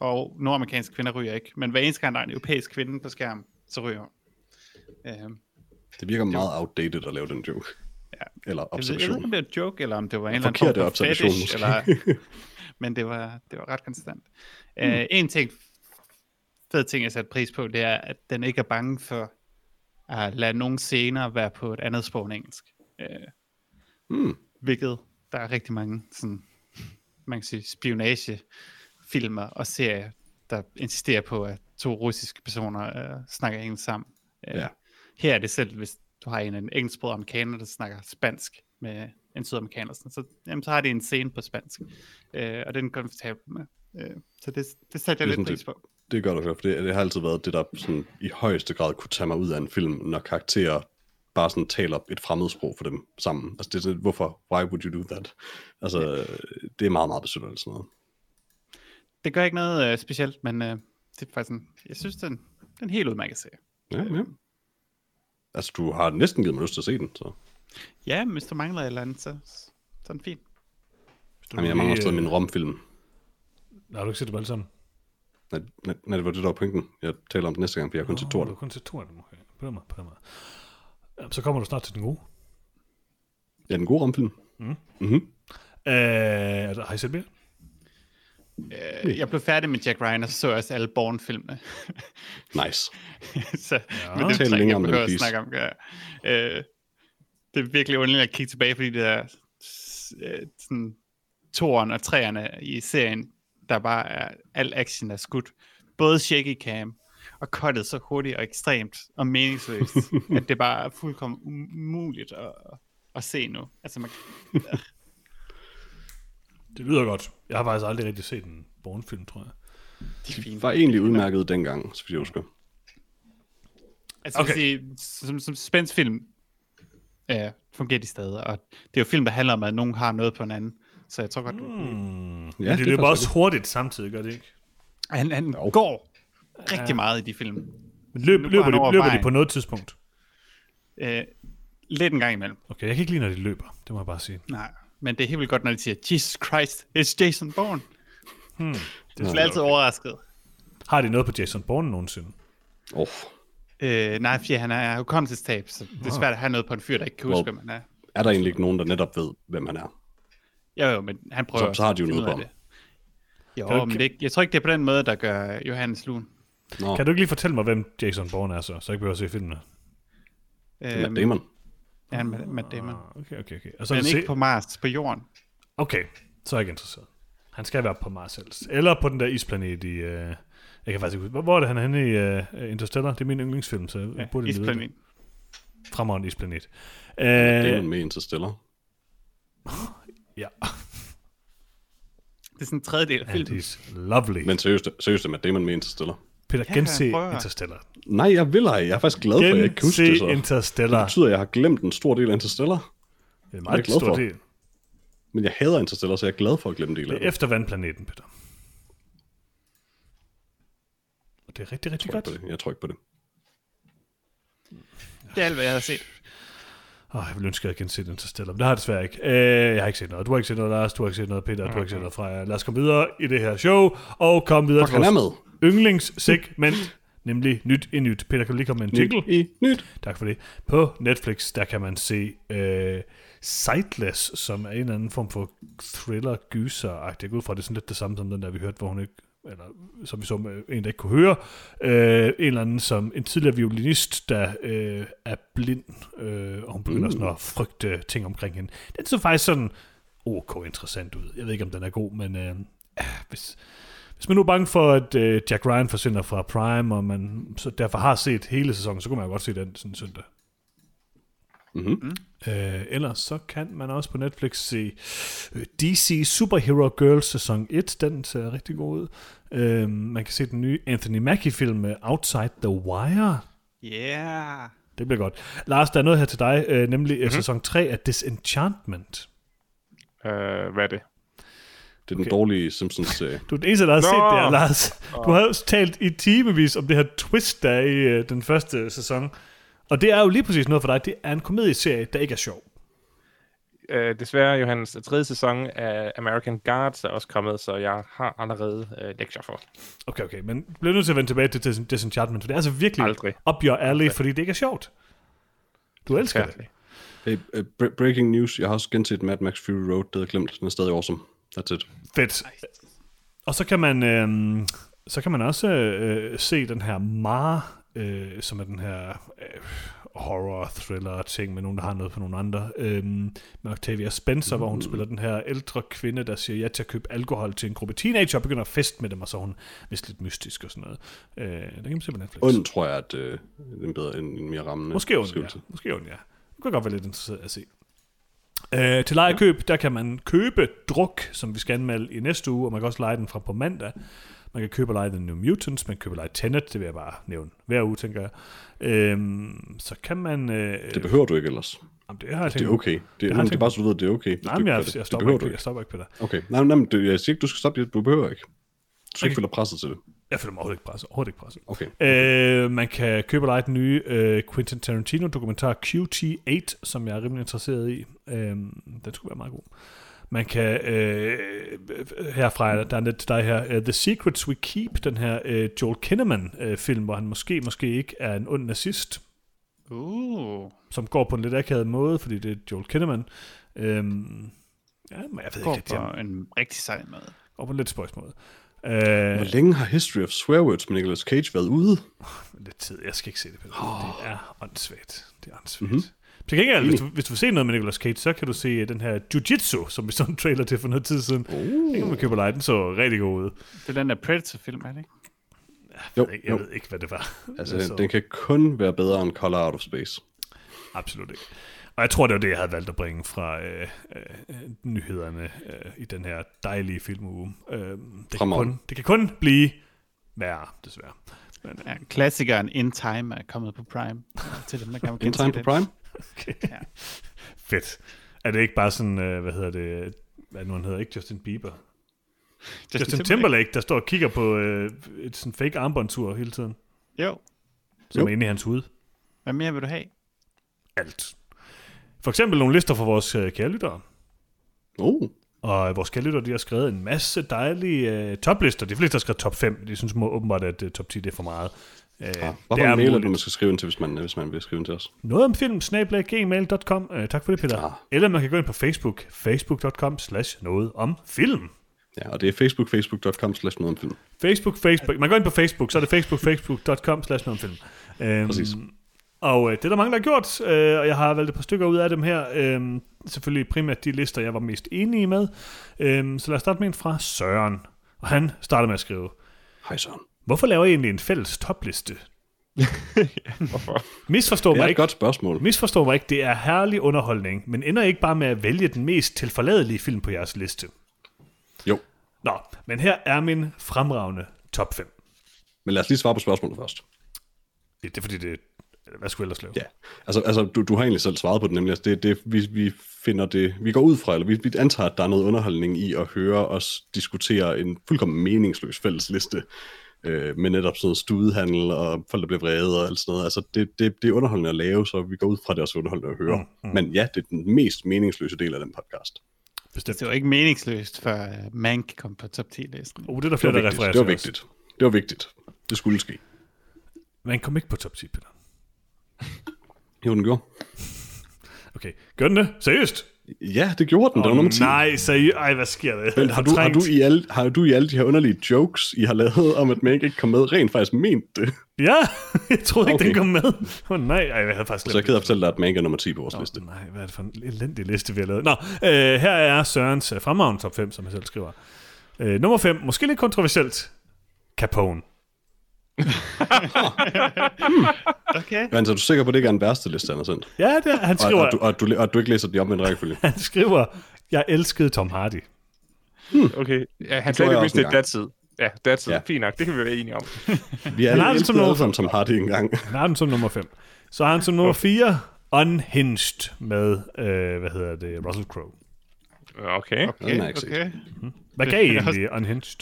og nordamerikanske kvinder ryger ikke, men hver eneste gang, der er en europæisk kvinde på skærmen, så ryger hun. Øhm, Det virker meget outdated at lave den joke. Ja. Eller jeg, ved, jeg ved ikke, observation. om det var en joke, eller om det var en eller anden Forkert form for observation, fetish, måske. Hmm. eller men det var, det var ret konstant. Mm. Øh, en ting, fed ting, jeg satte pris på, det er, at den ikke er bange for at lade nogen scener være på et andet sprog end engelsk. Øh, Mm. Hvilket der er rigtig mange sådan, man kan sige, spionagefilmer og serier, der insisterer på, at to russiske personer øh, snakker engelsk sammen. Øh, Ja. Her er det selv, hvis du har en, en engelsksproget amerikaner, der snakker spansk med en sydamerikaner, sådan, så, jamen, så har de en scene på spansk, øh, og den er komfortabel med. Øh, så det, det satte Det er jeg sådan lidt pris på. Det er godt at høre, for det, det har altid været det, der sådan, i højeste grad kunne tage mig ud af en film, når karakterer bare sådan taler et fremmedsprog for dem sammen. Altså det er sådan, lidt, hvorfor, why would you do that? Altså, det er meget, meget besynderligt sådan noget. Det gør ikke noget øh, specielt, men øh, det er faktisk en, jeg synes, den, den er en helt udmærket serie. Ja, ja. Altså, du har næsten givet mig lyst til at se den, så. Ja, men hvis du mangler et eller andet, så, så er den fin. Jamen, jeg mangler øh, stadig min romfilm. Nej, har du ikke set det alle sammen? Nej, nej, nej, det var det, der var pointen. Jeg taler om det næste gang, for jeg er kun til Nå, Thor. du er Kun til Toren, okay. På den måde, på den måde. Jamen, Så kommer du snart til den gode. Ja, den gode romfilm. Mm. Mm-hmm. Øh, altså, har I set mere? Øh, jeg blev færdig med Jack Ryan, og så så jeg også alle Bourne-filmene. Nice. så, Ja. ja, men det Tal er længere jeg om den, behøver at please. snakke om. Ja. Øh, det er virkelig underligt at kigge tilbage, fordi det er s- øh, sådan, toeren og træerne i serien, der bare er al action er skudt. Både shaky cam og cuttet så hurtigt og ekstremt og meningsløst, at det bare er fuldkommen umuligt at, at se nu. Altså man, Det lyder godt. Jeg har faktisk aldrig rigtig set en Bourne-film, tror jeg. de er fine. Var egentlig udmærket dengang, så vidt jeg husker. Altså, okay. Okay. sige, som, som spændsfilm ja, fungerer de stadig, og det er jo film, der handler om, at nogen har noget på en anden. Så jeg tror godt, du... Mm. Ja, Ja, Men det, er løber faktisk også hurtigt samtidig, gør det ikke? Han, han går rigtig meget i de film. Men løb, Nu går løber, han over de, løber de vejen. på noget tidspunkt? Øh, lidt en gang imellem. Okay, jeg kan ikke lide, når de løber. Det må jeg bare sige. Nej, men det er helt vildt godt, når de siger, Jesus Christ, it's Jason Bourne. Hmm. Jeg bliver altid overrasket. Har de noget på Jason Bourne nogensinde? rigtigt. Åh, Øh, nej, fordi han er hukommelsestab, så Ah. det er svært at have noget på en fyr, der ikke kan Wow. huske, hvem han er. Er der egentlig ikke nogen, der netop ved, hvem han er? Jo, jo, men han prøver... Så- så har de jo at finde noget på ud af det. Jo, Kan du- men det, er ikke- jeg tror ikke, det er på den måde, der gør Johannes Lun. Nå, Kan du ikke lige fortælle mig, hvem Jason Bourne er så, så jeg ikke behøver at se filmene? det er Matt Damon. Ja, Matt, Øh, Matt Damon. Ah, Okay, okay, okay. Og så er Men det ikke se... på Mars, på Jorden. Okay, så er jeg ikke interesseret. Han skal være på Mars helst. Eller på den der isplanet i... Øh... Jeg kan faktisk ikke huske. Hvor- Hvor er det, han er henne i øh, Interstellar? Det er min yndlingsfilm, så jeg Ja, burde lige vide det. isplanet. Fremragende isplanet. Matt Øh, Damon med Interstellar. ja, Det er sådan en tredjedel af and filmen. he's lovely. Men... Men seriøst, seriøst er Matt Damon med Interstellar. Peter, Ja, gense prøv at- Interstellar. Nej, jeg vil ej. Jeg er faktisk glad for, at jeg ikke kan huske det, Gense så. Det Interstellar. betyder, at jeg har glemt en stor del af Interstellar. Det er en Jeg er meget glad stor for. del. Men jeg hader Interstellar, så jeg er glad for at glemme en del af Det er det. efter vandplaneten, Peter. Og det er rigtig, rigtig Jeg tror ikke godt. på det. Jeg tror ikke på det. Det er alt, hvad jeg havde set. Åh, oh, jeg ville ønske, at jeg kunne se den til stille, men det har jeg desværre ikke. Øh, jeg har ikke set noget. Du har ikke set noget, Lars. Du har ikke set noget, Peter. Du har ikke set noget, Freja. Lad os komme videre i det her show, og komme videre Fuck, han er med. yndlingssegment, nemlig Nyt i Nyt. Peter, kan du lige komme med en jingle? Nyt i nyt. Tak for det. På Netflix, der kan man se øh, Sightless, som er en eller anden form for thriller gyser -agtig. Jeg går ud fra, at det er sådan lidt det samme som den der, vi hørte, hvor hun ikke eller som vi så med en, der ikke kunne høre, øh, en eller anden som en tidligere violinist, der øh, er blind, øh, og hun begynder mm. sådan at frygte ting omkring hende. Den så faktisk sådan ok interessant ud. Jeg ved ikke, om den er god, men øh, ja, hvis, hvis man nu er bange for, at øh, Jack Ryan forsvinder fra Prime, og man så derfor har set hele sæsonen, så kunne man jo godt se den sådan en søndag. Mhm. Øh, ellers så kan man også på Netflix se øh, DC Superhero Girls sæson 1. Den ser rigtig god ud. Øh, man kan se den nye Anthony Mackie-film øh, Outside the Wire. Yeah. Det bliver godt. Lars, der er noget her til dig, øh, nemlig mm-hmm. sæson 3 af Disenchantment. Øh, hvad er det? Det er den Okay. dårlige Simpsons-serie. Du er den eneste, der har Nå. Nå! set det her, Lars. Du har jo talt i timevis om det her twist, der er i øh, den første sæson. Og det er jo lige præcis noget for dig. Det er en komedieserie, der ikke er sjov. Øh, desværre, Johannes, tredje sæson af American Guards er også kommet, så jeg har allerede øh, lektier for. Okay, okay, men du bliver nødt til at vende tilbage til Dis- Disenchantment, for det er altså virkelig Aldrig. up your alley, fordi det ikke er sjovt. Du elsker det. Forfærdeligt. Hey, uh, bre- breaking news. Jeg har også genset Mad Max Fury Road. Det havde jeg glemt. Den er stadig awesome. That's it. Fedt. Og så kan man, øh, så kan man også øh, se den her Mar, øh, som er den her øh, horror-thriller-ting med nogen, der har noget på nogle andre. Øh, med Octavia Spencer, mm. hvor hun spiller den her ældre kvinde, der siger ja til at købe alkohol til en gruppe teenager og begynder at feste med dem, og så er hun vist lidt mystisk og sådan noget. Øh, det kan man se på Netflix. Und tror jeg, at øh, den er bedre en, en mere rammende Måske ond, ja. beskrivelse. Måske ond, ja. Det kunne jeg godt være lidt interesseret at se. Øh, til lejekøb, der kan man købe druk, som vi skal anmelde i næste uge, og man kan også lege den fra på mandag. Man kan købe og lege The New Mutants, man kan købe og lege Tenet, det vil jeg bare nævne hver uge, tænker jeg. Øhm, så kan man... Øh, Det behøver du ikke ellers. jamen, det, har jeg Det tænkt- er okay. Det, jeg det, det er tænkt- bare, så du ved, det er okay. hvis Nej, du men ikke gør jeg, det. jeg, Det stopper behøver ikke, du jeg stopper ikke, Peter. Okay. Nej, nej, men det, jeg siger ikke, du skal stoppe det. Du behøver ikke. Du skal ikke Okay. føle dig presset til det. Jeg føler mig overhovedet ikke presset. Overhovedet ikke presset. Okay. Øh, man kan købe og lege den nye øh, Quentin Tarantino-dokumentar QT8, som jeg er rimelig interesseret i. Øh, den skulle være meget god. Man kan, øh, herfra, der er lidt til dig her, uh, The Secrets We Keep, den her øh, Joel Kinnaman-film, hvor han måske, måske ikke er en ond nazist, Uh. som går på en lidt akavet måde, fordi det er Joel Kinnaman. Øhm, ja, men jeg ved ikke, Går at jeg på en rigtig sej måde. går på en lidt spøjs måde. Hvor Øh, længe har History of Swearwords med Nicolas Cage været ude? lidt tid. Jeg skal ikke se det, Peter. Oh. Det er åndssvagt. Det er åndssvagt. Mhm. Mm-hmm. Til gengæld, hvis du, hvis du vil se noget med Nicolas Cage, så kan du se øh, den her Jiu-Jitsu, som vi så en trailer til for noget tid siden. Oh. Den kan man købe live. Den så rigtig god ud. Det er den der Predator-film, er det ikke? Jo, Jeg, jo. jeg ved ikke, hvad det var. Altså, Jeg så- den kan kun være bedre end Color Out of Space. Absolut ikke. Og jeg tror, det var det, jeg havde valgt at bringe fra øh, øh, øh, nyhederne øh, i den her dejlige filmuge. Øh, det, kan Fremragende. kun, det kan kun blive værre, desværre. Ja, klassikeren In Time er kommet på Prime. Til dem, der kan In Time gense på den. Prime? Okay. Ja. Fedt. Er det ikke bare sådan, øh, hvad hedder det, hvad er det nu han hedder, ikke Justin Bieber? Justin, Justin Timberlake, der står og kigger på øh, et sådan fake armbåndsur hele tiden, Jo. som Jo. er inde i hans hoved. Hvad mere vil du have? Alt. For eksempel nogle lister for vores øh, kære lyttere. Oh, Og øh, vores kære lyttere, de har skrevet en masse dejlige øh, toplister. De fleste har skrevet top 5. De synes må, åbenbart, at øh, top 10 det er for meget. Øh, det Ah, Hvorfor er mailer muligt. du, man skal skrive ind til, hvis man, hvis man vil skrive ind til os? Noget om film, snablag, gmail.com. Øh, tak for det, Peter. Ah. Eller man kan gå ind på Facebook, facebook.com slash noget om film. Ja, og det er facebook, facebook.com slash noget om film. Facebook, Facebook. Man går ind på Facebook, så er det facebook, facebook.com slash noget om film. Øhm, Præcis. Og øh, det er der mange, der har gjort, øh, og jeg har valgt et par stykker ud af dem her. Øh, selvfølgelig primært de lister, jeg var mest enig med. Øh, så lad os starte med en fra Søren. Og han starter med at skrive, Hej Søren. hvorfor laver I egentlig en fælles topliste? Hvorfor? Misforstå Det er mig et ikke. godt spørgsmål. Misforstå mig ikke, det er herlig underholdning, men ender I ikke bare med at vælge den mest tilforladelige film på jeres liste. Jo, Nå, men her er min fremragende top 5. men lad os lige svare på spørgsmålet først. Ja, det er fordi, det eller hvad skulle jeg ellers lave? Ja, altså, altså du, du har egentlig selv svaret på det nemlig. Altså, det, det, vi, vi finder det, vi går ud fra, eller vi, vi antager, at der er noget underholdning i at høre os diskutere en fuldkommen meningsløs fællesliste øh, med netop sådan noget studehandel og folk, der bliver vrede og alt sådan noget. Altså det, det, det er underholdende at lave, så vi går ud fra, at det er også underholdende at høre. Mm, mm. Men ja, det er den mest meningsløse del af den podcast. Bestemt. Det var ikke meningsløst, før øh, Mank kom på top 10-listen. Oh, det er der Det flere, var der vigtigt. refererer Det var til os. vigtigt. Det var vigtigt. Det skulle ske. Man kom ikke på top 10, Peter. Jo, den gjorde. Okay, gør den det? Seriøst? Ja, det gjorde den. Oh, det var nummer 10. nej, seriøst. Ej, hvad sker der? Men har du, har, du i alle, har du i alle de her underlige jokes, I har lavet om, at man ikke kom med, rent faktisk ment det? Ja, jeg troede ikke, okay. den Okay. kom med. Åh oh, nej, ej, jeg havde faktisk Så jeg glemt er ked af at fortælle dig, at man ikke er nummer 10 på vores liste. det. Nej, hvad er det for en elendig liste, vi har lavet? Nå, øh, her er Sørens øh, fremragende top 5, som jeg selv skriver. Øh, nummer 5, måske lidt kontroversielt. Capone. Okay. Men så er du sikker på, at det ikke er den værste liste, han har sendt? Ja, det er, han Og, skriver, og, du, og, du, og du ikke læser den i omvendt rækkefølge? han skriver, jeg elskede Tom Hardy. Hm. Okay. Ja, han Det gjorde jeg sagde det også mindste engang. datid. Ja, datid. Ja. Ja. Fint nok, det kan vi være enige om. Vi er har alle det som elskede alle nummer sammen som Hardy engang. Han har den som nummer 5. Så har han som nummer 4, Unhinged med, øh, hvad hedder det, Russell Crowe. Øh, Okay. Den har Okay, jeg ikke set. okay. Hvad gav I egentlig Unhinged?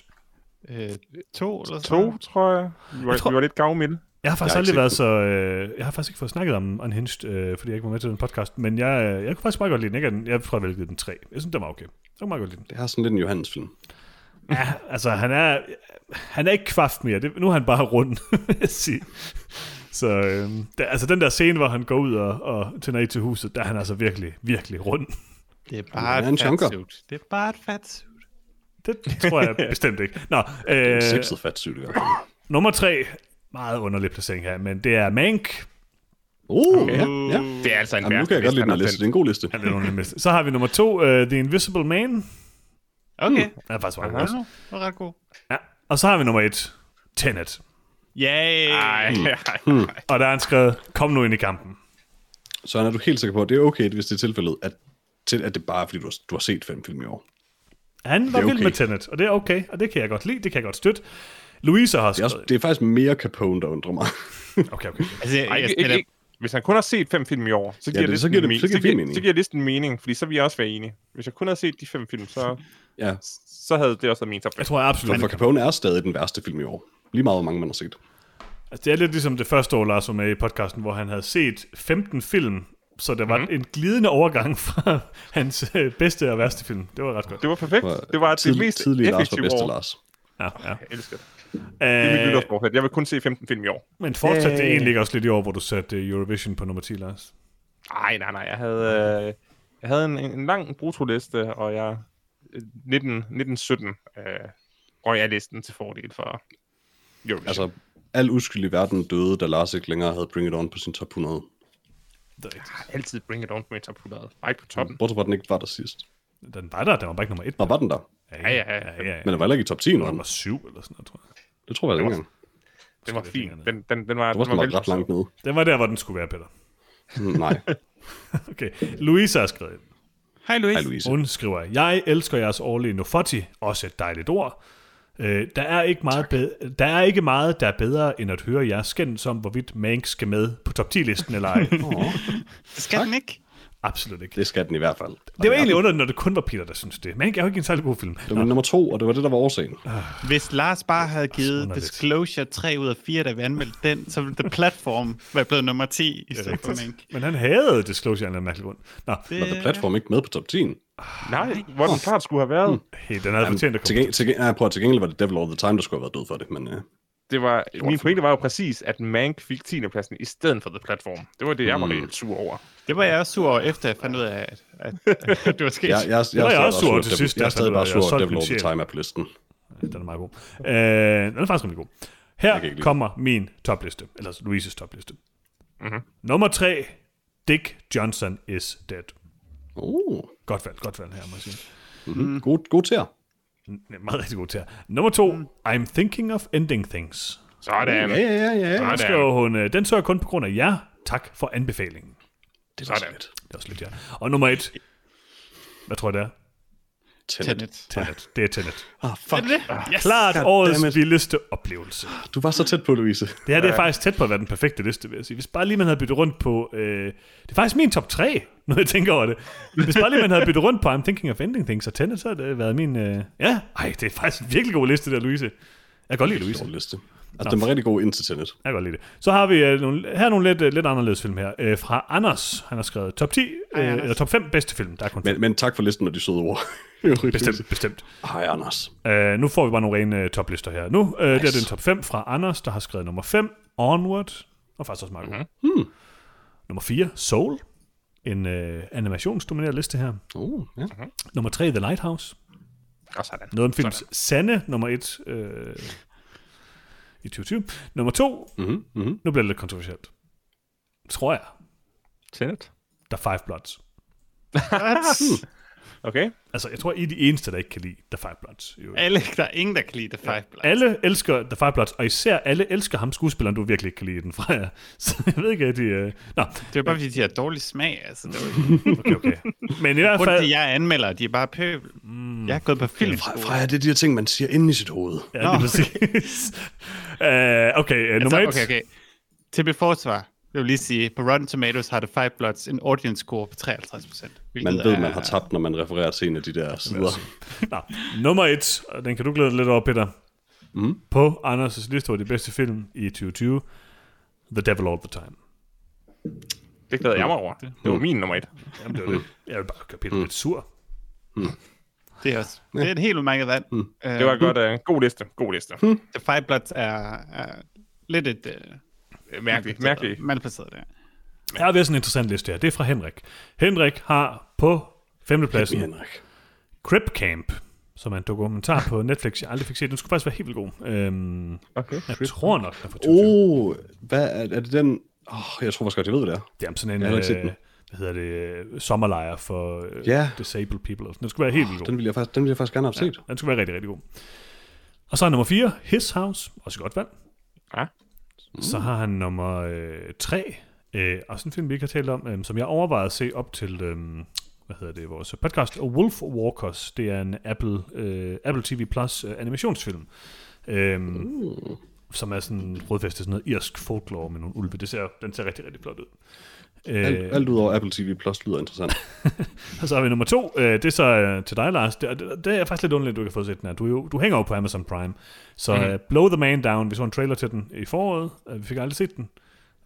Øh, to eller sådan To, tror jeg. Vi var, tror- tror... vi var lidt gavmilde. Jeg har faktisk Jeg har jeg ikke aldrig set været så... Øh, jeg har faktisk ikke fået snakket om Unhinged, øh, fordi jeg ikke var med til den podcast, men jeg, øh, jeg kunne faktisk meget godt lide den. Jeg, gav den, jeg tror, jeg ville give den 3. Jeg synes, den var okay. Jeg kunne meget godt lide den. Det har sådan lidt en Johannes-film. Ja, altså, han er, han er ikke kvaft mere. Det, nu er han bare rund, vil jeg sige. Så øh, der, altså, den der scene, hvor han går ud og, og tænder i til huset, der er han altså virkelig, virkelig rund. Det er bare Han er en et chunker. fat suit. Det er bare et fat suit. Det tror jeg bestemt ikke. Nå, øh, En sexet fat syg, det gør. nummer 3. Meget underlig placering her, men det er Mank. Uh, ja, ja. Det er altså en Jamen, nu værst kan jeg godt lide liste, den han her liste. har Det sendt. er en god liste. Det er nogen, jeg mistede. Så har vi nummer 2, øh, The Invisible Man. Den Okay, er faktisk meget Aha. god. mm. det var ret god. Ja. Og så har vi nummer et, Tenet. Yay! Ej, Hmm. ej, ej. Og der er han skrevet, kom nu ind i kampen. Så er du helt sikker på, at det er okay, hvis det er tilfældet, at, til, at det bare er, fordi du har, du har set fem film i år. Han var Det er okay. vild med okay. Tenet, og det er okay, og det kan jeg godt lide, det kan jeg godt støtte. Louise har Det er, også, skrevet... det er faktisk mere Capone, der undrer mig. Okay, okay. Altså, jeg, Ej, jeg, ikke, jeg, ikke, ikke. Hvis han kun har set fem film i år, så giver det- så listen giver det- men- så giver det fin mening. så giver listen mening, fordi så vil jeg også være enig. Hvis jeg kun havde set de fem film, så, ja. så havde det også været min top Jeg 5. tror jeg absolut... For Capone er stadig den værste film i år. Lige meget, hvor mange man har set. Altså, det er lidt ligesom det første år, Lars var med i podcasten, hvor han havde set 15 film, så der var mm. en glidende overgang fra hans øh, bedste og værste film. Det var ret godt. Det var perfekt. For Det var det tidlig- mest tidlige Lars var effektive bedste år. Lars. Ja, ja. Øh, Jeg elsker det. Det er mit Æh, nytårsforsæt. Jeg vil kun se 15 film i år. men fortsat Øh. det egentlig ikke også lidt i år, hvor du satte øh, Eurovision på nummer 10, Lars. Nej, nej, nej. Jeg havde, øh, jeg havde en, en lang brutoliste, og jeg øh, 19, 1917 øh, røg jeg listen til fordel for Eurovision. Altså, Altså, al uskyld i verden døde, da Lars ikke længere havde Bring It On på sin top 100. Det er rigtigt. altid bring it on på min top 100. Bare ikke på toppen. Bortset fra, at den ikke var der sidst. Den var der, den var bare ikke nummer 1. Nå, var den der? Ja, ja, ja. Men den var heller ikke i top 10 nu. nummer 7 eller sådan noget, tror jeg. Det tror jeg ikke engang. Den var jeg fin. fingrene. Den, den, den var, Det var den var sådan ret langt nede. Den var der, hvor den skulle være, Peter. Mm, Nej, Okay. Louise har skrevet ind. Hej Louise. hej Louise. Hun skriver, jeg elsker jeres årlige Nofoti, også et dejligt ord. Øh, der, er ikke meget bedre, der er ikke meget, der er bedre, end at høre jeres skændes om, hvorvidt Mank skal med på top 10-listen eller ej. Det skal den ikke. Absolut ikke. Det skal den i hvert fald. Det var egentlig underligt, når det kun var Peter, der syntes det. Mank er jo ikke en særlig god film. Det var nummer to, og det var det, der var årsagen. Hvis Lars bare havde givet underligt. Disclosure 3 ud af 4, da vi anmeldte den, så ville The Platform være blevet nummer 10 i stedet for Mink. Men han havde Disclosure af en eller anden mærkelig grund. Nå, Var The Platform ikke med på top 10? Nej, Hmm. hvor den klart skulle have været. hey, den havde fortjent at Til, ah, komme. gæ- til, gæ- nej, prøv at til gengæld var det Devil All The Time, der skulle have været død for det, men øh, det var, min pointe var jo præcis, at Mank fik 10. pladsen i stedet for The Platform. Det var det, jeg var Mm. helt sur over. Det var jeg også sur over, efter jeg fandt ud af, at, at, at det var sket. Jeg, jeg, jeg, jeg jeg, også sur til sidst, Jeg er altså, stadig det var- bare jeg sur, solgte at Devil min Over the sjæl. Time er på listen. Ja, Den er meget god. Øh, den er faktisk rimelig god. Her kan ikke lide kommer min topliste, eller altså Louises topliste. Mhm. Nummer tre, Dick Johnson is dead. Uh, Godt valg, godt valg her, må jeg sige. mm. god, god til jer. Den er meget rigtig god til her. Nummer to, I'm thinking of ending things. Sådan. Ja, ja, ja, ja. Der Sådan. skrev hun, øh, den så jeg kun på grund af jer. Tak for anbefalingen. Det er Sådan. lidt. Det er også lidt jer. Og nummer et, hvad tror jeg det er? Tenet. Tenet. Tenet. Det er Tenet. Ah, fuck. Yes, Klart årets vildeste oplevelse. Du var så tæt på, Louise. Det her det er faktisk tæt på at være den perfekte liste, vil jeg sige. Hvis bare lige man havde byttet rundt på... Øh, det er faktisk min top 3, når jeg tænker over det. Hvis bare lige man havde byttet rundt på I'm Thinking of Ending Things og Tenet, så havde det været min... Øh, ja, ej, det er faktisk en virkelig god liste der, Louise. Jeg kan godt lide Louise. Stor liste. Altså, den var rigtig god indtil Tenet. Jeg kan godt lide det. Så har vi øh, nogle, her er nogle lidt, øh, lidt anderledes film her. Øh, fra Anders. Han har skrevet top 10, øh, Anders. eller top 5 bedste film. Der er kun Men, fem. men tak for listen og de søde ord. I øvrigt, Louise. Bestemt, bestemt. Hej, Anders. Øh, nu får vi bare nogle rene øh, toplister her. Nu, øh, nice. det er den top 5 fra Anders, der har skrevet nummer 5, Onward, og faktisk også Marco. Mm-hmm. Nummer 4, Soul, en øh, animationsdomineret liste her. Uh, ja. Nummer 3, The Lighthouse, Og sådan. noget om films sande, nummer 1 øh, i 2020. Nummer 2, Mm-hmm. Mm-hmm. nu bliver det lidt kontroversielt, tror jeg, Tenet. der er Five Bloods. What? Okay. Altså, jeg tror, I er de eneste, der ikke kan lide The Five Bloods. Jo. Alle, der er ingen, der kan lide The Five Bloods. alle elsker The Five Bloods, og især alle elsker ham skuespilleren, du virkelig ikke kan lide i den fra jer. Så jeg ved ikke, at de... Øh... Nå, Det er bare, fordi de har dårlig smag. Altså, det er jo okay, okay. Men i hvert ikke fordi, fald... jeg anmelder, de er bare pøbel. Mm. Jeg har gået på film. Fra, Freja, det er de her ting, man siger inde i sit hoved. Ja, Nå, lige præcis. okay, uh, okay uh, nummer et. Altså, okay, okay. Til mit forsvar, jeg vil lige sige, på Rotten Tomatoes har The Five Bloods en audience score på 53 procent. Man ved, man har tabt, når man refererer til en af de der altså, sider. Nå, nummer et, og den kan du glæde dig lidt over, Peter. Mm. På Anders' liste over de bedste film i 2020, The Devil All The Time. Det glæder jeg mig over. Det var min nummer et. Jamen, det var det. Mm. Jeg vil bare gøre Peter lidt sur. Det er, også, det er et helt udmærket valg. Mm. Uh, Det var godt. øh, god liste. God liste. The Five Bloods er, er lidt et... Uh, Mærkeligt. Mærkeligt. Malplaceret, der. Her har vi også en interessant liste her. Det er fra Henrik. Henrik har på Ja, femtepladsen Henrik. Crip Camp, som er en dokumentar på Netflix, jeg aldrig fik set. Den skulle faktisk være helt vildt god. Øhm, Okay. jeg tror nok, den er fra 2020. Oh, hvad er, er det den... Oh, jeg tror faktisk godt, jeg ved, hvad det er. Det er sådan en, jeg har ikke set øh, den. hvad hedder det, øh, sommerlejr for øh, Ja. disabled people. og sådan. Den skulle være helt vildt Den god. ville jeg faktisk, den ville jeg faktisk gerne have set. Den skulle være rigtig, rigtig god. Og så er nummer 4, His House, også et godt valg. Ja. Så har han nummer 3, øh, også en film, vi ikke har talt om, øh, som jeg overvejede at se op til, øh, hvad hedder det, vores podcast, Wolf Walkers. Det er en Apple, øh, Apple TV Plus øh, animationsfilm. Øh, som er sådan rodfæstet sådan noget irsk folklore med nogle ulve. Det ser, den ser rigtig, rigtig flot ud. Alt, Øh, alt ud over Apple TV Plus lyder interessant. og så har vi nummer to. Øh, det er så øh, til dig, Lars. Det, det, det er faktisk lidt underligt, at du ikke har fået set den her. Du, er jo, du hænger jo på Amazon Prime. Så Mhm. mm-hmm. øh, Blow the Man Down. Vi så en trailer til den i foråret. Øh, vi fik aldrig set den.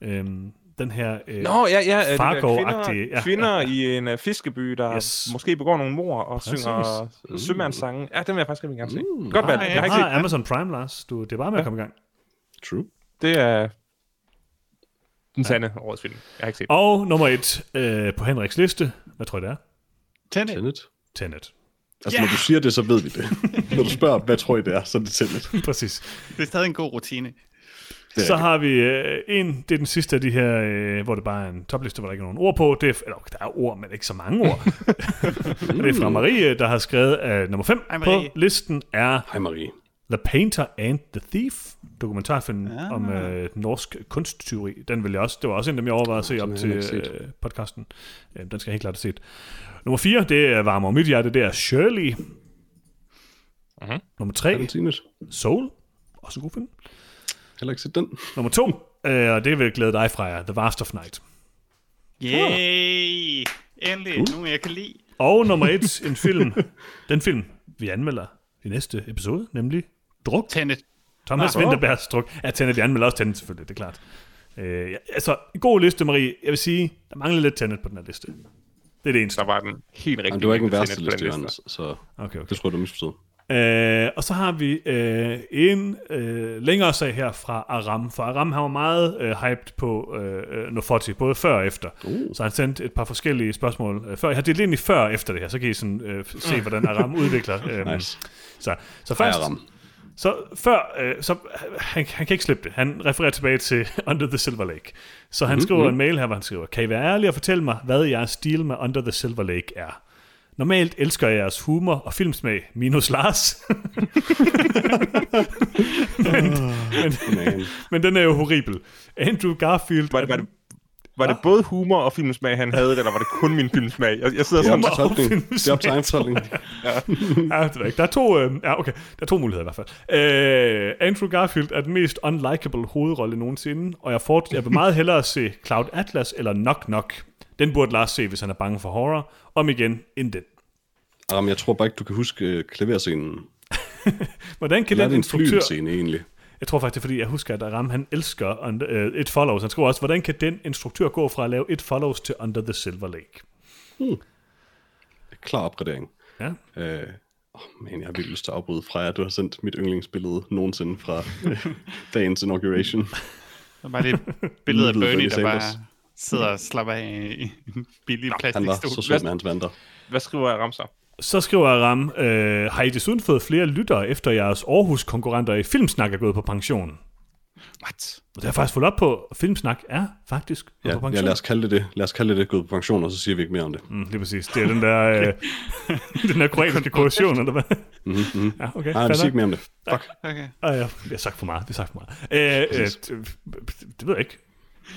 Øhm, den her... Øh, Nå, ja, ja. øh, de der Fargo-agtige, Kvinder, ja. kvinder i en uh, fiskeby, der Yes. yes. måske begår nogle mor og Præcis. synger mm. sømandssange. Ja, den vil jeg faktisk rigtig gerne se. Godt valg. Ah, Jeg har ikke set har Amazon Prime, Lars. Du, det er bare med at komme i gang. True. Det er den sande årets film. Jeg har ikke set den. Og nummer et øh, på Henriks liste. Hvad tror jeg, det er? Tenet. Tenet. Tenet. Altså, når du siger det, så ved vi det. når du spørger, hvad tror I, det er, så er det Tenet. Præcis. Det er stadig en god rutine. Det er Så har vi øh, en, det er den sidste af de her, øh, hvor det bare er en topliste, hvor der ikke er nogen ord på. Det er, eller, der er ord, men ikke så mange ord. Og det er fra Marie, øh, der har skrevet, at nummer 5 Hej, Marie. på listen er Hej, Marie. The Painter and the Thief, dokumentarfilm ja. Ah. om øh, norsk kunsttyveri. Den vil jeg også, det var også en, dem jeg overvejede at se op har til jeg ikke øh, podcasten. Øh, den skal jeg helt klart have set. Nummer 4, det er varme om mit hjerte, det er Shirley. Mhm. Nummer Er 3, den Tenet? Soul. Også en god film. Heller ikke set den. Nummer 2, øh, og det vil glæde dig, Freja, The Vast of Night. Yay! Endelig, cool. nogen jeg kan lide. Og nummer 1, en film, den film, vi anmelder i næste episode, nemlig Druk. Tenet. Thomas Ah, åh. Winterbergs druk. Ja, Tenet, vi anmelder også Tenet selvfølgelig, det er klart. Øh, ja, altså, en god liste, Marie. Jeg vil sige, der mangler lidt Tenet på den her liste. Det er det eneste. Der var den helt rigtig. Jamen, det var ikke den værste liste, Johannes, så Okay, okay. det tror jeg, du misforstod. Øh, og så har vi øh, en øh, længere sag her fra Aram, for Aram han var meget øh, hyped på øh, Nofoti, både før og efter. Uh. Så han sendte et par forskellige spørgsmål øh, før. Jeg har delt ind i før og efter det her, så kan I sådan, øh, se, hvordan Aram udvikler. Øh, Mm. Nice. så, så Hej, først, Aram. så før, øh, så, han, han kan ikke slippe det. Han refererer tilbage til Under the Silver Lake. Så Mhm, han mm-hmm. skriver en mail her, hvor han skriver, kan I være ærlige og fortælle mig, hvad jeres deal med Under the Silver Lake er? Normalt elsker jeg jeres humor og filmsmag, minus Lars. men, men, Man. men den er jo horribel. Andrew Garfield... Var det, var det, var det både humor og filmsmag, han havde, eller var det kun min filmsmag? Jeg, jeg sidder Det er sådan... Humor. optolkning. opfindes Det er op til egen fortolkning. Ja, det ved jeg ikke. Der er to, øh, ja, okay. Der er to muligheder i hvert fald. Øh, Andrew Garfield er den mest unlikable hovedrolle nogensinde, og jeg, fort, jeg vil meget hellere se Cloud Atlas eller Knock Knock. Den burde Lars se, hvis han er bange for horror. Om igen, intet. Aram, jeg tror bare ikke, du kan huske øh, klaverscenen. Hvordan kan Eller er den det en instruktør... flyscene egentlig? Jeg tror faktisk, det er, fordi jeg husker, at Aram, han elsker under, øh, It Follows. Han skriver også, hvordan kan den instruktør gå fra at lave It Follows til Under the Silver Lake? Klar opgradering. Ja. Øh, oh man, jeg har virkelig lyst til at afbryde Freja. Du har sendt mit yndlingsbillede nogensinde fra øh, dagens inauguration. Der var det billede af Little Bernie, Bernie der Sanders. bare sidder og slapper af i en billig Han var så plastikstol. sød med hans vandre. Hvad skriver jeg Ramser? Så skriver Aram, øh, har I desuden fået flere lyttere, efter jeres Aarhus-konkurrenter i Filmsnak er gået på pension? What? Og det har jeg faktisk fået op på. Filmsnak er faktisk Ja, ja, på ja, pension. lad os kalde det det. Lad os kalde det det. Gået på pension, og så siger vi ikke mere om det. mm, lige præcis. Det er den der, øh, den der kroatiske korrektion, eller hvad? Mm-hmm. Ja, okay. Nej, vi fair siger nok. ikke mere om det. Fuck. Okay. Ej, ja, vi har sagt for meget, vi har sagt for meget. Øh, øh, Præcis. det, det ved jeg ikke.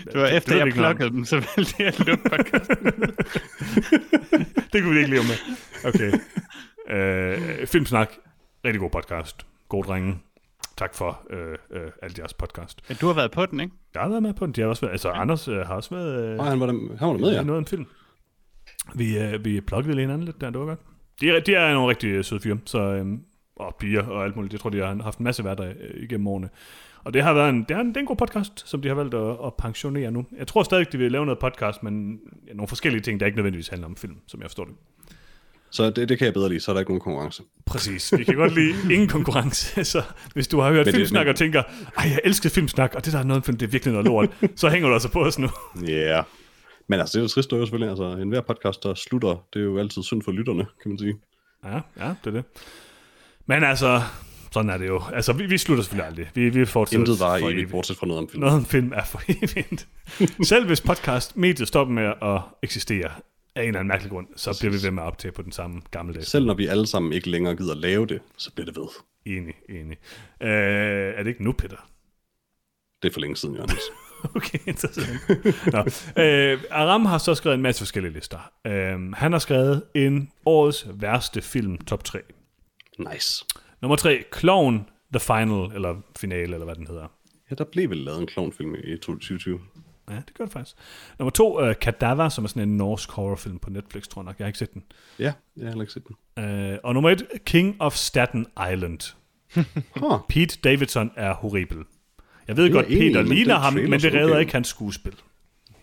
Det var efter, ved vi jeg ikke noget om. plukkede dem, så valgte jeg at lukke podcasten. Det kunne vi ikke leve med. Okay. øh, Filmsnak, rigtig god podcast. God drenge. Tak for øh, øh, alt jeres podcast. Men du har været på den, ikke? Jeg har været med på den. De har også været, altså, Anders øh, har også været... Øh, Og han var der, han var der med, ja. noget af en film. Vi, øh, vi pluggede lige hinanden lidt der, det var godt. De er, de er nogle rigtig øh, søde fyre, så, øh, og piger og alt muligt. Jeg tror, de har haft en masse hverdag øh, igennem årene. Og det har været en, det er en, det er en god podcast, som de har valgt at, at pensionere nu. Jeg tror stadig, de vil lave noget podcast, men ja, nogle forskellige ting, der ikke nødvendigvis handler om film, som jeg forstår det. Så det, det kan jeg bedre lide, så er der ikke nogen konkurrence. Præcis. Vi kan godt lide ingen konkurrence. Så hvis du har hørt Men det- filmsnak men- og tænker, ej, jeg elskede filmsnak, og det der er noget om film, det er virkelig noget lort, så hænger du altså på os nu. Ja. Yeah. Men altså, det er jo trist, det er jo selvfølgelig. Altså, enhver podcast, der slutter, det er jo altid synd for lytterne, kan man sige. Ja, ja, det er det. Men altså, sådan er det jo. Altså, vi, vi slutter selvfølgelig aldrig. Vi, vi fortsætter Intet var for evigt, bortset fra noget om film. Noget om film er for evigt. Selv hvis podcast mediet stopper med at eksistere af en eller anden mærkelig grund, så bliver vi ved med at optage på den samme gamle dag. Selv når vi alle sammen ikke længere gider lave det, så bliver det ved. Enig, enig. Øh, er det ikke nu, Peter? Det er for længe siden, Jørgens. Okay, interessant. Nå. Øh, Aram har så skrevet en masse forskellige lister. Øh, han har skrevet en årets værste film top 3. nice. Nummer 3, Clown The Final, eller Finale, eller hvad den hedder. Ja, der blev vel lavet en klovnfilm i 2020. Ja, det gør det faktisk. Nummer to, uh, Kadaver, som er sådan en norsk horrorfilm på Netflix, tror jeg nok. Jeg har ikke set den. Ja, jeg har heller ikke set den. Uh, og nummer et, King of Staten Island. Huh. Pete Davidson er horribel. Jeg ved er godt, jeg enig i, Peter men ligner den ham, trailer men så det redder okay. ikke hans skuespil.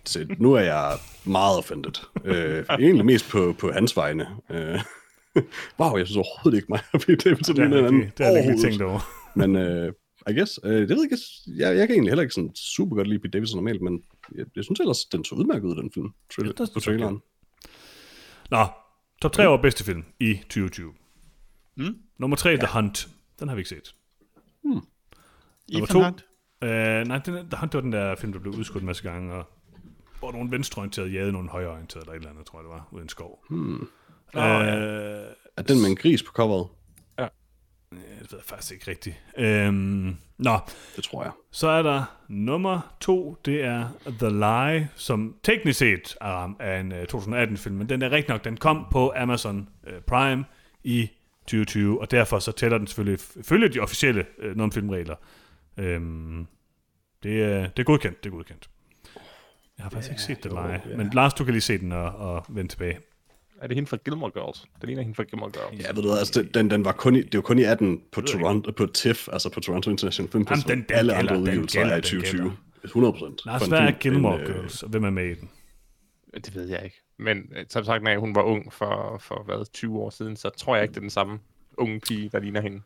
Se, nu er jeg meget offended. Øh, egentlig mest på, på hans vegne. Øh, wow, jeg synes overhovedet ikke mig at blive det Det til den har jeg anden. ikke- det har jeg ikke lige Overhovedet. tænkt over. Men øh, I guess, øh, det ved jeg ikke, jeg, jeg kan egentlig heller ikke sådan super godt lide Pete Davidson normalt, men jeg, jeg synes ellers, den så udmærket ud, den film, trailer, Ja, det synes på jeg traileren. Nå, top Mm. 3 over bedste film i 2020. Mm? Nummer 3, ja. The Hunt. Den har vi ikke set. Nummer to. Hunt. Uh, nej, den, The Hunt det var den der film, der blev udskudt en masse gange, og hvor nogle venstreorienterede jagede nogle højreorienterede, eller et eller andet, tror jeg det var, ude i en skov. Hmm. Uh, ja. Er den med en gris på coveret? Ja, Det ved jeg faktisk ikke rigtigt. Øhm, nå, Det tror jeg. så er der nummer to, det er The Lie, som teknisk set er, er en øh, 2018-film, men den er rigtig nok, den kom på Amazon øh, Prime i 2020, og derfor så tæller den selvfølgelig, følger de officielle øh, normfilmregler. Øhm, det, er, det er godkendt, det er godkendt. Jeg har faktisk ikke set The Lie, men Lars, du kan lige se den og, og vende tilbage. Er det hende fra Gilmore Girls? Det ligner hende fra Gilmore Girls. Ja, ved du hvad, altså, det- den, den var kun i, det var kun i 18 på Toronto, på TIFF, altså på Toronto International Film Festival. Jamen, den- den Alle gælder, andre den udgivelser gælder, er i den 2020. gælder. 100 procent. Lars, hvad er Gilmore øh, Girls, og hvem er med i den? Det ved jeg ikke. Men øh, som sagt, når hun var ung for, for hvad, 20 år siden, så tror jeg ikke, det er den samme unge pige, der ligner hende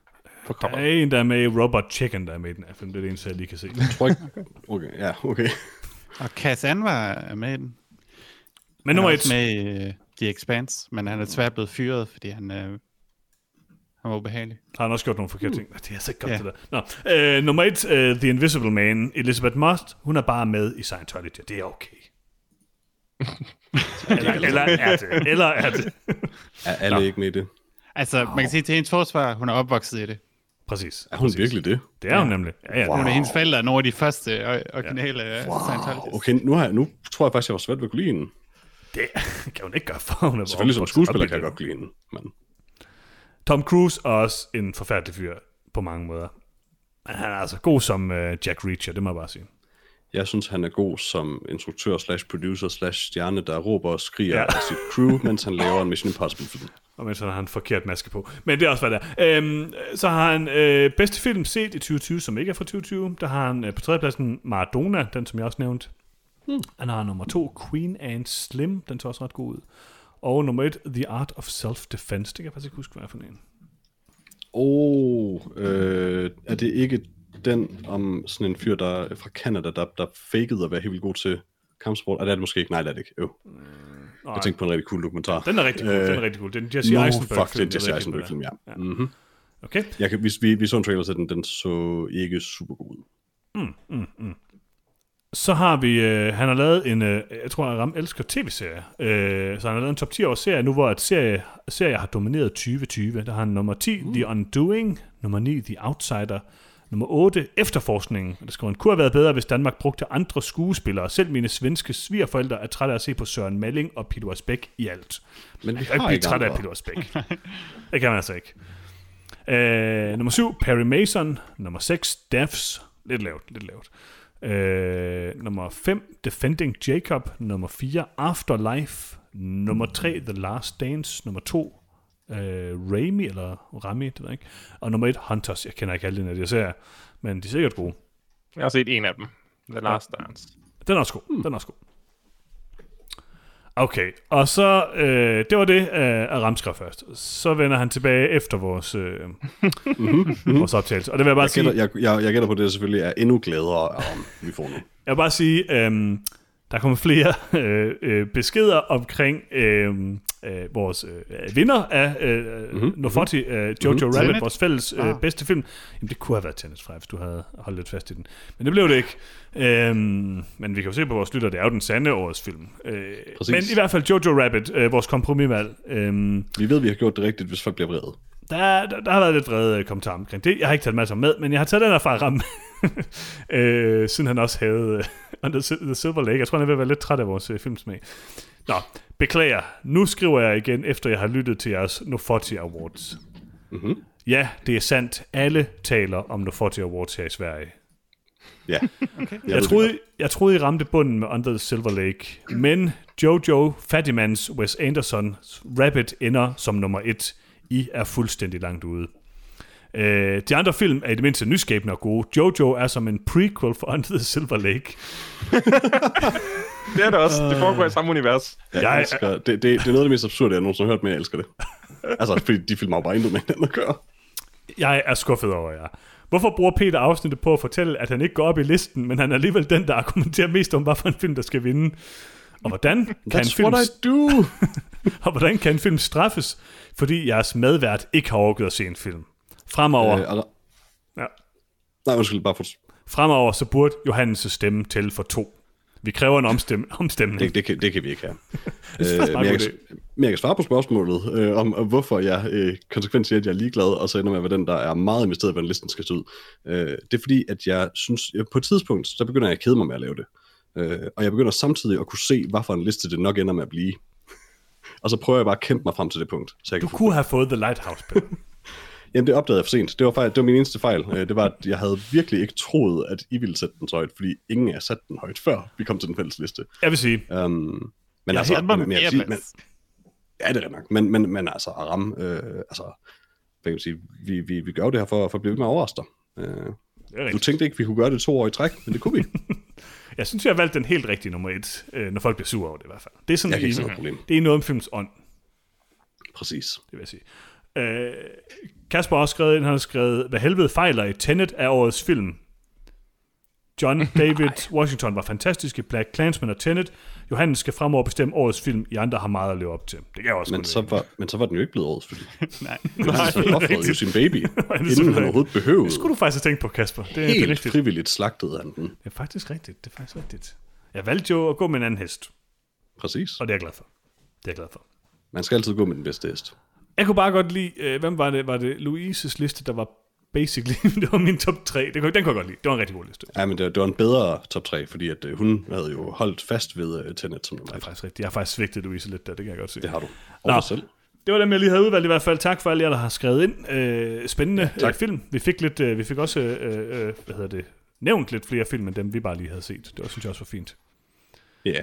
på Der coveret. er en, der er med i Robot Chicken, der er med i den her film. Det er det eneste, jeg lige kan se. Jeg tror ikke... Okay, ja, okay. Og Cass Anwar er med i den. Men han nummer er et. også med i uh, The Expanse, men han er desværre blevet fyret, fordi han, uh, han var ubehagelig. Har han også gjort nogle forkerte Hmm. ting? Det er så godt, Ja. det der. Nå, øh, nummer et, øh, The Invisible Man. Elizabeth Moss, hun er bare med i Scientology. Det er okay. eller, eller er det. Eller er det. Er alle Nå. ikke med i det? Altså, man kan sige til hendes forsvar, hun er opvokset i det. Præcis. Er hun præcis. virkelig det? Det er hun nemlig. Ja, ja, Hun wow. er hendes forældre er nogle af de første øh, originale ja. wow. Scientologists. Okay, nu, har jeg, nu tror jeg faktisk, jeg var svært ved at kunne lide hende. Det kan hun ikke gøre for. Hun er Selvfølgelig som vokset skuespiller op i kan jeg det. godt kunne lide hende. Men Tom Cruise er også en forfærdelig fyr på mange måder. Men han er altså god som øh, Jack Reacher, det må jeg bare sige. jeg synes, han er god som instruktør slash producer slash stjerne, der råber og skriger Ja. ja. af sit crew, mens han laver en Mission Impossible film. Og mens han har en forkert maske på. Men det er også, hvad det er. Øhm, så har han øh, bedste film set i 2020, som ikke er fra 2020. Der har han øh, på tredjepladsen Maradona, den som jeg også nævnte. Hmm. Han har nummer to Queen and Slim, den så også ret god ud. Og nummer et The Art of Self-Defense, det kan jeg faktisk ikke huske, hvad er for en. Åh, oh, øh, er det ikke den om sådan en fyr der fra Canada, der, der fakede at være helt vildt god til kampsport? Og det er det måske ikke. Nej, det er det ikke. Jo. Nej, Jeg tænkte på en rigtig cool dokumentar. den er rigtig cool, øh, Øh, den er rigtig cool. Det er en Jesse no, Eisenberg fuck, det er Jesse jeg ved ikke, hvad Eisenberg-film, ja. er. ja. Mm-hmm. Okay, Jeg kan, vi, vi, vi så en trailer til den, den så ikke super god ud. Så har vi, øh, han har lavet en, øh, jeg tror, Ram elsker tv-serie. Øh, så han har lavet en top 10 års serie nu, hvor et serie, serie har domineret 2020. Der har han nummer 10, mm. The Undoing, nummer 9, The Outsider, nummer 8, Efterforskningen. Og Der skriver, han kunne have været bedre, hvis Danmark brugte andre skuespillere. Selv mine svenske svigerforældre er trætte af at se på Søren Malling og Peter Asbæk i alt. Men vi Jeg kan ikke har blive ikke træt af andre. Peter Asbæk. det kan man altså ikke. Øh, nummer 7, Perry Mason. Nummer 6, Devs. Lidt lavt, lidt lavt. Øh, nummer 5, Defending Jacob. Nummer 4, Afterlife. Nummer 3, The Last Dance. Nummer 2, øh, Raimi, eller Rami, det ved jeg ikke. Og nummer 1, Hunters. Jeg kender ikke alle de her serier, men de er sikkert gode. Jeg har set en af dem. The Last Dance. Den er også god. Den er også god. Okay, og så, øh, det var det øh, af Ramskar først. Så vender han tilbage efter vores, øh, vores optagelse. Og det vil jeg bare Jeg sige, gætter, jeg, jeg, jeg gætter på, at det selvfølgelig er endnu glædere, om vi får nu. jeg vil bare sige øh, der kommer flere øh, øh, beskeder omkring øh, øh, vores øh, vinder af øh, mm-hmm. Nofoti, øh, Jojo mm-hmm. Rabbit, Tenet? vores fælles øh, Ah. bedste film. Jamen, det kunne have været Tenet fra, hvis du havde holdt lidt fast i den. Men det blev det ikke. Øh, men vi kan jo se på vores lytter, det er jo den sande årets film. Øh, Præcis. men i hvert fald Jojo Rabbit, øh, vores kompromisvalg. Øh, Vi ved, vi har gjort det rigtigt, hvis folk bliver vrede. der, der, der har været lidt vrede øh, kommentarer omkring det. Jeg har ikke taget masser med, men jeg har taget den her fra Ram, øh, siden han også havde øh, Under Sil- The Silver Lake. Jeg tror, han er ved at være lidt træt af vores øh, filmsmag. Nå, beklager. Nu skriver jeg igen, efter jeg har lyttet til jeres Nofoti Awards. Mm-hmm. Ja, det er sandt. Alle taler om Nofoti Awards her i Sverige. Ja. Okay. Jeg, jeg, troede, jeg troede, I ramte bunden med Under the Silver Lake, men Jojo Fatimans Wes Andersons Rabbit ender som nummer et. I er fuldstændig langt ude. Øh, de andre film er i det mindste nyskabende og gode. Jojo er som en prequel for Under the Silver Lake. Det er det også. Det foregår i samme univers. Jeg, Jeg- jeg elsker, det, det, det er noget af det mest absurde, jeg nogensinde har hørt, men jeg elsker det. Altså, fordi de filmer jo bare intet med hinanden at gøre. Jeg er skuffet over jer. Hvorfor bruger Peter afsnittet på at fortælle, at han ikke går op i listen, men han er alligevel den, der argumenterer mest om, hvad for en film, der skal vinde? Og hvordan kan en That's film what I do! Og hvordan kan en film straffes, fordi jeres medvært ikke har overgivet at se en film? Fremover, Øh, øh, og- ja, nej, undskyld, bare for... fremover så burde Johannes' stemme tælle for to. Vi kræver en omstem- omstemning. Det, det, kan, det kan vi ikke have. øh, men, god jeg kan, men jeg kan svare på spørgsmålet øh, om, om, hvorfor jeg øh, konsekvent siger, at jeg er ligeglad, og så ender med at være den, der er meget investeret, i, hvordan listen skal se ud. Øh, det er fordi, at jeg synes, at på et tidspunkt, så begynder jeg at kede mig med at lave det. Øh, og jeg begynder samtidig at kunne se, hvad for en liste det nok ender med at blive. og så prøver jeg bare at kæmpe mig frem til det punkt. Så jeg Du kan kunne have fået The Lighthouse, Peter. Jamen, det opdagede jeg for sent. Det var, fejl, det var min eneste fejl. Øh, Det var, at jeg havde virkelig ikke troet, at I ville sætte den så højt, fordi ingen af jer satte den højt, før vi kom til den fælles liste. Jeg vil sige, Um, men Jeg altså, satte mig men, på men, jeg vil fjerde sige, men, plads. ja, det er rigtig nok. Men, men, men altså, Aram, øh, altså, hvad kan man sige, vi, vi, vi gør jo det her for, for at blive ved med at overraske dig. Øh, det er du rigtigt. tænkte ikke, vi kunne gøre det to år i træk, men det kunne vi. jeg synes, jeg har valgt den helt rigtige nummer et, øh, når folk bliver sure over det i hvert fald. Det er sådan, Jeg kan ikke se i, noget problem. det er noget om films ånd, Præcis. det vil jeg sige. Øh, Kasper har også skrevet ind, han har skrevet, hvad helvede fejler i Tenet af årets film. John David Washington var fantastisk i Black Klansman og Tenet. Johannes skal fremover bestemme årets film. I andre har meget at leve op til. Det kan jeg også Men godt så, lide. var, men så var den jo ikke blevet årets film. Nej. Nej, så det er offrede jo rigtigt. sin baby, inden selvfølgelig han overhovedet behøvede. Det skulle du faktisk have tænkt på, Kasper. Det, er- det er Helt rigtigt. frivilligt slagtede han den. Det er faktisk rigtigt. Det er faktisk rigtigt. Jeg valgte jo at gå med en anden hest, Præcis. og det er jeg glad for. Det er jeg glad for. Man skal altid gå med den bedste hest. Jeg kunne bare godt lide, øh, hvem var det? Var det Louises liste, der var basically, det var min top 3. Det kunne, den kunne jeg godt lide. Det var en rigtig god liste. Ja, men det, var- det var en bedre top 3, fordi at, øh, hun havde jo holdt fast ved uh, Tenet som nummer Det er et. faktisk rigtigt. Jeg har faktisk svigtet Louise lidt der, det kan jeg godt se. Det har du. Nå. Og dig selv. Det var dem, jeg lige havde udvalgt i hvert fald. Tak for alle jer, der har skrevet ind. Øh, spændende ja, tak. øh, film. Vi fik, lidt, øh, vi fik også øh, øh, hvad hedder det, nævnt lidt flere film, end dem vi bare lige havde set. Det var, synes jeg også var fint. Ja. Yeah.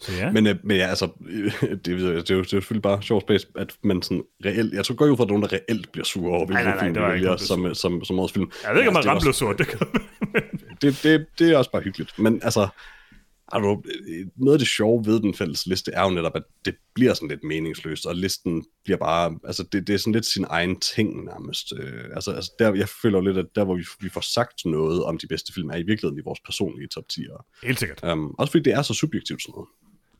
Så ja. Men, øh, men ja, altså, øh, det, det, er jo- det, er jo selvfølgelig bare sjovt space, at man sådan reelt, jeg tror godt ud fra, at nogen, der reelt bliver sure over, hvilken nej, nej, film det vi var ikke vælger nogen, der som, øh, som, som årets film. jeg ved ikke, om Altså, man det ramte er også- blev sort. Det kan... det, det, det er også bare hyggeligt. Men altså, I don't know, øh, noget af det sjove ved den fælles liste er jo netop, at det bliver sådan lidt meningsløst, og listen bliver bare, altså det, det er sådan lidt sin egen ting nærmest. Øh, altså, altså der, jeg føler jo lidt, at der hvor vi, vi får sagt noget om de bedste film, er i virkeligheden i vores personlige top 10'er. Helt sikkert. Um, også fordi det er så subjektivt sådan noget.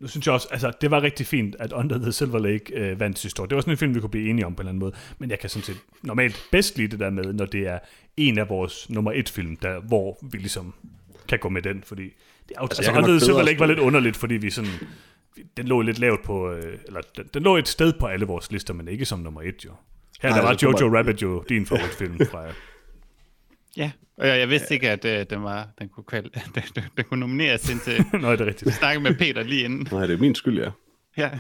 Nu synes jeg også, altså det var rigtig fint, at Under the Silver Lake øh, vandt sidste år. Det var sådan en film, vi kunne blive enige om på en eller anden måde. Men jeg kan sådan set normalt bedst lide det der med, når det er en af vores nummer et film, der, hvor vi ligesom kan gå med den. Fordi det er altså, altså jeg kan Under nok the bedre Silver Lake var spille- lidt underligt, fordi vi sådan, vi- den lå lidt lavt på, øh, eller den, den, lå et sted på alle vores lister, men ikke som nummer et jo. Her Nej, der var altså, det Jojo var bare- Rabbit jo din favoritfilm fra Ja, og jeg, jeg vidste ikke, at øh, den, var, den, kunne kval- den, den, den kunne nomineres indtil Nå, er det rigtigt? snakke med Peter lige inden. Nej, det er min skyld, ja. Ja.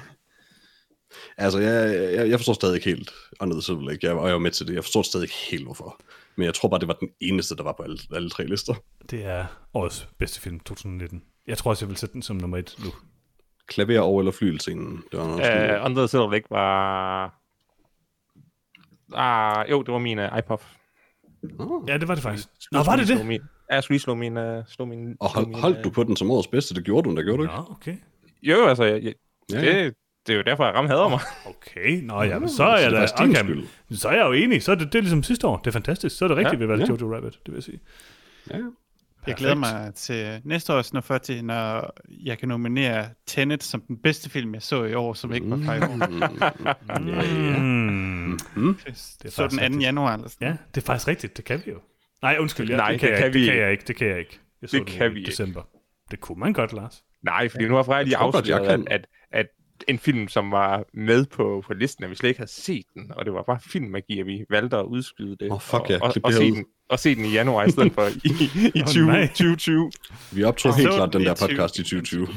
Altså, jeg, jeg, jeg forstår stadig ikke helt, og ned selvfølgelig ikke, jeg, og jeg var med til det, jeg forstår stadig ikke helt, hvorfor. Men jeg tror bare, det var den eneste, der var på alle, alle tre lister. Det er årets bedste film 2019. Jeg tror også, jeg vil sætte den som nummer et nu. Klaver over eller flygelscenen, det var noget skyld. Øh, Under the Silver Lake var... Ah, jo, det var min uh, iPod. Ah. Ja, det var det faktisk. Nå, var det det? Slå min, ja, jeg skulle lige slå min... Uh, slå min Og slå hold, min, holdt øh, du på den som årets bedste? Det gjorde du, men det gjorde du ikke. Nå, okay. Jo, jo, altså, jeg, jeg, Ja, ja. ja. Ah, det, det er jo derfor, jeg rammer hader mig. Okay, nå ja, men så er så jeg det da, er faktisk din okay, skyld. Mm. men så er jeg jo enig. Så er det, det er ligesom sidste år. Det er fantastisk. Så er det rigtigt, ja, vi valgte ja. Jojo Rabbit, det vil jeg sige. Ja, ja. Jeg glæder Perfekt. mig til næste års når 40, når jeg kan nominere Tenet som den bedste film, jeg så i år, som ikke var fra i år. Mm. Det faktisk så den 2. rigtigt. januar eller sådan. Ja, det er faktisk rigtigt. Det kan vi jo. Nej, undskyld. Ja, Nej, det kan, det jeg, kan ikke. vi det kan jeg ikke. Det kan jeg ikke. Jeg så Det den kan i vi ikke. december. Det kunne man godt, Lars. Nej, fordi nu har Freja lige tror godt, jeg afsløret, at, kan. at, at en film, som var med på, på listen, at vi slet ikke havde set den, og det var bare filmmagi, at vi valgte at udskyde det. Åh, fuck og, ja, og, klip og, det se her ud. den, og se den i januar i stedet for i, i Åh, 20, nej. 2020. Vi optog Så helt var klart den den der i 20. podcast i 2020.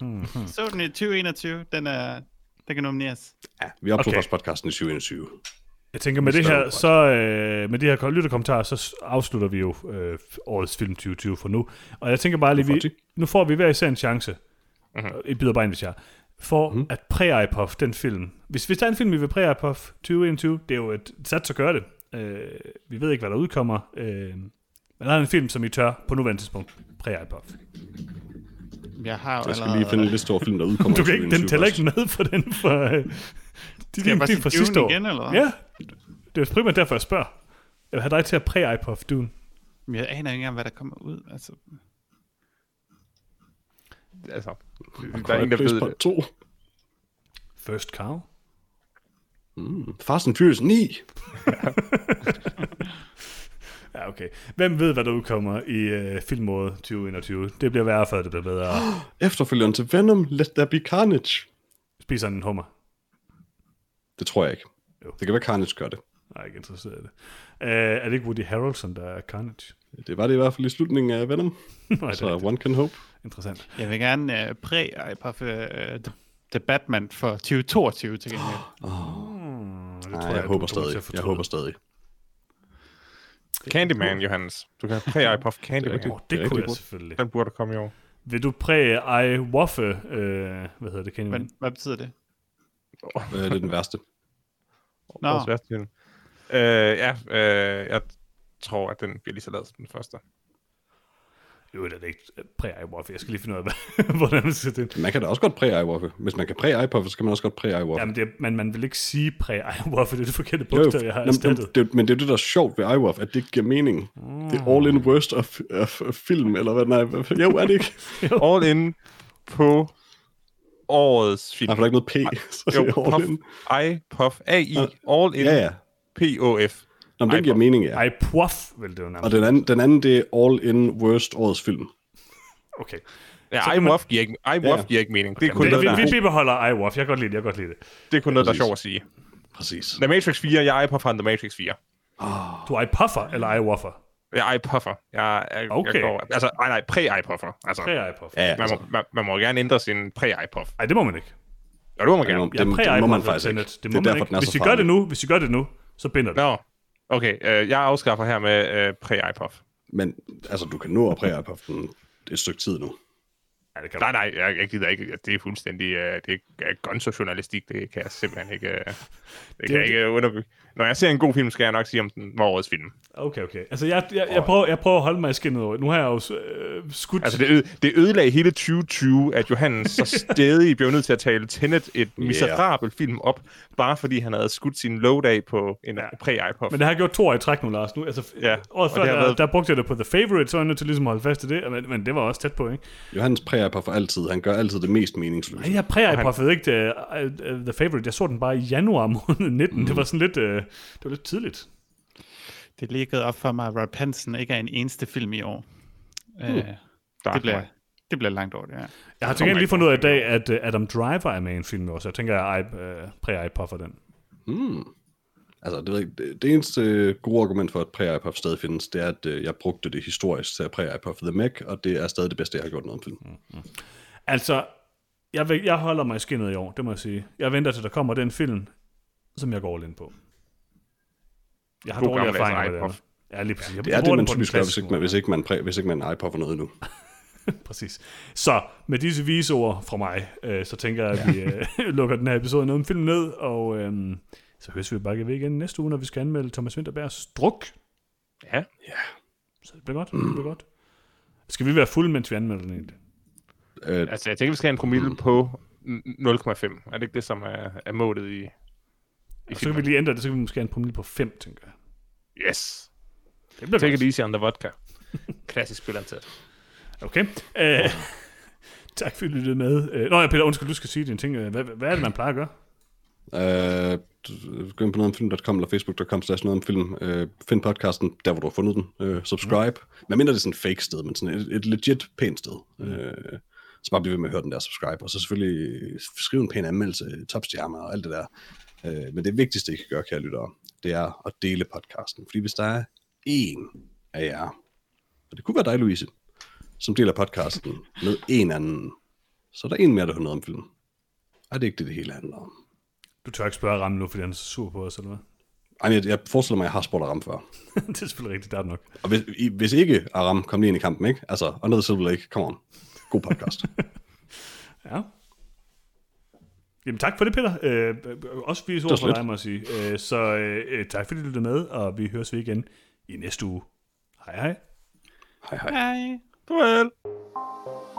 Mm. Ja. Så den i 2021, den, er, den kan nomineres. Ja, vi optog Okay. okay. faktisk podcasten i 2021. Jeg tænker, med det slår her, ud. så, øh, med de her lytterkommentarer, så s- afslutter vi jo øh, årets film 2020 for nu. Og jeg tænker bare lige, Nu får vi, de. nu får vi hver især en chance. Mm-hmm. Jeg byder bare ind, hvis jeg for mm-hmm. at præ den film. Hvis, hvis der er en film, vi vil præ 2021, det er jo et sats at gøre det. Øh, vi ved ikke, hvad der udkommer. Øh, men der er en film, som I tør på nuværende tidspunkt præ Jeg har jo Jeg skal allerede... lige finde en liste over film, der udkommer Du i kan ikke, den 2021 tæller først. ikke med for den fra, øh, de, jeg din, din bare sige fra Dune sidste år. igen, eller hvad? Ja, det er primært derfor, jeg spørger. Jeg vil have dig til at præ Dune. Men Jeg aner ikke engang, hvad der kommer ud. Altså, Altså, der er Quiet ingen, der Place ved Part det. 2. First Cow? Fast and Furious 9. Ja, okay. Hvem ved, hvad der udkommer i øh, filmåret 2021? Det bliver værre, før det bliver bedre. Efterfølgeren til Venom, Let There Be Carnage. Spiser han en hummer? Det tror jeg ikke. Jo. Det kan være, Carnage gør det. Nej, jeg er ikke interesseret i det. Øh, er det ikke Woody Harrelson, der er Carnage? Det var det i hvert fald i slutningen af Venom. Nej, det Så er rigtigt. One Can Hope. interessant. jeg vil gerne uh, præ i par for, uh, The Batman for 2022 til gengæld. Det Nej, jeg, jeg håber stadig. Jeg håber stadig. Candyman, Johannes. Du kan have iPod Candyman. Oh, det, Det er kunne rigtig jeg selvfølgelig. Den burde komme i år. Vil du præge I Waffe, øh, hvad hedder Mm. det, Kenny? Men hvad betyder det? Øh, Det er den værste. Nå. Årets værste film. Øh, ja, øh, jeg tror, at den bliver lige så lavet som den første. Jo, det er ikke præ-eyewaffe. Jeg skal lige finde ud af, hvad- hvordan man siger det. Man kan da også godt præ-eyewaffe. Hvis man kan præ-eyewaffe, så kan man også godt præ-eyewaffe. Jamen, det er, men man vil ikke sige præ-eyewaffe. Det er det forkerte Jo, jo. bogstav, jeg har Nå, men, erstattet. det, det- men det er det, der er sjovt ved IWAF, at det ikke giver mening. Mm. Det er all in worst of, of, of film, eller hvad? Nej, hvad- jo, er det ikke? All in på årets film. Nej, for der er ikke noget P, så det Jo, er all puff, in. I, puff, A-I, all in, Ja, ja. P-O-F. Nå, men det giver mening, ja. Ej, puff, vil det jo Og nærmest. den anden, den anden, det er all in worst årets film. Okay. Ja, Så I kan man- Muff giver, ikke, I ja. Muff giver ikke mening. Det er kun Jamen, noget, det, der, vi, vi bibeholder eyewaffe. Jeg kan godt lide det, jeg kan godt lide det. det er kun noget, der Præcis. er sjovt at sige. Præcis. The Matrix 4, jeg er på fra The Matrix 4. Ah. Du er puffer eller eyewaffer? Jeg er puffer. Jeg, jeg, Okay. jeg går, altså, nej, nej, præ-iPuffer. Altså, Præ-eyewaffe. Ja, ja. man, må, man, man, må gerne ændre sin præ-iPuff. Ej, det må man ikke. Ja, det må man Det, gerne. må- Jeg det, det må man faktisk ikke. Det, det må er man derfor, ikke. den er Hvis så de gør det farlig. nu, hvis de gør det nu, så binder det. Nå, okay. Øh, jeg afskaffer her med øh, præ-iPuff. Men altså, du kan nå at præ-eyewaffe den et stykke tid nu. Ja, det kan Nej, nej, jeg, jeg gider ikke. Det er fuldstændig... Øh, det er gonzo-journalistik. Det kan jeg simpelthen ikke... Øh, det, det kan jeg ikke øh, underbygge. Når jeg ser en god film, skal jeg nok sige, om den var årets film. Okay, okay. Altså, jeg, jeg, jeg, prøver, jeg prøver at holde mig i skinnet over. Nu har jeg jo øh, skudt... Altså, det, øde, det ødelagde hele 2020, at Johannes så stedig blev nødt til at tale Tenet, et miserabel film, op, bare fordi han havde skudt sin load af på en ja. præ-iPod. Men det har jeg gjort to år i træk nu, Lars. Nu, altså, Ja, ja, og året før, det har der, været- der, brugte jeg det på The Favorite, så er jeg nødt til ligesom at holde fast i det. Men, men det var også tæt på, ikke? Johannes præ-eyewaffe for altid. Han gør altid det mest meningsløse. Nej, jeg præger i Buffett, ikke det, uh, uh, The Favorite. Jeg så den bare i januar måned 19. Mm. Det var sådan lidt, uh, det var lidt tidligt. Det er lige gået op for mig, at Rob Hansen ikke er en eneste film i år. Hmm. Uh, Der- det, bliver, det bliver langt over det, ja. Jeg har til gengæld lige fundet ud af i dag, at uh, Adam Driver er med i en film også. Jeg tænker, jeg uh, præger i Puffer den. Altså, det, ved jeg ikke, det, det eneste øh, gode argument for, at præ stadig findes, det er, at øh, jeg brugte det historisk til at præ The Mac, og det er stadig det bedste, jeg har gjort noget om film. Mm. Altså, jeg, vil, jeg holder mig i skinnet i år, det må jeg sige. Jeg venter til, der kommer den film, som jeg går all in på. Jeg har God dårlige gammeldags erfaringer med det. iPod. andet. Ja, lige præcis. Jeg Det er bruger den det, på den man typisk gør, hvis klassiske ikke man, måde. hvis ikke man, præ, hvis ikke man iPuffer noget endnu. Præcis. Så med disse vise ord fra mig, øh, så tænker jeg, at vi øh, lukker den her episode noget om film ned, og øh, så høres vi bare ved igen næste uge, når vi skal anmelde Thomas Winterbergs druk. Ja. Så det bliver godt. Det bliver godt. Skal vi være fulde, mens vi anmelder den egentlig? Øh, Altså, jeg tænker, vi skal have en promille på n- 0,5. Er det ikke det, som er, er målet i, i Og Altså, så kan vi filmen? lige ændre det, så kan vi måske have en promille på 5, tænker jeg. Yes! Det bliver Take godt. it easy on the vodka. Klassisk spiller til. Okay. Øh, tak for at I lyttede med. Øh, Nå ja, Peter, undskyld, du skal sige dine ting. Øh, Hvad, hvad er det, man plejer at gøre? Øh, d- gå ind på nogetomfilm.com eller facebook.com slash nogetomfilm. Øh, find podcasten, der hvor du har fundet den. Øh, subscribe. Mm. Hvad mindre det er sådan et fake sted, men sådan et, et legit pænt sted. Mm. Øh, så bare bliv ved med at høre den der subscribe. Og så selvfølgelig skriv en pæn anmeldelse, topstjerner og alt det der. Øh, men det vigtigste, I kan gøre, kære lyttere, det er at dele podcasten. Fordi hvis der er én af jer, og det kunne være dig, Louise, som deler podcasten med en anden, så er der en mere, der hører noget om film. Og det er ikke det, det hele handler om. Du tør ikke spørge Ramme nu, fordi han er så sur på os, eller hvad? Ej, men jeg, jeg forestiller mig, at jeg har spurgt Aram før. det er selvfølgelig rigtigt, der er det nok. Og hvis, i, hvis ikke Aram kom lige ind i kampen, ikke? Altså, Another Silver Lake, come on. God podcast. Ja. Jamen tak for det, Peter. Øh, øh, også vi ord var for slet. dig, må jeg sige. Øh, så øh, øh, tak fordi du lyttede med, og vi høres ved igen i næste uge. Hej hej. hej hej. Hej. Farvel!